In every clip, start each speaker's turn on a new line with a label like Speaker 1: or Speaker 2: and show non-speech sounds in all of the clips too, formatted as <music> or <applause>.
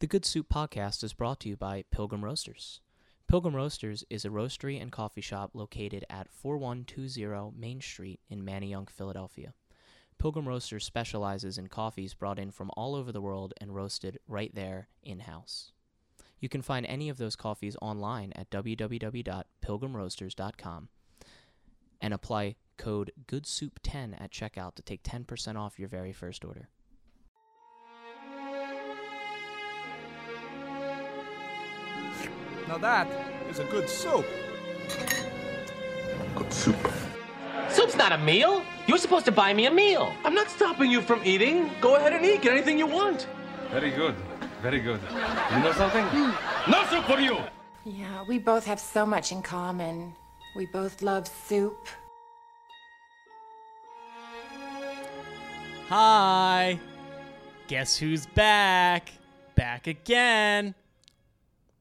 Speaker 1: The Good Soup podcast is brought to you by Pilgrim Roasters. Pilgrim Roasters is a roastery and coffee shop located at 4120 Main Street in Manayunk, Philadelphia. Pilgrim Roasters specializes in coffees brought in from all over the world and roasted right there in house. You can find any of those coffees online at www.pilgrimroasters.com and apply code GOODSOUP10 at checkout to take 10% off your very first order.
Speaker 2: Now that is a good soup.
Speaker 3: Soup's not a meal. You're supposed to buy me a meal.
Speaker 4: I'm not stopping you from eating. Go ahead and eat. Get anything you want.
Speaker 5: Very good. Very good. You know something?
Speaker 4: No soup for you.
Speaker 6: Yeah, we both have so much in common. We both love soup.
Speaker 7: Hi! Guess who's back? Back again!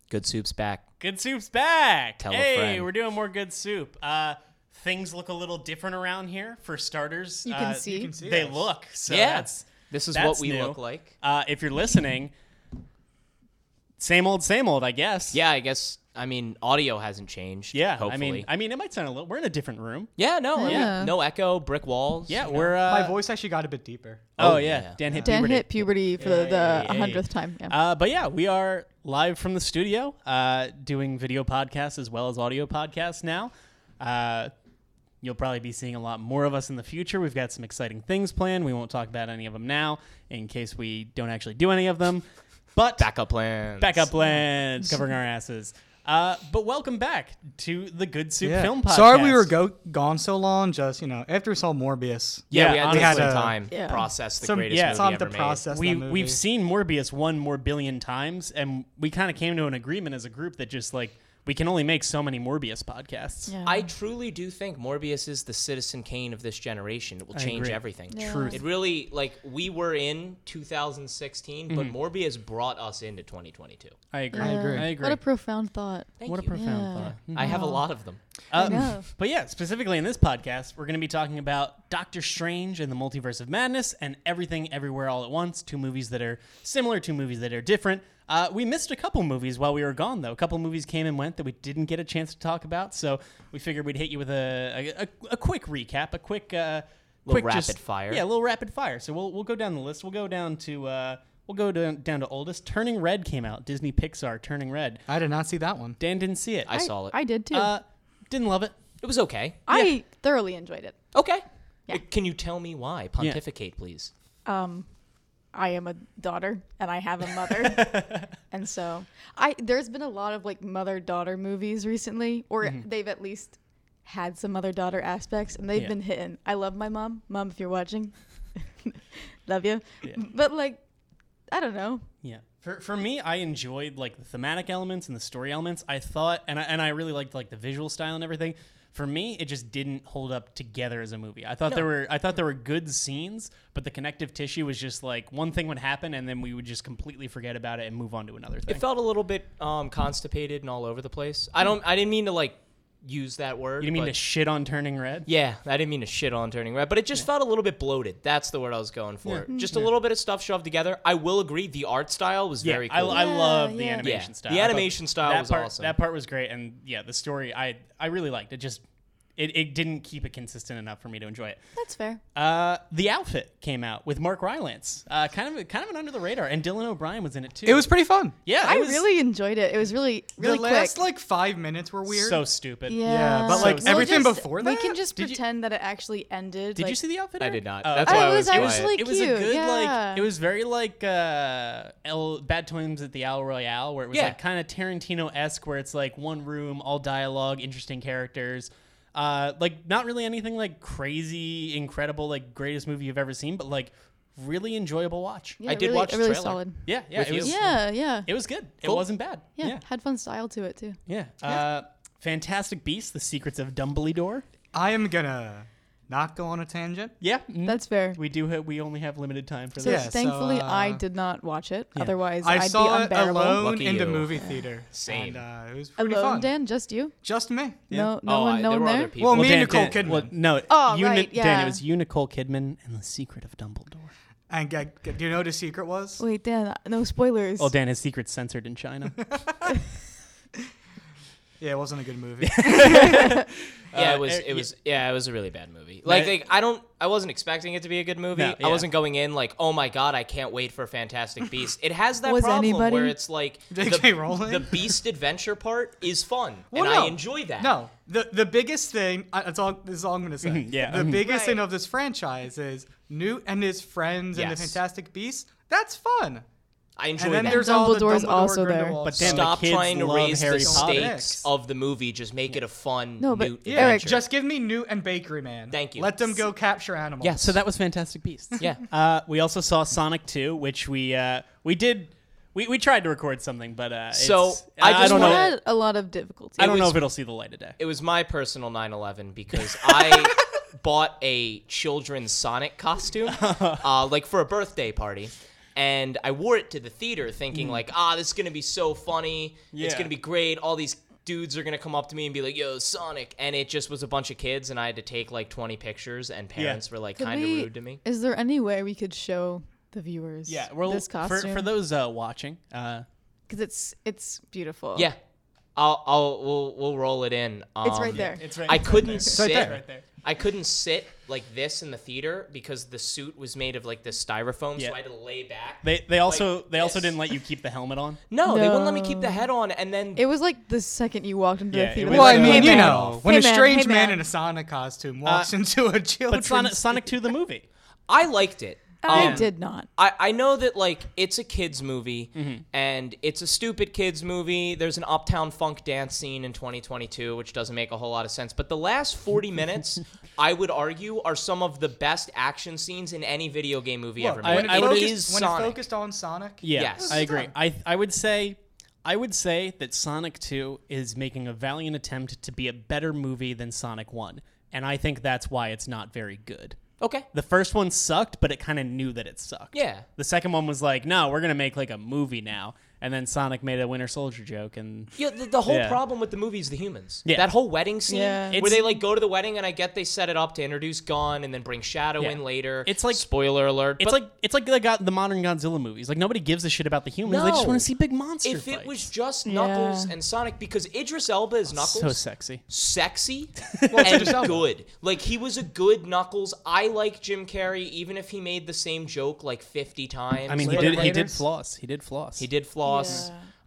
Speaker 1: Good Soup's back.
Speaker 7: Good soup's back!
Speaker 1: Tell a
Speaker 7: hey,
Speaker 1: friend.
Speaker 7: we're doing more good soup. Uh, things look a little different around here. For starters,
Speaker 8: You can
Speaker 7: uh,
Speaker 8: see. You can
Speaker 7: they look. So
Speaker 1: Yeah.
Speaker 7: that's
Speaker 1: This is
Speaker 7: that's
Speaker 1: what we
Speaker 7: new.
Speaker 1: look like.
Speaker 7: Uh, if you're listening, same old, same old. I guess.
Speaker 1: Yeah, I guess. I mean, audio hasn't changed.
Speaker 7: Yeah.
Speaker 1: hopefully.
Speaker 7: I mean, I mean, it might sound a little. We're in a different room.
Speaker 1: yeah, no, I mean,
Speaker 8: Yeah.
Speaker 1: no echo, brick walls.
Speaker 7: Yeah,
Speaker 1: you know.
Speaker 7: we're. Uh,
Speaker 9: My voice actually got a bit deeper.
Speaker 7: Oh,
Speaker 1: Oh,
Speaker 7: yeah.
Speaker 1: yeah.
Speaker 7: Dan hit
Speaker 8: Dan
Speaker 7: puberty.
Speaker 8: hit puberty for the- the
Speaker 7: Yay.
Speaker 8: hundredth time. Yeah.
Speaker 7: Uh, but yeah, we are live from the studio, uh, doing video podcasts as well as audio podcasts now. Uh, you'll probably be seeing a lot more of us in the future. We've got some exciting things planned. We won't talk about any of them now in case we don't actually do any of them. But
Speaker 1: backup plans.
Speaker 7: backup plans covering our asses. Uh, but welcome back to the Good Soup Film Podcast.
Speaker 9: Sorry we were go- gone so long. Just you know, after we saw Morbius,
Speaker 1: Yeah,
Speaker 7: Yeah,
Speaker 1: we had
Speaker 7: we
Speaker 1: to
Speaker 9: had
Speaker 1: some
Speaker 9: to-
Speaker 1: time
Speaker 8: Yeah.
Speaker 1: process the
Speaker 9: some
Speaker 1: greatest
Speaker 7: yeah,
Speaker 1: movie
Speaker 9: time
Speaker 1: ever
Speaker 9: to process
Speaker 7: we
Speaker 9: that movie.
Speaker 7: we've seen Morbius one more billion times, and we kind of came to an agreement as a group that just like we can only make so many Morbius podcasts.
Speaker 8: yeah.
Speaker 1: made. I truly do think Morbius is the Citizen Kane of this generation. It will change
Speaker 7: agree.
Speaker 1: everything.
Speaker 8: Yeah.
Speaker 7: Truth.
Speaker 1: It really like we were in 2016, but
Speaker 7: Mm-hmm.
Speaker 1: Morbius brought us into 2022.
Speaker 7: I agree.
Speaker 9: I agree.
Speaker 7: I agree.
Speaker 8: What a profound thought.
Speaker 1: Thank
Speaker 7: What a
Speaker 1: you.
Speaker 7: profound Mm-hmm.
Speaker 8: Yeah.
Speaker 7: thought.
Speaker 1: I have a lot of them.
Speaker 8: I know.
Speaker 7: But yeah, specifically in this podcast, we're going to be talking about Doctor Strange and the Multiverse of Madness and Everything Everywhere All at Once, two movies that are similar, two movies that are different. Uh, we missed a couple movies while we were gone, though. A couple movies came and went that we didn't get a chance to talk about, so we figured we'd hit you with a, a, a, a quick recap, a quick. Uh,
Speaker 1: Little
Speaker 7: quick
Speaker 1: rapid fire.
Speaker 7: Yeah, a little rapid fire. So we'll, we'll go down the list. We'll go down to. Uh, We'll go down, down to oldest. Turning Red came out. Disney Pixar. Turning Red.
Speaker 9: I did not see that one.
Speaker 7: Dan didn't see it.
Speaker 1: I, saw it.
Speaker 8: I did too.
Speaker 7: uh, didn't love it.
Speaker 1: it was okay.
Speaker 8: I thoroughly enjoyed it.
Speaker 1: Okay.
Speaker 8: Yeah.
Speaker 1: Can you tell me why? Pontificate, please.
Speaker 8: Um, I am a daughter and I have a mother, and so I there's been a lot of like mother daughter movies recently, or they've at least had some mother daughter aspects, and they've
Speaker 7: Yeah.
Speaker 8: been hitting. I love my mom, mom, if you're watching, <laughs> love you, but like I don't know.
Speaker 7: Yeah. For, for me, I enjoyed like the thematic elements and the story elements. I thought, and I, and I really liked like the visual style and everything. For me, it just didn't hold up together as a movie. I thought there were I thought there were good scenes, but the connective tissue was just like one thing would happen and then we would just completely forget about it and move on to another thing.
Speaker 1: It felt a little bit um, constipated and all over the place. I don't. I didn't mean to like use that word.
Speaker 7: you didn't mean
Speaker 1: but-
Speaker 7: to shit on Turning Red?
Speaker 1: yeah, I didn't mean to shit on turning red, but it just felt a little bit bloated. That's the word I was going for. Just a little bit of stuff shoved together. I will agree, the art style was very
Speaker 7: I,
Speaker 1: cool.
Speaker 7: I
Speaker 8: Yeah,
Speaker 7: love the
Speaker 8: yeah.
Speaker 7: animation
Speaker 1: Yeah.
Speaker 7: style.
Speaker 1: The
Speaker 7: I thought
Speaker 1: animation style
Speaker 7: that
Speaker 1: was
Speaker 7: part,
Speaker 1: awesome.
Speaker 7: That part was great, and yeah, the story I I really liked. It just it, it didn't keep it consistent enough for me to enjoy it.
Speaker 8: That's fair.
Speaker 7: Uh, the outfit came out with Mark Rylance. Uh, kind of, kind of an under the radar, and Dylan O'Brien was in it too.
Speaker 9: It was pretty fun.
Speaker 7: yeah. it
Speaker 8: I
Speaker 7: was
Speaker 8: really enjoyed it. It was really really
Speaker 9: the
Speaker 8: quick.
Speaker 9: last like five minutes were weird.
Speaker 7: so stupid.
Speaker 8: yeah.
Speaker 9: but, like, everything
Speaker 8: just-
Speaker 9: before
Speaker 8: we
Speaker 9: that?
Speaker 8: can just
Speaker 7: Did you-
Speaker 8: pretend that it actually ended.
Speaker 7: Did you
Speaker 8: like-
Speaker 7: see the outfit?
Speaker 1: I
Speaker 7: Eric?
Speaker 1: did not.
Speaker 7: Oh,
Speaker 1: That's
Speaker 7: okay.
Speaker 1: why
Speaker 8: Oh,
Speaker 1: I
Speaker 8: it
Speaker 1: was,
Speaker 8: was
Speaker 1: quiet.
Speaker 8: actually-
Speaker 7: it was a
Speaker 8: cute,
Speaker 7: good
Speaker 8: yeah.
Speaker 7: like. It was very like uh, El, Bad Times at the Al Royale, where it was
Speaker 1: Yeah.
Speaker 7: like kind of Tarantino esque, where it's like one room, all dialogue, interesting characters. Uh, like not really anything like crazy, incredible, like greatest movie you've ever seen, but like really enjoyable watch.
Speaker 8: Yeah,
Speaker 1: I did
Speaker 8: really,
Speaker 1: watch
Speaker 8: a really
Speaker 1: trailer.
Speaker 8: solid.
Speaker 7: Yeah, yeah,
Speaker 1: With
Speaker 7: it
Speaker 1: you.
Speaker 7: was.
Speaker 8: Yeah, yeah,
Speaker 7: It was good.
Speaker 1: Cool.
Speaker 7: It wasn't bad.
Speaker 8: yeah,
Speaker 7: yeah.
Speaker 8: Had fun style to it too.
Speaker 7: Yeah. Uh, Fantastic Beasts: The Secrets of Dumbledore.
Speaker 9: I am gonna not go on a tangent.
Speaker 7: Yeah, mm-hmm.
Speaker 8: That's fair.
Speaker 7: we do. Ha- we only have limited time for
Speaker 8: So
Speaker 7: this.
Speaker 9: Yeah, so,
Speaker 8: thankfully, I
Speaker 9: uh,
Speaker 8: did not watch it. Otherwise,
Speaker 9: I
Speaker 8: would
Speaker 9: saw
Speaker 8: be
Speaker 9: it
Speaker 8: unbearable.
Speaker 9: alone
Speaker 1: Lucky
Speaker 9: in the
Speaker 1: you.
Speaker 9: movie theater.
Speaker 1: Same.
Speaker 9: And, uh, it was pretty
Speaker 8: Alone,
Speaker 9: fun.
Speaker 8: Dan, just you.
Speaker 9: Just me.
Speaker 8: No, no
Speaker 1: Oh,
Speaker 8: one,
Speaker 1: I-
Speaker 8: no
Speaker 1: there
Speaker 8: one
Speaker 1: were
Speaker 8: there.
Speaker 1: other people.
Speaker 9: Well, me and
Speaker 7: Dan,
Speaker 9: Nicole
Speaker 7: Dan-
Speaker 9: Kidman.
Speaker 7: Well, no.
Speaker 8: Oh,
Speaker 7: you,
Speaker 8: right,
Speaker 7: Ni- Dan,
Speaker 8: yeah.
Speaker 7: it was you, Nicole Kidman, and the Secret of Dumbledore.
Speaker 9: And g- g- do you know what his secret was?
Speaker 8: Wait, Dan, no spoilers.
Speaker 7: Well, Dan, his secret's censored in
Speaker 8: <laughs>
Speaker 7: China.
Speaker 9: Yeah, it wasn't a
Speaker 1: <laughs>
Speaker 9: good movie.
Speaker 1: Yeah, it was.
Speaker 7: er,
Speaker 1: It was. Yeah, it was a really bad movie. Like,
Speaker 7: Right.
Speaker 1: like I don't. I wasn't expecting it to be a good movie.
Speaker 7: No, yeah.
Speaker 1: I wasn't going in like, oh my god, I can't wait for Fantastic Beast. It has that
Speaker 8: Was
Speaker 1: problem
Speaker 8: anybody-
Speaker 1: where it's like
Speaker 9: J.K.
Speaker 1: the,
Speaker 9: Rowling?
Speaker 1: the Beast adventure part is fun,
Speaker 9: Well,
Speaker 1: and
Speaker 9: no.
Speaker 1: I enjoy that.
Speaker 9: No, the the biggest thing. I- That's all. This is all I'm gonna say.
Speaker 1: Mm-hmm.
Speaker 7: yeah.
Speaker 9: The
Speaker 7: Mhm.
Speaker 9: biggest thing
Speaker 8: Right.
Speaker 9: of this franchise is Newt and his friends and the
Speaker 1: Yes.
Speaker 9: Fantastic Beasts. That's fun.
Speaker 1: I enjoy
Speaker 9: And then
Speaker 1: that.
Speaker 9: there's all the
Speaker 8: Dumbledore's
Speaker 9: Dumbledore
Speaker 8: also there.
Speaker 9: Grindelwald
Speaker 7: But
Speaker 9: stuff.
Speaker 7: Dan- the
Speaker 1: Stop
Speaker 7: kids
Speaker 1: trying to
Speaker 7: love
Speaker 1: raise
Speaker 7: Harry
Speaker 1: the
Speaker 7: Potter.
Speaker 1: stakes
Speaker 9: Yes.
Speaker 1: of the movie. Just make it a fun.
Speaker 8: No, but
Speaker 1: Newt
Speaker 8: Yeah,
Speaker 9: yeah,
Speaker 1: adventure.
Speaker 9: just give me Newt and Bakery Man.
Speaker 1: Thank you.
Speaker 9: Let them go capture animals.
Speaker 7: yeah, so that was Fantastic Beasts.
Speaker 1: yeah.
Speaker 7: Uh, we also saw Sonic 2, which we uh, we did. We, we tried to record something, but uh, it's-
Speaker 1: So, I just
Speaker 7: don't
Speaker 8: I
Speaker 7: know.
Speaker 1: wanna-
Speaker 8: had a lot of difficulty.
Speaker 7: I don't know
Speaker 1: was-
Speaker 7: if it'll see the light of day.
Speaker 1: It was my personal 9/11 because
Speaker 8: <laughs>
Speaker 1: I bought a children's Sonic
Speaker 7: <laughs>
Speaker 1: costume, uh, like for a birthday party, and I wore it to the theater thinking like, ah, this is gonna be so funny. It's
Speaker 7: Hmm. Yeah.
Speaker 1: gonna be great. All these dudes are gonna come up to me and be like, "Yo, Sonic," and it just was a bunch of kids, and I had to take like 20 pictures, and parents were like
Speaker 8: Could
Speaker 1: kind of
Speaker 8: we-
Speaker 1: rude to me.
Speaker 8: Is there any way we could show the viewers?
Speaker 7: Yeah, we're
Speaker 8: this
Speaker 7: for,
Speaker 8: costume
Speaker 7: for those uh, watching. Uh,
Speaker 8: because it's it's beautiful.
Speaker 1: Yeah, I'll, I'll we'll we'll roll it in. Um,
Speaker 8: it's right there.
Speaker 7: right.
Speaker 1: I couldn't
Speaker 9: right
Speaker 1: sit.
Speaker 9: there.
Speaker 1: I couldn't sit like this in the theater because the suit was made of like this styrofoam,
Speaker 7: Yeah.
Speaker 1: so I had to lay back.
Speaker 7: They they also
Speaker 1: Like
Speaker 7: they also
Speaker 1: this.
Speaker 7: didn't let you keep the helmet on.
Speaker 1: no, they wouldn't let me keep the head on, and then
Speaker 8: It was like the second you walked into
Speaker 7: Yeah, it
Speaker 8: the theater.
Speaker 7: was
Speaker 9: Well, I
Speaker 7: Hey,
Speaker 9: mean,
Speaker 7: man.
Speaker 9: you know, when
Speaker 8: Hey,
Speaker 9: a
Speaker 8: man.
Speaker 9: strange
Speaker 8: Hey,
Speaker 9: man.
Speaker 8: man.
Speaker 9: in a Sonic costume walks into a
Speaker 7: But
Speaker 9: children's.
Speaker 7: Sonic Sonic 2 the <laughs> movie.
Speaker 1: I liked it.
Speaker 8: I
Speaker 1: Um,
Speaker 8: did not.
Speaker 1: I, I know that like it's a kids movie
Speaker 9: Mm-hmm.
Speaker 1: and it's a stupid kids movie. There's an uptown funk dance scene in 2022 which doesn't make a whole lot of sense. But the last
Speaker 9: <laughs>
Speaker 1: 40 minutes, I would argue, are some of the best action scenes in any video game movie ever
Speaker 9: Look,
Speaker 1: made.
Speaker 9: when
Speaker 7: I-
Speaker 9: it
Speaker 1: It
Speaker 7: would-
Speaker 9: focused-
Speaker 1: is
Speaker 9: when it
Speaker 1: Sonic.
Speaker 9: focused on Sonic.
Speaker 7: Yeah,
Speaker 1: Yes.
Speaker 7: I agree. I I would say I would say that Sonic 2 is making a valiant attempt to be a better movie than Sonic 1, and I think that's why it's not very good.
Speaker 1: okay.
Speaker 7: The first one sucked, but it kind of knew that it sucked.
Speaker 1: Yeah.
Speaker 7: The second one was like, "No, we're going to make like a movie now." And then Sonic made a Winter Soldier joke and
Speaker 1: Yeah, the, the whole
Speaker 7: Yeah.
Speaker 1: problem with the movie is the humans.
Speaker 7: Yeah.
Speaker 1: That whole wedding scene
Speaker 8: Yeah.
Speaker 1: where
Speaker 7: It's-
Speaker 1: they like go to the wedding and I get they set it up to introduce Gon and then bring Shadow
Speaker 7: Yeah.
Speaker 1: in later.
Speaker 7: It's like-
Speaker 1: spoiler alert.
Speaker 7: it's
Speaker 1: but
Speaker 7: like it's like the, got the modern Godzilla movies. Like nobody gives a shit about the humans. They just
Speaker 1: No.
Speaker 7: want to see big
Speaker 1: if
Speaker 7: monsters.
Speaker 1: it was just Knuckles
Speaker 8: Yeah.
Speaker 1: and Sonic because Idris Elba is Knuckles.
Speaker 7: so sexy. <laughs>
Speaker 1: sexy and good. Like he was a good Knuckles. I like Jim Carrey, even if he made the same joke like fifty times.
Speaker 7: I mean, he
Speaker 1: But,
Speaker 7: did.
Speaker 1: like,
Speaker 7: He did
Speaker 9: Raiders?
Speaker 7: floss. He did floss.
Speaker 1: He did floss.
Speaker 8: Yeah.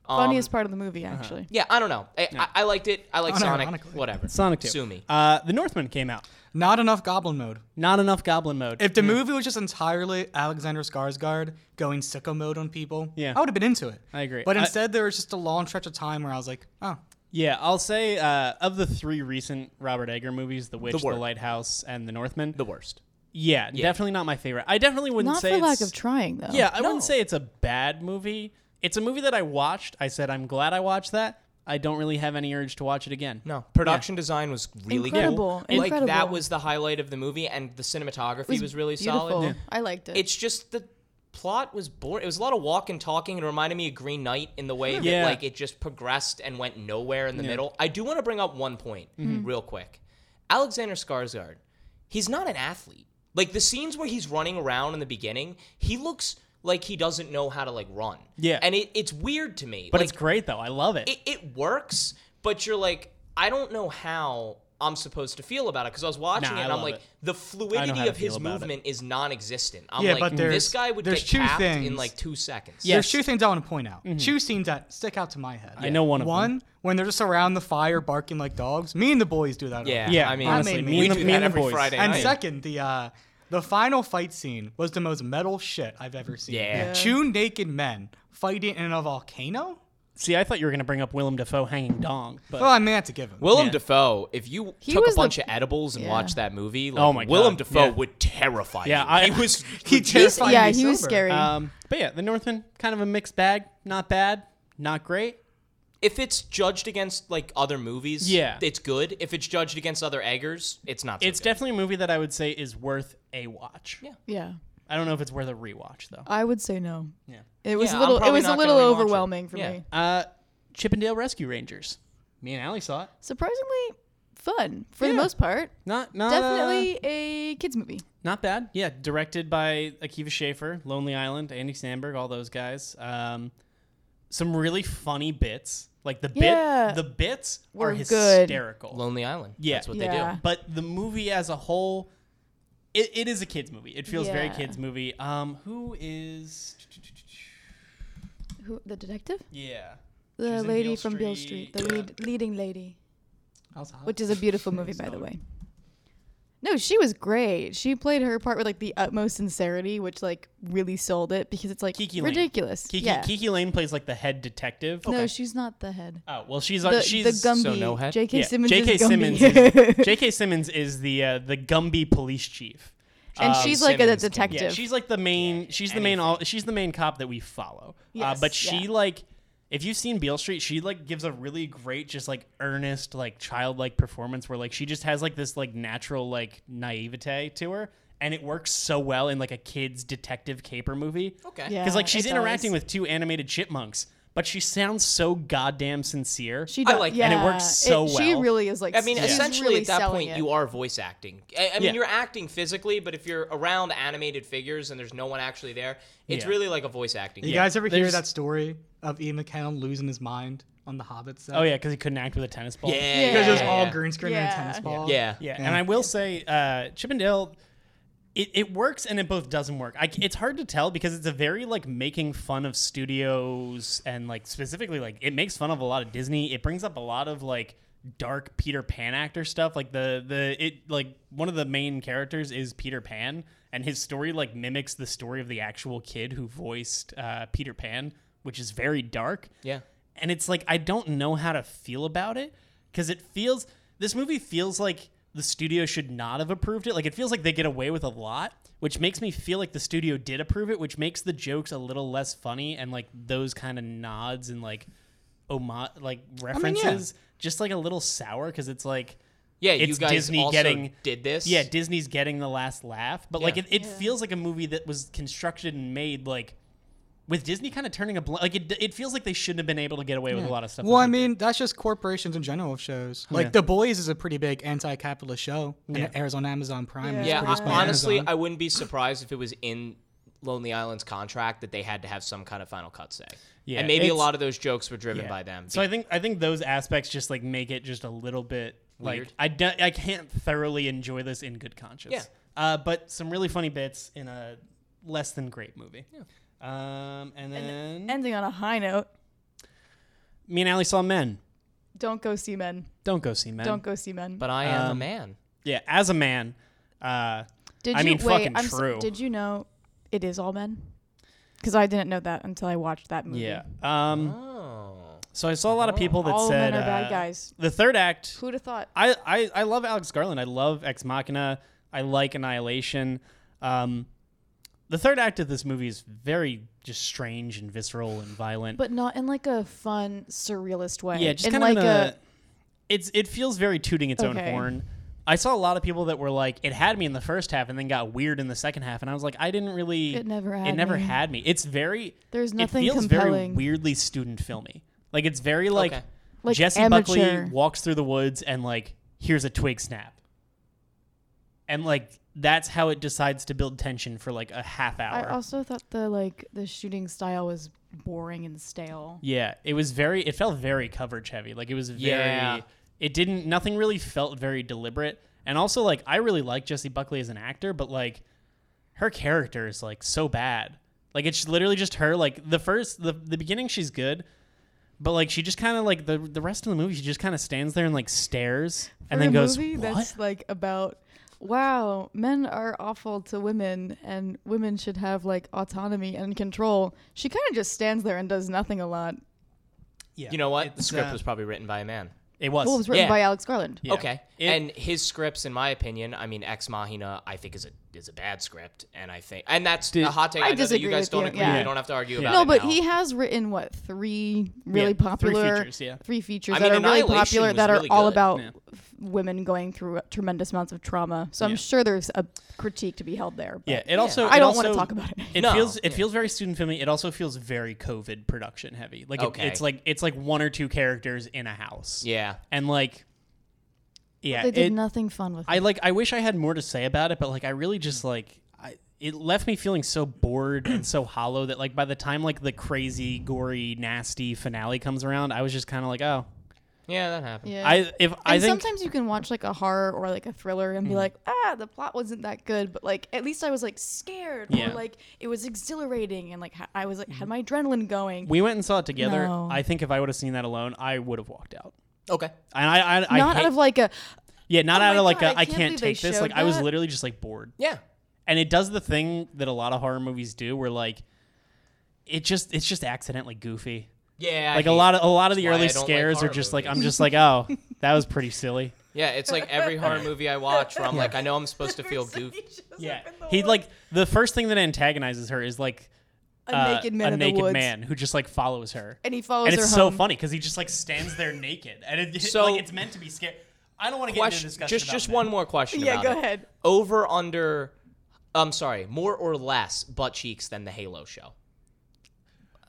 Speaker 1: Um,
Speaker 8: Funniest part of the movie,
Speaker 9: uh-huh.
Speaker 8: actually.
Speaker 1: Yeah, I don't know. I, I, I liked it. I like Sonic.
Speaker 9: Unironically.
Speaker 1: Whatever.
Speaker 7: Sonic 2.
Speaker 1: Sue me.
Speaker 7: Uh, the Northman came out.
Speaker 9: Not enough Goblin mode.
Speaker 7: Not enough Goblin mode.
Speaker 9: If the movie was just entirely Alexander Skarsgård going sicko mode on people,
Speaker 7: Yeah.
Speaker 9: I would have been into it.
Speaker 7: I agree.
Speaker 9: But
Speaker 7: I-
Speaker 9: instead, there was just a long stretch of time where I was like, oh,
Speaker 7: yeah, I'll say uh, of the three recent Robert Edgar movies, The Witch, The,
Speaker 1: Worm.
Speaker 7: Lighthouse, and The Northman.
Speaker 1: the worst.
Speaker 7: yeah, definitely not my favorite. I definitely wouldn't
Speaker 8: Not
Speaker 7: say
Speaker 8: for lack
Speaker 7: it's,
Speaker 8: of trying, though.
Speaker 7: Yeah, I wouldn't say it's a bad movie. It's a movie that I watched. I said I'm glad I watched that. I don't really have any urge to watch it again.
Speaker 1: No, production design was really
Speaker 8: Incredible,
Speaker 1: cool. Like that
Speaker 8: incredible.
Speaker 1: was the highlight of the movie, and the cinematography was, really
Speaker 8: beautiful.
Speaker 1: solid.
Speaker 8: I liked it.
Speaker 1: It's just the plot was boring. It was a lot of walk and talking. It reminded me of Green Knight in the way
Speaker 7: Yeah.
Speaker 1: that like it just progressed and went nowhere in the middle. I do want to bring up one point real quick. Alexander Skarsgård, he's not an athlete. Like the scenes where he's running around in the beginning, he looks like he doesn't know how to like run.
Speaker 7: Yeah.
Speaker 1: and it, it's weird to me.
Speaker 7: But
Speaker 1: like,
Speaker 7: it's great though. I love it.
Speaker 1: it, it works, but you're like, I don't know how I'm supposed to feel about it because I was watching
Speaker 7: Nah, I
Speaker 1: it and I'm
Speaker 7: love
Speaker 1: like,
Speaker 7: it.
Speaker 1: the
Speaker 7: how
Speaker 1: fluidity
Speaker 7: to
Speaker 1: of his
Speaker 7: feel about it.
Speaker 1: movement is non-existent. I'm
Speaker 9: Yeah,
Speaker 1: like,
Speaker 9: but
Speaker 1: this
Speaker 9: there's-
Speaker 1: guy would
Speaker 9: there's
Speaker 1: get
Speaker 9: two
Speaker 1: capped in
Speaker 9: things.
Speaker 1: like two seconds.
Speaker 7: Yeah.
Speaker 9: there's two things I want to point out. Two scenes that stick out to my head.
Speaker 7: I know one of
Speaker 9: one,
Speaker 7: them.
Speaker 9: when they're just around the fire barking like dogs. Me and the boys do that. a
Speaker 1: yeah.
Speaker 9: lot.
Speaker 7: Yeah,
Speaker 1: I mean,
Speaker 7: honestly,
Speaker 9: made
Speaker 7: me,
Speaker 9: me-
Speaker 7: and
Speaker 9: We
Speaker 7: the-
Speaker 9: do
Speaker 7: me
Speaker 1: that
Speaker 7: and the
Speaker 1: every
Speaker 7: boys.
Speaker 1: Friday.
Speaker 9: And
Speaker 1: Right.
Speaker 9: second, the uh, the final fight scene was the most metal shit I've ever seen.
Speaker 1: Yeah. Yeah.
Speaker 9: Two naked men fighting in a volcano?
Speaker 7: See, I thought you were gonna bring up Willem Dafoe hanging dong, but
Speaker 9: Well, I mean, that's a given.
Speaker 1: Willem
Speaker 7: Yeah.
Speaker 1: Dafoe, if you
Speaker 8: He
Speaker 1: took
Speaker 8: was
Speaker 1: a
Speaker 8: the-
Speaker 1: bunch of edibles and
Speaker 8: Yeah.
Speaker 1: watched that movie, like,
Speaker 7: Oh my God.
Speaker 1: Willem Dafoe
Speaker 7: Yeah.
Speaker 1: would terrify
Speaker 7: Yeah,
Speaker 1: you.
Speaker 7: I-
Speaker 1: he
Speaker 7: <laughs>
Speaker 1: was
Speaker 9: he
Speaker 8: He's-
Speaker 9: terrified
Speaker 8: yeah,
Speaker 9: me
Speaker 8: he was
Speaker 9: sober.
Speaker 8: scary.
Speaker 7: Um, but yeah, the Northman, kind of a mixed bag. Not bad, not great.
Speaker 1: if it's judged against like other movies,
Speaker 7: Yeah.
Speaker 1: it's good. If it's judged against other Eggers, it's not. So
Speaker 7: It's
Speaker 1: good.
Speaker 7: definitely a movie that I would say is worth a watch.
Speaker 1: Yeah.
Speaker 8: yeah,
Speaker 7: I don't know if it's worth a rewatch though.
Speaker 8: I would say no. Yeah, it
Speaker 1: Yeah,
Speaker 8: was a
Speaker 1: I'm
Speaker 8: little. It
Speaker 1: probably
Speaker 8: was a
Speaker 1: not
Speaker 8: little
Speaker 1: gonna rewatch it.
Speaker 8: overwhelming for
Speaker 1: Yeah.
Speaker 8: me.
Speaker 7: Uh, Chippendale Rescue Rangers. Me and Allie saw it.
Speaker 8: Surprisingly, fun for the
Speaker 7: Yeah.
Speaker 8: most part.
Speaker 7: Not not uh,
Speaker 8: Definitely a kids movie.
Speaker 7: not bad. Yeah, directed by Akiva Schaffer, Lonely Island, Andy Samberg, all those guys. Um, some really funny bits. Like the
Speaker 8: Yeah.
Speaker 7: bit, the bits
Speaker 8: Were
Speaker 7: are
Speaker 8: good.
Speaker 7: hysterical.
Speaker 10: Lonely Island.
Speaker 7: Yeah.
Speaker 10: That's what
Speaker 8: Yeah.
Speaker 10: they
Speaker 7: But the movie as a whole, it, it is a kids movie. It feels very
Speaker 8: Yeah.
Speaker 7: kids movie. Um, who is?
Speaker 8: Who the detective?
Speaker 7: Yeah, She's
Speaker 8: The
Speaker 7: in
Speaker 8: lady
Speaker 7: Beale
Speaker 8: from Beale Street, the
Speaker 7: Street, yeah.
Speaker 8: lead, leading lady,
Speaker 9: That was hot.
Speaker 8: which is a
Speaker 7: <laughs>
Speaker 8: beautiful movie by the way. No, she was great. She played her part with like the utmost sincerity, which like really sold it because it's like
Speaker 7: Kiki Lane.
Speaker 8: ridiculous.
Speaker 7: Kiki.
Speaker 8: yeah.
Speaker 7: Kiki Lane plays like the head detective.
Speaker 8: No, she's not the head.
Speaker 7: Oh well, she's
Speaker 8: The,
Speaker 7: uh, she's
Speaker 8: the Gumby.
Speaker 10: so no head?
Speaker 8: J.K.
Speaker 7: yeah,
Speaker 8: Simmons.
Speaker 7: J.K.
Speaker 8: is Gumby.
Speaker 7: Simmons.
Speaker 8: <laughs>
Speaker 7: Is, J.K. Simmons is the uh, the Gumby police chief.
Speaker 8: and
Speaker 10: Um,
Speaker 8: she's like a,
Speaker 10: Simmons can-
Speaker 8: detective.
Speaker 7: Yeah, she's like the main. she's the main. All she's the main cop that we follow. uh,
Speaker 8: Yes,
Speaker 7: but she
Speaker 8: yeah.
Speaker 7: like, if you've seen Beale Street, she like gives a really great, just like earnest, like childlike performance where like she just has like this like natural like naivete to her, and it works so well in like a kids detective caper movie.
Speaker 10: Okay.
Speaker 8: Yeah,
Speaker 7: Because like she's
Speaker 8: it
Speaker 7: interacting
Speaker 8: does.
Speaker 7: with two animated chipmunks, but she sounds so goddamn sincere.
Speaker 8: She
Speaker 10: I
Speaker 8: does-
Speaker 10: like that.
Speaker 8: yeah,
Speaker 10: And
Speaker 7: it works so
Speaker 8: She
Speaker 7: well.
Speaker 8: really is like.
Speaker 10: do. I mean,
Speaker 8: she's
Speaker 10: essentially
Speaker 8: really
Speaker 10: at that
Speaker 8: selling
Speaker 10: point,
Speaker 8: it.
Speaker 10: you are voice acting. I, I mean,
Speaker 7: Yeah.
Speaker 10: you're acting physically, but if you're around animated figures and there's no one actually there, it's
Speaker 7: Yeah.
Speaker 10: really like a voice acting.
Speaker 9: you
Speaker 10: game.
Speaker 9: guys ever hear
Speaker 7: there's-
Speaker 9: that story of Ian McKellen losing his mind on the Hobbit set?
Speaker 7: Oh yeah, because he couldn't act with a tennis ball.
Speaker 10: Yeah.
Speaker 9: Because it was
Speaker 10: yeah,
Speaker 9: all
Speaker 10: yeah.
Speaker 9: green screen and a
Speaker 8: Yeah.
Speaker 9: tennis ball.
Speaker 10: Yeah.
Speaker 7: Yeah, and I will say, uh, Chippendale, it, it works and it both doesn't work. I c it's hard to tell because it's a very like making fun of studios and like specifically like it makes fun of a lot of Disney. It brings up a lot of like dark Peter Pan actor stuff. Like the the it like one of the main characters is Peter Pan, and his story like mimics the story of the actual kid who voiced uh, Peter Pan, which is very dark
Speaker 10: Yeah.
Speaker 7: and it's like I don't know how to feel about it because it feels this movie feels like the studio should not have approved it. Like it feels like they get away with a lot, which makes me feel like the studio did approve it, which makes the jokes a little less funny and like those kind of nods and like oma like references just like a little sour because it's like
Speaker 10: Yeah, you
Speaker 7: it's
Speaker 10: guys
Speaker 7: Disney
Speaker 10: also
Speaker 7: getting
Speaker 10: did this.
Speaker 7: yeah, Disney's getting the last laugh, but like
Speaker 10: Yeah.
Speaker 7: it, it feels like a movie that was constructed and made like with Disney kind of turning a bl- like it. It feels like they shouldn't have been able to get away with a lot of stuff.
Speaker 9: Well,
Speaker 7: that
Speaker 9: I
Speaker 7: they
Speaker 9: mean, that's just corporations in general of shows. Like
Speaker 7: Yeah.
Speaker 9: The Boys is a pretty big anti-capitalist show, and it airs on Amazon Prime. and it's
Speaker 10: Yeah,
Speaker 9: produced
Speaker 10: I-
Speaker 9: by
Speaker 10: honestly,
Speaker 9: Amazon.
Speaker 10: I wouldn't be surprised if it was in Lonely Island's contract that they had to have some kind of final cut say.
Speaker 7: Yeah,
Speaker 10: and maybe a
Speaker 7: it's-
Speaker 10: lot of those jokes were driven
Speaker 7: Yeah.
Speaker 10: by them.
Speaker 7: So I think I think those aspects just like make it just a little bit
Speaker 10: Weird.
Speaker 7: like I don't I can't thoroughly enjoy this in good conscience.
Speaker 10: Yeah.
Speaker 7: Uh, but some really funny bits in a less than great movie. Yeah. Um, and then
Speaker 8: ending on a high note.
Speaker 7: me and Ali saw Men.
Speaker 8: Don't go see men.
Speaker 7: Don't go see Men.
Speaker 8: Don't go see men.
Speaker 10: but I am
Speaker 7: Um,
Speaker 10: a man.
Speaker 7: Yeah, as a man. Uh,
Speaker 8: Did
Speaker 7: I
Speaker 8: you
Speaker 7: mean,
Speaker 8: wait?
Speaker 7: fucking
Speaker 8: I'm so-
Speaker 7: true.
Speaker 8: did you know it is all men? Because I didn't know that until I watched that movie.
Speaker 7: yeah. Um,
Speaker 10: Oh.
Speaker 7: So I saw a lot of people that
Speaker 8: All
Speaker 7: said
Speaker 8: men are bad
Speaker 7: uh,
Speaker 8: guys.
Speaker 7: The third act,
Speaker 8: Who'd have thought?
Speaker 7: I, I I love Alex Garland. I love Ex Machina. I like Annihilation. Um, the third act of this movie is very just strange and visceral and violent.
Speaker 8: But not in like a fun surrealist way.
Speaker 7: yeah, just
Speaker 8: in
Speaker 7: kind
Speaker 8: like uh,
Speaker 7: of in a, it's it feels very tooting its own
Speaker 8: Okay.
Speaker 7: horn. I saw a lot of people that were like, it had me in the first half and then got weird in the second half, and I was like, I didn't really.
Speaker 8: It never
Speaker 7: It
Speaker 8: had
Speaker 7: never
Speaker 8: me.
Speaker 7: had me. It's very.
Speaker 8: There's nothing
Speaker 7: It feels very
Speaker 8: compelling.
Speaker 7: weirdly student filmy. Like it's very like,
Speaker 10: Okay.
Speaker 8: Like
Speaker 7: Jesse
Speaker 8: amateur.
Speaker 7: Buckley walks through the woods and like here's a twig snap, and like that's how it decides to build tension for like a half
Speaker 8: I
Speaker 7: hour.
Speaker 8: also thought the like the shooting style was boring and stale.
Speaker 7: Yeah, it was very. It felt very coverage heavy. Like it was very.
Speaker 10: Yeah.
Speaker 7: It didn't. Nothing really felt very deliberate. And also, like I really like Jessie Buckley as an actor, but like her character is like so bad. Like it's literally just her. Like the first, the the beginning, she's good, but like she just kind of like the the rest of the movie, she just kind of stands there and like stares and
Speaker 8: For
Speaker 7: then
Speaker 8: a
Speaker 7: goes,
Speaker 8: movie
Speaker 7: "What?"
Speaker 8: that's like about wow men are awful to women and women should have like autonomy and control she kind of just stands there and does nothing a lot
Speaker 7: yeah,
Speaker 10: You know what? The
Speaker 7: It's,
Speaker 10: script
Speaker 7: uh,
Speaker 10: was probably written by a man.
Speaker 7: It was.
Speaker 8: well it was written
Speaker 10: Yeah.
Speaker 8: by alex garland
Speaker 7: Yeah.
Speaker 10: Okay.
Speaker 7: It-
Speaker 10: and his scripts, in my opinion, I mean, Ex Machina, I think is a is a bad script, and I think, and that's a hot take.
Speaker 8: I
Speaker 10: I, know that
Speaker 8: disagree
Speaker 10: you guys
Speaker 8: with
Speaker 10: don't
Speaker 8: you,
Speaker 10: agree.
Speaker 8: yeah.
Speaker 10: We don't have to argue about
Speaker 8: no
Speaker 10: it.
Speaker 8: but
Speaker 10: now.
Speaker 8: he has written what three really
Speaker 7: Yeah, three
Speaker 8: popular
Speaker 7: features, yeah.
Speaker 8: three features
Speaker 10: I mean,
Speaker 8: that are really
Speaker 10: Annihilation
Speaker 8: popular
Speaker 10: was
Speaker 8: that are
Speaker 10: really
Speaker 8: all
Speaker 10: good.
Speaker 8: about f- women going through tremendous amounts of trauma so i'm sure there's a critique to be held there but
Speaker 7: Yeah, it also.
Speaker 8: I
Speaker 7: it
Speaker 8: don't wanna
Speaker 7: also-
Speaker 8: talk about it.
Speaker 7: It
Speaker 10: No,
Speaker 7: feels it
Speaker 10: yeah.
Speaker 7: feels very student filmy. It also feels very COVID production heavy. Like it-
Speaker 10: Okay.
Speaker 7: it's like it's like one or two characters in a house.
Speaker 10: yeah,
Speaker 7: and like yeah,
Speaker 8: They did
Speaker 7: it-
Speaker 8: nothing fun with
Speaker 7: I
Speaker 8: it.
Speaker 7: like. I wish I had more to say about it, but like, I really just like. I, it left me feeling so bored
Speaker 8: <clears throat>
Speaker 7: and so hollow that like by the time like the crazy, gory, nasty finale comes around, I was just kind of like, oh,
Speaker 1: Yeah, that happened.
Speaker 8: Yeah.
Speaker 7: I if I
Speaker 8: and
Speaker 7: think Mm.
Speaker 8: sometimes you can watch like a horror or like a thriller and be like, ah, the plot wasn't that good, but like at least I was like scared
Speaker 7: Yeah. Mm-hmm.
Speaker 8: or like it was exhilarating and like ha- I was like had my adrenaline going.
Speaker 7: we went and saw it together.
Speaker 8: No.
Speaker 7: I think if I would have seen that alone, I would have walked out.
Speaker 1: Okay.
Speaker 7: And I, I, I
Speaker 8: Not
Speaker 7: hate-
Speaker 8: out of like
Speaker 7: <laughs>
Speaker 8: a
Speaker 7: yeah, not
Speaker 8: "Oh
Speaker 7: out
Speaker 8: my
Speaker 7: of like
Speaker 8: God,
Speaker 7: a,
Speaker 8: I
Speaker 7: I
Speaker 8: can't believe
Speaker 7: can't
Speaker 8: they
Speaker 7: take this. Like
Speaker 8: showed
Speaker 7: I was
Speaker 8: that."
Speaker 7: literally just like bored.
Speaker 1: Yeah.
Speaker 7: and it does the thing that a lot of horror movies do where like it just it's just accidentally goofy
Speaker 1: Yeah. I
Speaker 7: like a
Speaker 1: hate-
Speaker 7: lot of a lot of
Speaker 1: That's
Speaker 7: the
Speaker 1: why
Speaker 7: early
Speaker 1: I don't like
Speaker 7: scares are
Speaker 1: horror
Speaker 7: just like i'm
Speaker 1: movies.
Speaker 7: just
Speaker 1: <laughs>
Speaker 7: like oh that was pretty silly
Speaker 1: Yeah, it's like every horror movie I watch where I'm like, I know I'm supposed to
Speaker 8: <laughs>
Speaker 1: feel goofy.
Speaker 7: yeah he like the first thing that antagonizes her is like
Speaker 8: a
Speaker 7: uh,
Speaker 8: naked man
Speaker 7: a
Speaker 8: in
Speaker 7: naked
Speaker 8: the woods.
Speaker 7: man who just like follows her
Speaker 8: And he follows
Speaker 7: and
Speaker 8: her
Speaker 7: it's so
Speaker 8: home.
Speaker 7: funny because he just like
Speaker 1: <laughs>
Speaker 7: stands there naked and it, <laughs>
Speaker 1: So-
Speaker 7: like it's meant to be scary i don't want to get into a
Speaker 1: Question,
Speaker 7: discussion
Speaker 1: just
Speaker 7: about
Speaker 1: just
Speaker 7: that.
Speaker 1: one more question.
Speaker 8: Yeah,
Speaker 1: about
Speaker 8: go
Speaker 1: it.
Speaker 8: ahead.
Speaker 1: Over under, I'm sorry, more or less butt cheeks than the Halo show.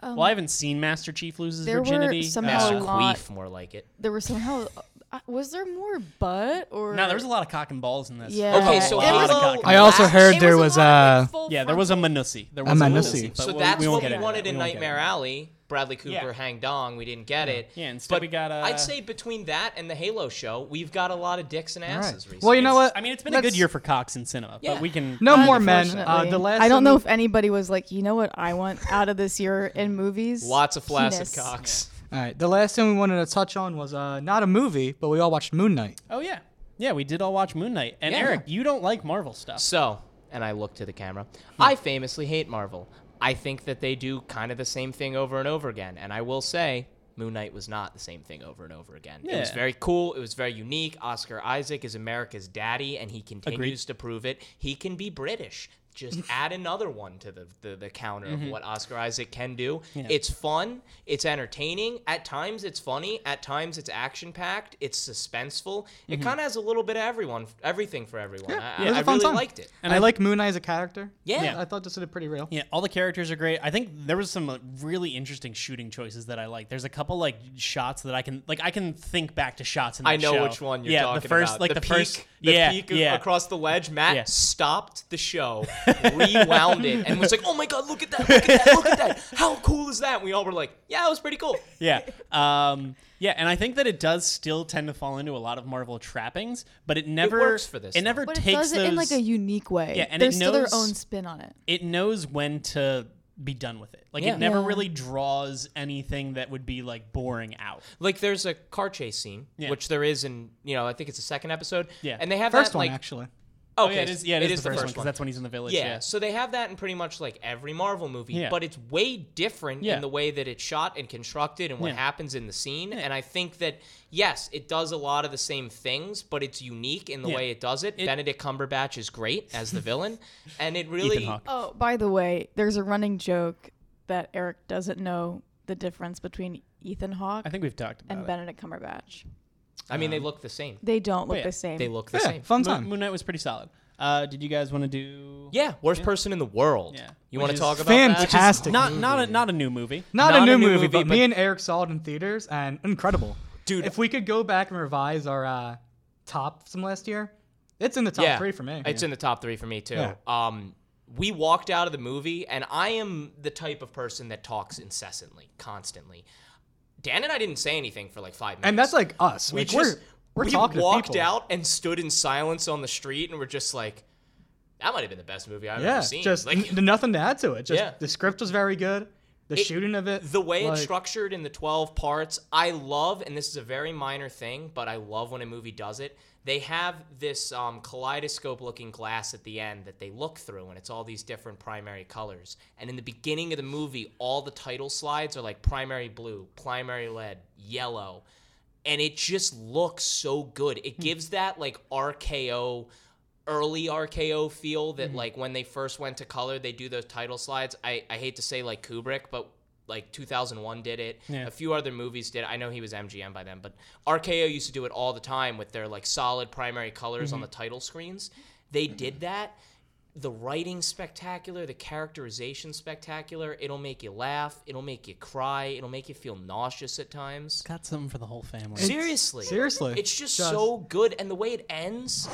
Speaker 7: well i haven't seen master chief loses
Speaker 8: Um, There were
Speaker 7: virginity
Speaker 8: somehow a
Speaker 7: Uh,
Speaker 8: lot-
Speaker 1: Queef, more like it.
Speaker 8: There was somehow uh, was there more butt or
Speaker 7: no there was a lot of cock and balls in this
Speaker 8: Yeah.
Speaker 1: Okay, so
Speaker 8: It
Speaker 7: Halo-
Speaker 1: Halo.
Speaker 8: was-
Speaker 9: I also heard
Speaker 8: It
Speaker 9: there
Speaker 8: was
Speaker 9: was
Speaker 8: a
Speaker 9: uh,
Speaker 8: lot of,
Speaker 9: a.
Speaker 8: like, full
Speaker 7: Yeah, there was a Manussi. There was
Speaker 9: A
Speaker 7: a
Speaker 9: Manussi.
Speaker 7: Manussi, but
Speaker 1: So
Speaker 7: we-
Speaker 1: that's
Speaker 7: we
Speaker 1: what
Speaker 7: won't get
Speaker 1: we
Speaker 7: into
Speaker 1: wanted
Speaker 7: that.
Speaker 1: in
Speaker 7: We won't get
Speaker 1: Nightmare
Speaker 7: into
Speaker 1: Alley. Bradley Cooper,
Speaker 7: Yeah.
Speaker 1: Hang Dong. We didn't get it.
Speaker 7: Yeah, instead
Speaker 1: but
Speaker 7: we got, uh,
Speaker 1: I'd say between that and the Halo show, we've got a lot of dicks and
Speaker 9: All right.
Speaker 1: asses recently.
Speaker 9: Well, you know
Speaker 7: that.
Speaker 9: what?
Speaker 7: I mean, it's been a
Speaker 9: Let's-
Speaker 7: good year for Cox in cinema,
Speaker 1: Yeah.
Speaker 7: but we can.
Speaker 9: No more men. Uh,
Speaker 8: Unfortunately.
Speaker 9: the last
Speaker 8: I don't know
Speaker 9: movie-
Speaker 8: if anybody was like, you know what I want out of this year in movies?
Speaker 1: Lots of flaccid
Speaker 8: Penis.
Speaker 1: cocks.
Speaker 9: All right, the last thing we wanted to touch on was uh, not a movie, but we all watched Moon Knight.
Speaker 7: Oh yeah, yeah, we did all watch Moon Knight. And
Speaker 1: Yeah.
Speaker 7: Eric, you don't like Marvel stuff.
Speaker 1: So, and I look to the camera. I famously hate Marvel. I think that they do kind of the same thing over and over again. And I will say, Moon Knight was not the same thing over and over again. It was
Speaker 7: Yeah.
Speaker 1: very cool. It was very unique. Oscar Isaac is America's daddy, and he continues to prove it. He can be British. Just add another one to the, the, the counter of what Oscar Isaac can do. It's fun. It's entertaining. At times, it's funny. At times, it's action packed. It's suspenseful. It kind of has a little bit of everyone, everything for everyone. I,
Speaker 9: it was
Speaker 1: I
Speaker 9: a fun
Speaker 1: really
Speaker 9: time.
Speaker 1: liked it.
Speaker 9: And I, like Moon Knight as a character.
Speaker 1: Yeah. Yeah.
Speaker 9: I thought this did pretty real.
Speaker 7: Yeah, all the characters are great. I think there was some like, really interesting shooting choices that I like. There's a couple like shots that I can like I can think back to shots in the
Speaker 1: I know
Speaker 7: show.
Speaker 1: which one you're
Speaker 7: yeah,
Speaker 1: talking
Speaker 7: the first,
Speaker 1: about.
Speaker 7: Like the,
Speaker 1: peak,
Speaker 7: first,
Speaker 1: the
Speaker 7: yeah,
Speaker 1: peak a-
Speaker 7: yeah.
Speaker 1: across the ledge. Matt
Speaker 7: Yeah.
Speaker 1: stopped the
Speaker 7: <laughs>
Speaker 1: show, rewound it, and was like, "Oh my god, look at that! Look at that! Look at
Speaker 7: <laughs>
Speaker 1: that! How cool is that?" And we all were like, "Yeah, it was pretty cool."
Speaker 7: yeah. Um, yeah, and I think that it does still tend to fall into a lot of Marvel trappings, but it never
Speaker 1: works for this,
Speaker 7: It
Speaker 1: though.
Speaker 7: never
Speaker 8: But it
Speaker 7: takes
Speaker 8: does it in like
Speaker 7: those-
Speaker 8: a unique way.
Speaker 7: Yeah, and it
Speaker 8: There's still their
Speaker 7: knows-
Speaker 8: own spin on it.
Speaker 7: it knows when to be done with it. Like
Speaker 1: Yeah.
Speaker 7: it never
Speaker 8: Yeah.
Speaker 7: really draws anything that would be like boring out.
Speaker 1: Like, there's a car chase scene,
Speaker 7: Yeah.
Speaker 1: which there is in you know, I think it's the second episode.
Speaker 7: Yeah.
Speaker 1: and they have
Speaker 9: First
Speaker 1: that,
Speaker 9: one,
Speaker 1: like,
Speaker 9: actually.
Speaker 1: Okay,
Speaker 7: Oh, yeah, it is. Yeah, it, is, the first, one because
Speaker 1: one.
Speaker 7: that's when he's in the village.
Speaker 1: Yeah.
Speaker 7: Yeah.
Speaker 1: So they have that in pretty much like every Marvel movie,
Speaker 7: Yeah.
Speaker 1: but it's way different
Speaker 7: Yeah.
Speaker 1: in the way that it's shot and constructed and what
Speaker 7: Yeah.
Speaker 1: happens in the scene. And I think that yes, it does a lot of the same things, but it's unique in the
Speaker 7: Yeah.
Speaker 1: way it does it.
Speaker 7: It-
Speaker 1: Benedict Cumberbatch is great
Speaker 7: <laughs>
Speaker 1: as the villain, and it really
Speaker 7: Ethan Hawke.
Speaker 8: Oh, by the way, there's a running joke that Eric doesn't know the difference between Ethan Hawke
Speaker 7: I think we've talked about
Speaker 8: and
Speaker 7: it.
Speaker 8: Benedict Cumberbatch.
Speaker 1: I mean, they look the same.
Speaker 8: They don't look
Speaker 7: Um, Oh, yeah,
Speaker 8: the same.
Speaker 1: They look the
Speaker 9: Yeah,
Speaker 1: same.
Speaker 9: fun
Speaker 7: Moon,
Speaker 9: time.
Speaker 7: Moon Knight was pretty solid. Uh, did you guys want to do?
Speaker 1: Yeah, worst person in the world.
Speaker 7: Yeah.
Speaker 1: You
Speaker 7: Which
Speaker 1: want to
Speaker 7: is
Speaker 1: talk about that? Just-
Speaker 9: Fantastic.
Speaker 7: Not not a, not a new movie.
Speaker 9: Not, a, new movie, but, me and Eric saw it in theaters and incredible.
Speaker 1: Dude.
Speaker 9: If we could go back and revise our uh, top from last year, it's in the top three for me.
Speaker 1: It's in the top three for me too.
Speaker 9: Yeah.
Speaker 1: Um, we walked out of the movie, and I am the type of person that talks incessantly, constantly. Dan and I didn't say anything for like five minutes.
Speaker 9: and that's like us.
Speaker 1: we
Speaker 9: like,
Speaker 1: just
Speaker 9: we're, we're
Speaker 1: we
Speaker 9: talking
Speaker 1: walked
Speaker 9: to people.
Speaker 1: out and stood in silence on the street, and we're just like, that might have been the best movie I've
Speaker 9: Yeah,
Speaker 1: ever seen.
Speaker 9: just <laughs>
Speaker 1: like,
Speaker 9: n- nothing to add to it. Just
Speaker 1: Yeah.
Speaker 9: the script was very good. The shooting of it,
Speaker 1: the way
Speaker 9: like,
Speaker 1: it's structured in the 12 parts i love and this is a very minor thing but i love when a movie does it they have this um, kaleidoscope looking glass at the end that they look through and it's all these different primary colors and in the beginning of the movie all the title slides are like primary blue primary lead yellow and it just looks so good it gives that like rko early RKO feel that like when they first went to color, they do those title slides. I, I hate to say like Kubrick, but like 2001 did it. A few other movies did. it. I know he was MGM by then, but RKO used to do it all the time with their like solid primary colors on the title screens. They did that the writing spectacular, the characterization spectacular. It'll make you laugh. It'll make you cry. It'll make you feel nauseous at times.
Speaker 7: Got something for the whole family.
Speaker 1: Seriously.
Speaker 9: seriously,
Speaker 1: It's just,
Speaker 9: just-
Speaker 1: so good. And the way it ends,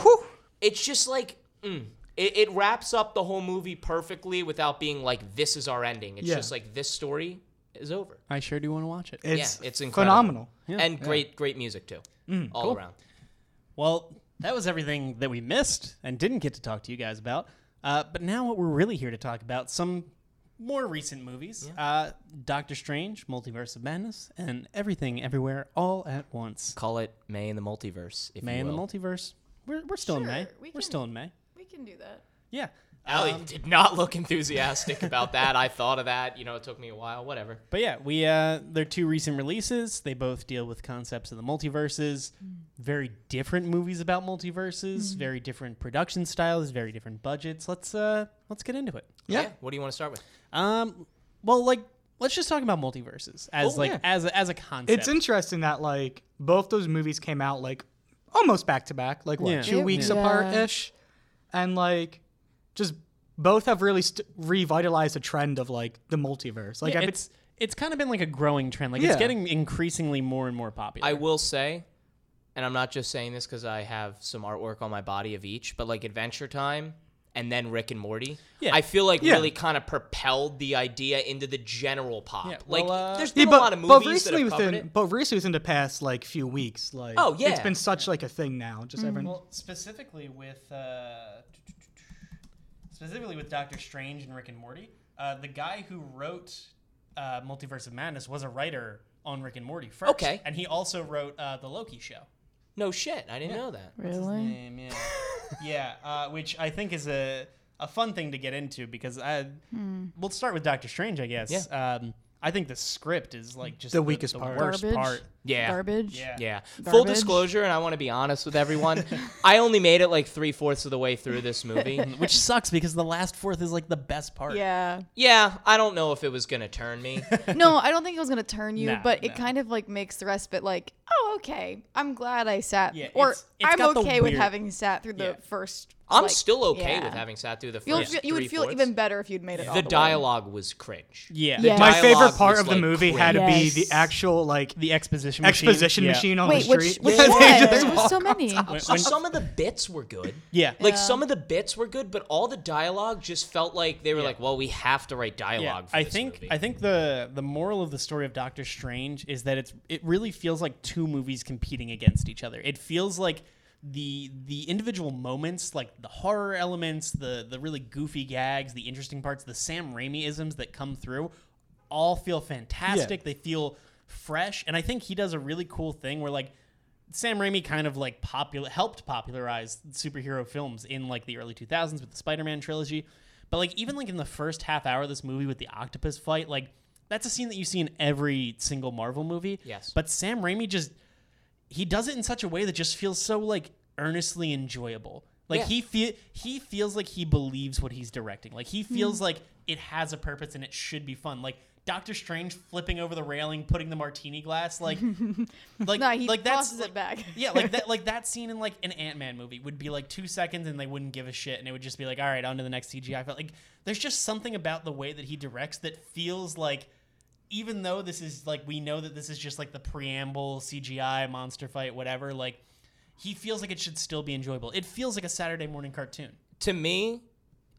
Speaker 1: it's just like, mm, it, it wraps up the whole movie perfectly without being like, this is our ending. It's
Speaker 9: Yeah.
Speaker 1: just like, this story is over.
Speaker 7: I sure do want to watch it.
Speaker 9: it's,
Speaker 1: yeah, it's incredible.
Speaker 9: phenomenal. Mm,
Speaker 1: and great, great music too. all around.
Speaker 7: Well, that was everything that we missed and didn't get to talk to you guys about. Uh, but now, what we're really here to talk about some more recent movies: uh, Doctor Strange, Multiverse of Madness, and Everything, Everywhere, All at Once.
Speaker 1: Call it May in the Multiverse. If
Speaker 7: May
Speaker 1: you
Speaker 7: in the
Speaker 1: will.
Speaker 7: Multiverse. We're, we're still in
Speaker 8: Sure,
Speaker 7: May.
Speaker 8: we
Speaker 7: are
Speaker 8: can-
Speaker 7: still in May.
Speaker 8: We can do that.
Speaker 7: Yeah.
Speaker 1: Allie
Speaker 9: um,
Speaker 1: did not look enthusiastic about that. I thought of that. You know, it took me a while. Whatever.
Speaker 7: But yeah, we uh, they're two recent releases. They both deal with concepts of the multiverses.
Speaker 8: Mm.
Speaker 7: Very different movies about multiverses. Very different production styles. Very different budgets. Let's uh, let's get into it.
Speaker 9: Yeah.
Speaker 1: What do you want to start with?
Speaker 7: Um, well, like let's just talk about multiverses as
Speaker 9: Oh,
Speaker 7: like
Speaker 9: yeah.
Speaker 7: as a, as a concept.
Speaker 9: It's interesting that like both those movies came out like almost back to back, like what
Speaker 7: Yeah.
Speaker 9: two
Speaker 8: It-
Speaker 9: weeks
Speaker 8: yeah.
Speaker 9: apart ish, and like just both have really st- revitalized the trend of like the multiverse. Like
Speaker 7: Yeah,
Speaker 9: I've been-
Speaker 7: it's it's kind of been like a growing trend. Like
Speaker 9: Yeah.
Speaker 7: it's getting increasingly more and more popular.
Speaker 1: I will say, and I'm not just saying this because I have some artwork on my body of each, but like Adventure Time and then Rick and Morty,
Speaker 7: Yeah.
Speaker 1: I feel like
Speaker 9: Yeah.
Speaker 1: really kind of propelled the idea into the general pop.
Speaker 7: Yeah,
Speaker 1: like,
Speaker 7: well, uh,
Speaker 1: there's
Speaker 9: Yeah,
Speaker 1: been a lot of
Speaker 9: but
Speaker 1: movies
Speaker 9: recently
Speaker 1: that have covered
Speaker 9: within
Speaker 1: it.
Speaker 9: but recently within the past like few weeks, like
Speaker 1: Oh,
Speaker 9: it's
Speaker 1: yeah.
Speaker 9: been such like a thing now.
Speaker 8: Mm.
Speaker 9: Just everyone.
Speaker 7: Well, specifically with uh, specifically with Doctor Strange and Rick and Morty, uh, the guy who wrote uh, Multiverse of Madness was a writer on Rick and Morty first.
Speaker 1: Okay.
Speaker 7: and he also wrote uh, the Loki show.
Speaker 1: No shit, I didn't know that.
Speaker 8: Really?
Speaker 7: Name, yeah, yeah, uh, which I think is a a fun thing to get into because I
Speaker 8: Hmm.
Speaker 7: we'll start with Doctor Strange, I guess.
Speaker 1: Yeah.
Speaker 7: Um, I think the script is like just
Speaker 9: The weakest part.
Speaker 7: worst
Speaker 8: Garbage.
Speaker 7: part.
Speaker 1: Yeah.
Speaker 8: Garbage.
Speaker 7: Yeah.
Speaker 1: Yeah. Full
Speaker 8: Garbage.
Speaker 1: disclosure, and I want to be honest with everyone. I only made it like three fourths of the way through this movie.
Speaker 7: Which sucks because the last fourth is like the best part.
Speaker 8: Yeah.
Speaker 1: yeah, I don't know if it was gonna turn me.
Speaker 8: No, I don't think it was gonna turn you,
Speaker 7: Nah,
Speaker 8: but it
Speaker 7: nah.
Speaker 8: kind of like makes the rest of it like, oh, okay. I'm glad I sat,
Speaker 7: Yeah,
Speaker 8: or
Speaker 7: it's- it's
Speaker 8: I'm
Speaker 7: got the
Speaker 8: okay with
Speaker 7: weird-
Speaker 8: having sat through the
Speaker 7: Yeah.
Speaker 8: first.
Speaker 1: I'm
Speaker 8: like-
Speaker 1: still okay
Speaker 8: yeah.
Speaker 1: with having sat through the 1st
Speaker 8: You'll feel, you would feel even better if you'd made it. all
Speaker 1: The
Speaker 8: way.
Speaker 1: dialogue was cringe.
Speaker 7: Yeah.
Speaker 8: Yeah.
Speaker 9: My
Speaker 1: dialogue
Speaker 9: favorite part
Speaker 1: was,
Speaker 9: of the
Speaker 1: like,
Speaker 9: movie had to be
Speaker 8: cringe.
Speaker 9: the
Speaker 8: Yes.
Speaker 9: actual like
Speaker 7: The exposition machine.
Speaker 9: exposition
Speaker 7: Yeah.
Speaker 9: machine on
Speaker 8: Wait,
Speaker 9: the
Speaker 8: which,
Speaker 1: <laughs>
Speaker 9: street.
Speaker 8: which
Speaker 9: They
Speaker 8: one?
Speaker 9: just
Speaker 8: There were
Speaker 9: walk
Speaker 8: so many.
Speaker 7: When-
Speaker 1: So
Speaker 7: when-
Speaker 1: some of the bits were good.
Speaker 7: yeah.
Speaker 1: Like some of the bits were good, but all the dialogue just felt like they were like, "Well, we have to write dialogue." For
Speaker 7: I
Speaker 1: this
Speaker 7: think
Speaker 1: movie.
Speaker 7: I think the the moral of the story of Doctor Strange is that it's it really feels like two movies competing against each other. It feels like the the individual moments, like the horror elements, the the really goofy gags, the interesting parts, the Sam Raimi isms that come through, all feel fantastic. They feel fresh, and I think he does a really cool thing where like Sam Raimi kind of like popular helped popularize superhero films in like the early 2000s with the Spider-Man trilogy. But like even like in the first half hour of this movie with the octopus fight, like that's a scene that you see in every single Marvel movie.
Speaker 1: Yes.
Speaker 7: But Sam Raimi just he does it in such a way that just feels so like earnestly enjoyable. Like
Speaker 1: Yeah.
Speaker 7: he feel he feels like he believes what he's directing. Like he
Speaker 8: Hmm.
Speaker 7: feels like it has a purpose and it should be fun. Like Doctor Strange flipping over the railing, putting the martini
Speaker 8: <laughs>
Speaker 7: glass, like, like,
Speaker 8: No, he
Speaker 7: like that's
Speaker 8: tosses it back.
Speaker 7: <laughs> yeah, like
Speaker 8: <laughs>
Speaker 7: that, like that scene in like an Ant Man movie would be like two seconds, and they wouldn't give a shit, and it would just be like, all right, on to the next CGI. But like, there's just something about the way that he directs that feels like, even though this is like we know that this is just like the preamble CGI monster fight, whatever. Like, he feels like it should still be enjoyable. It feels like a Saturday morning cartoon.
Speaker 1: to me,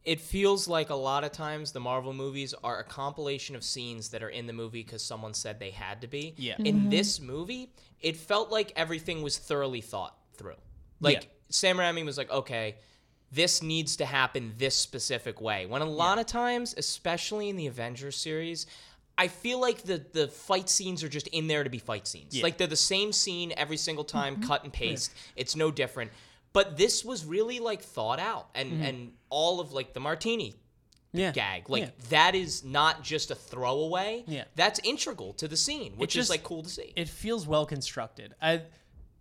Speaker 1: it feels like a lot of times the Marvel movies are a compilation of scenes that are in the movie because someone said they had to be.
Speaker 7: Yeah.
Speaker 1: In this movie, it felt like everything was thoroughly thought through. Like
Speaker 7: Yeah.
Speaker 1: Sam Raimi was like, okay, this needs to happen this specific way. When a lot of times, especially in the Avengers series, I feel like the the fight scenes are just in there to be fight scenes. Like they're the same scene every single
Speaker 7: Mm-hmm.
Speaker 1: time, cut and paste. It's no different. But this was really like thought out and
Speaker 7: Mm-hmm.
Speaker 1: and all of like the martini
Speaker 7: Yeah,
Speaker 1: gag. Like that is not just a throwaway.
Speaker 7: Yeah.
Speaker 1: That's integral to the scene, which
Speaker 7: just-
Speaker 1: is like cool to see.
Speaker 7: it feels well constructed. I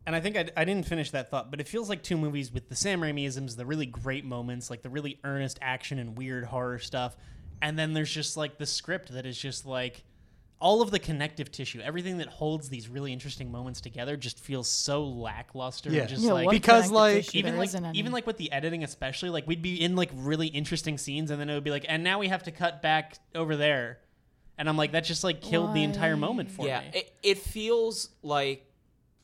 Speaker 7: and I think I, I didn't finish that thought, but it feels like two movies with the Sam Raimiisms, the really great moments, like the really earnest action and weird horror stuff, and then there's just like the script that is just like all of the connective tissue, everything that holds these really interesting moments together, just feels so lackluster.
Speaker 9: Yeah.
Speaker 7: and just
Speaker 8: Yeah,
Speaker 7: like
Speaker 8: what
Speaker 9: because,
Speaker 8: connective
Speaker 9: like,
Speaker 8: tissue
Speaker 7: even
Speaker 8: there
Speaker 7: like
Speaker 8: isn't any?
Speaker 7: even like with the editing especially like we'd be in like really interesting scenes and then it would be like and now we have to cut back over there and i'm like that just like killed the entire moment for
Speaker 10: yeah,
Speaker 7: me
Speaker 10: it, it feels like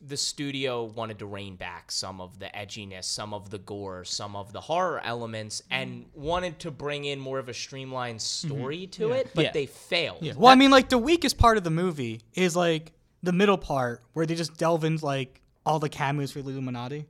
Speaker 10: the studio wanted to rein back some of the edginess, some of the gore, some of the horror elements,
Speaker 7: Mm-hmm.
Speaker 10: and wanted to bring in more of a streamlined story to it, but
Speaker 7: Yeah.
Speaker 10: they failed.
Speaker 9: Yeah. Well, I mean, like the weakest part of the movie is like the middle part where they just delve into like all the cameos for the Illuminati.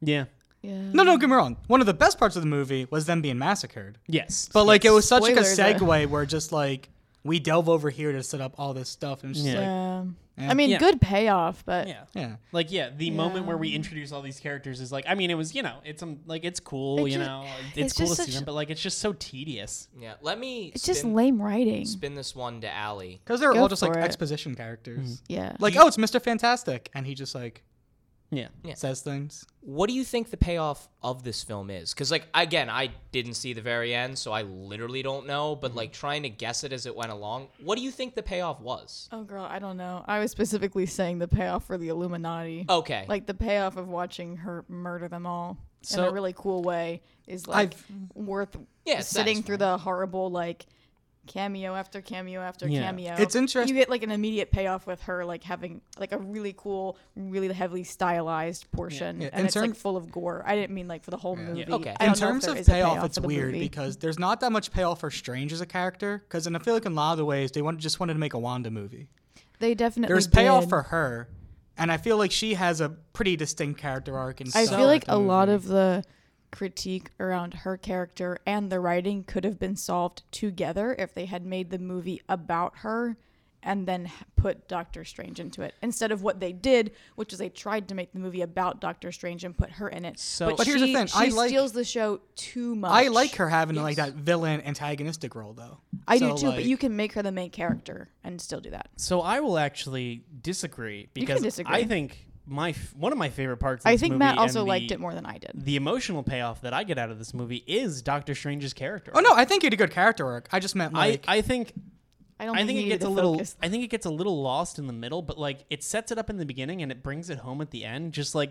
Speaker 7: yeah
Speaker 8: Yeah.
Speaker 9: No, no, get me wrong. One of the best parts of the movie was them being massacred.
Speaker 7: yes
Speaker 9: But like it was such like a
Speaker 8: Spoiler, though.
Speaker 9: segue where just like we delve over here to set up all this stuff and it's just like
Speaker 8: Um, I mean,
Speaker 7: Yeah.
Speaker 8: good payoff, but
Speaker 7: yeah
Speaker 9: yeah.
Speaker 7: like yeah the moment where we introduce all these characters is like i mean it was you know it's um, like it's cool
Speaker 8: It
Speaker 7: you
Speaker 8: ju-
Speaker 7: know it's,
Speaker 8: it's
Speaker 7: cool to
Speaker 8: just
Speaker 7: see
Speaker 8: such-
Speaker 7: them but like it's just so tedious
Speaker 10: Yeah, let me
Speaker 8: it's
Speaker 10: spin,
Speaker 8: just lame writing.
Speaker 10: spin this one to Allie.
Speaker 9: Because they're
Speaker 8: Go
Speaker 9: all just like
Speaker 8: for it.
Speaker 9: exposition characters.
Speaker 8: Mm-hmm. Yeah.
Speaker 9: Like, oh, it's Mr. Fantastic. And he just like
Speaker 7: yeah
Speaker 9: says things.
Speaker 10: What do you think the payoff of this film is? Because, like, again, I didn't see the very end, so I literally don't know,
Speaker 7: Mm-hmm.
Speaker 10: but, like, trying to guess it as it went along, what do you think the payoff was?
Speaker 8: oh, girl, I don't know. I was specifically saying the payoff for the Illuminati.
Speaker 10: Okay.
Speaker 8: Like the payoff of watching her murder them all in
Speaker 10: So-
Speaker 8: a really cool way is like worth
Speaker 10: Yeah, it's
Speaker 8: sitting
Speaker 10: satisfying.
Speaker 8: through the horrible like cameo after cameo after
Speaker 7: Yeah.
Speaker 8: cameo.
Speaker 9: It's interest-
Speaker 8: You get like an immediate payoff with her like having like a really cool, really heavily stylized portion,
Speaker 9: Yeah, in
Speaker 8: and it's
Speaker 9: term-
Speaker 8: like full of gore. I didn't mean like for the whole movie.
Speaker 10: Okay.
Speaker 8: I don't
Speaker 9: in
Speaker 8: know if
Speaker 9: terms
Speaker 8: there
Speaker 9: of
Speaker 8: is a
Speaker 9: payoff,
Speaker 8: payoff
Speaker 9: it's
Speaker 8: for the
Speaker 9: weird
Speaker 8: movie.
Speaker 9: because there's not that much payoff for Strange as a character. Because in I feel like in a lot of the ways they wanted, just wanted to make a Wanda movie.
Speaker 8: they definitely
Speaker 9: There's payoff
Speaker 8: did.
Speaker 9: for her, and I feel like she has a pretty distinct character arc. And
Speaker 8: I feel like a lot of the critique around her character and the writing could have been solved together if they had made the movie about her and then h- put Doctor Strange into it instead of what they did, which is they tried to make the movie about Doctor Strange and put her in it.
Speaker 7: So-
Speaker 8: but,
Speaker 9: But here's the
Speaker 8: she-
Speaker 9: thing,
Speaker 8: she
Speaker 9: I like-
Speaker 8: steals the show too much.
Speaker 9: I like her having like that villain antagonistic role though.
Speaker 8: I
Speaker 9: So,
Speaker 8: do too,
Speaker 9: like-
Speaker 8: but you can make her the main character and still do that.
Speaker 7: so i will actually disagree because
Speaker 8: disagree.
Speaker 7: i think my f- one of my favorite parts of
Speaker 8: I
Speaker 7: this
Speaker 8: think
Speaker 7: movie
Speaker 8: Matt also
Speaker 7: and
Speaker 8: liked
Speaker 7: the-
Speaker 8: it more than I did.
Speaker 7: the emotional payoff that I get out of this movie is Doctor Strange's character.
Speaker 9: Oh no, I think you did a good character arc. I just meant
Speaker 7: I,
Speaker 9: like
Speaker 7: I think
Speaker 8: I don't.
Speaker 7: I
Speaker 8: think
Speaker 7: think
Speaker 8: he
Speaker 7: it gets
Speaker 8: needed
Speaker 7: a
Speaker 8: to
Speaker 7: little
Speaker 8: focus.
Speaker 7: I think it gets a little lost in the middle, but like it sets it up in the beginning and it brings it home at the end. Just like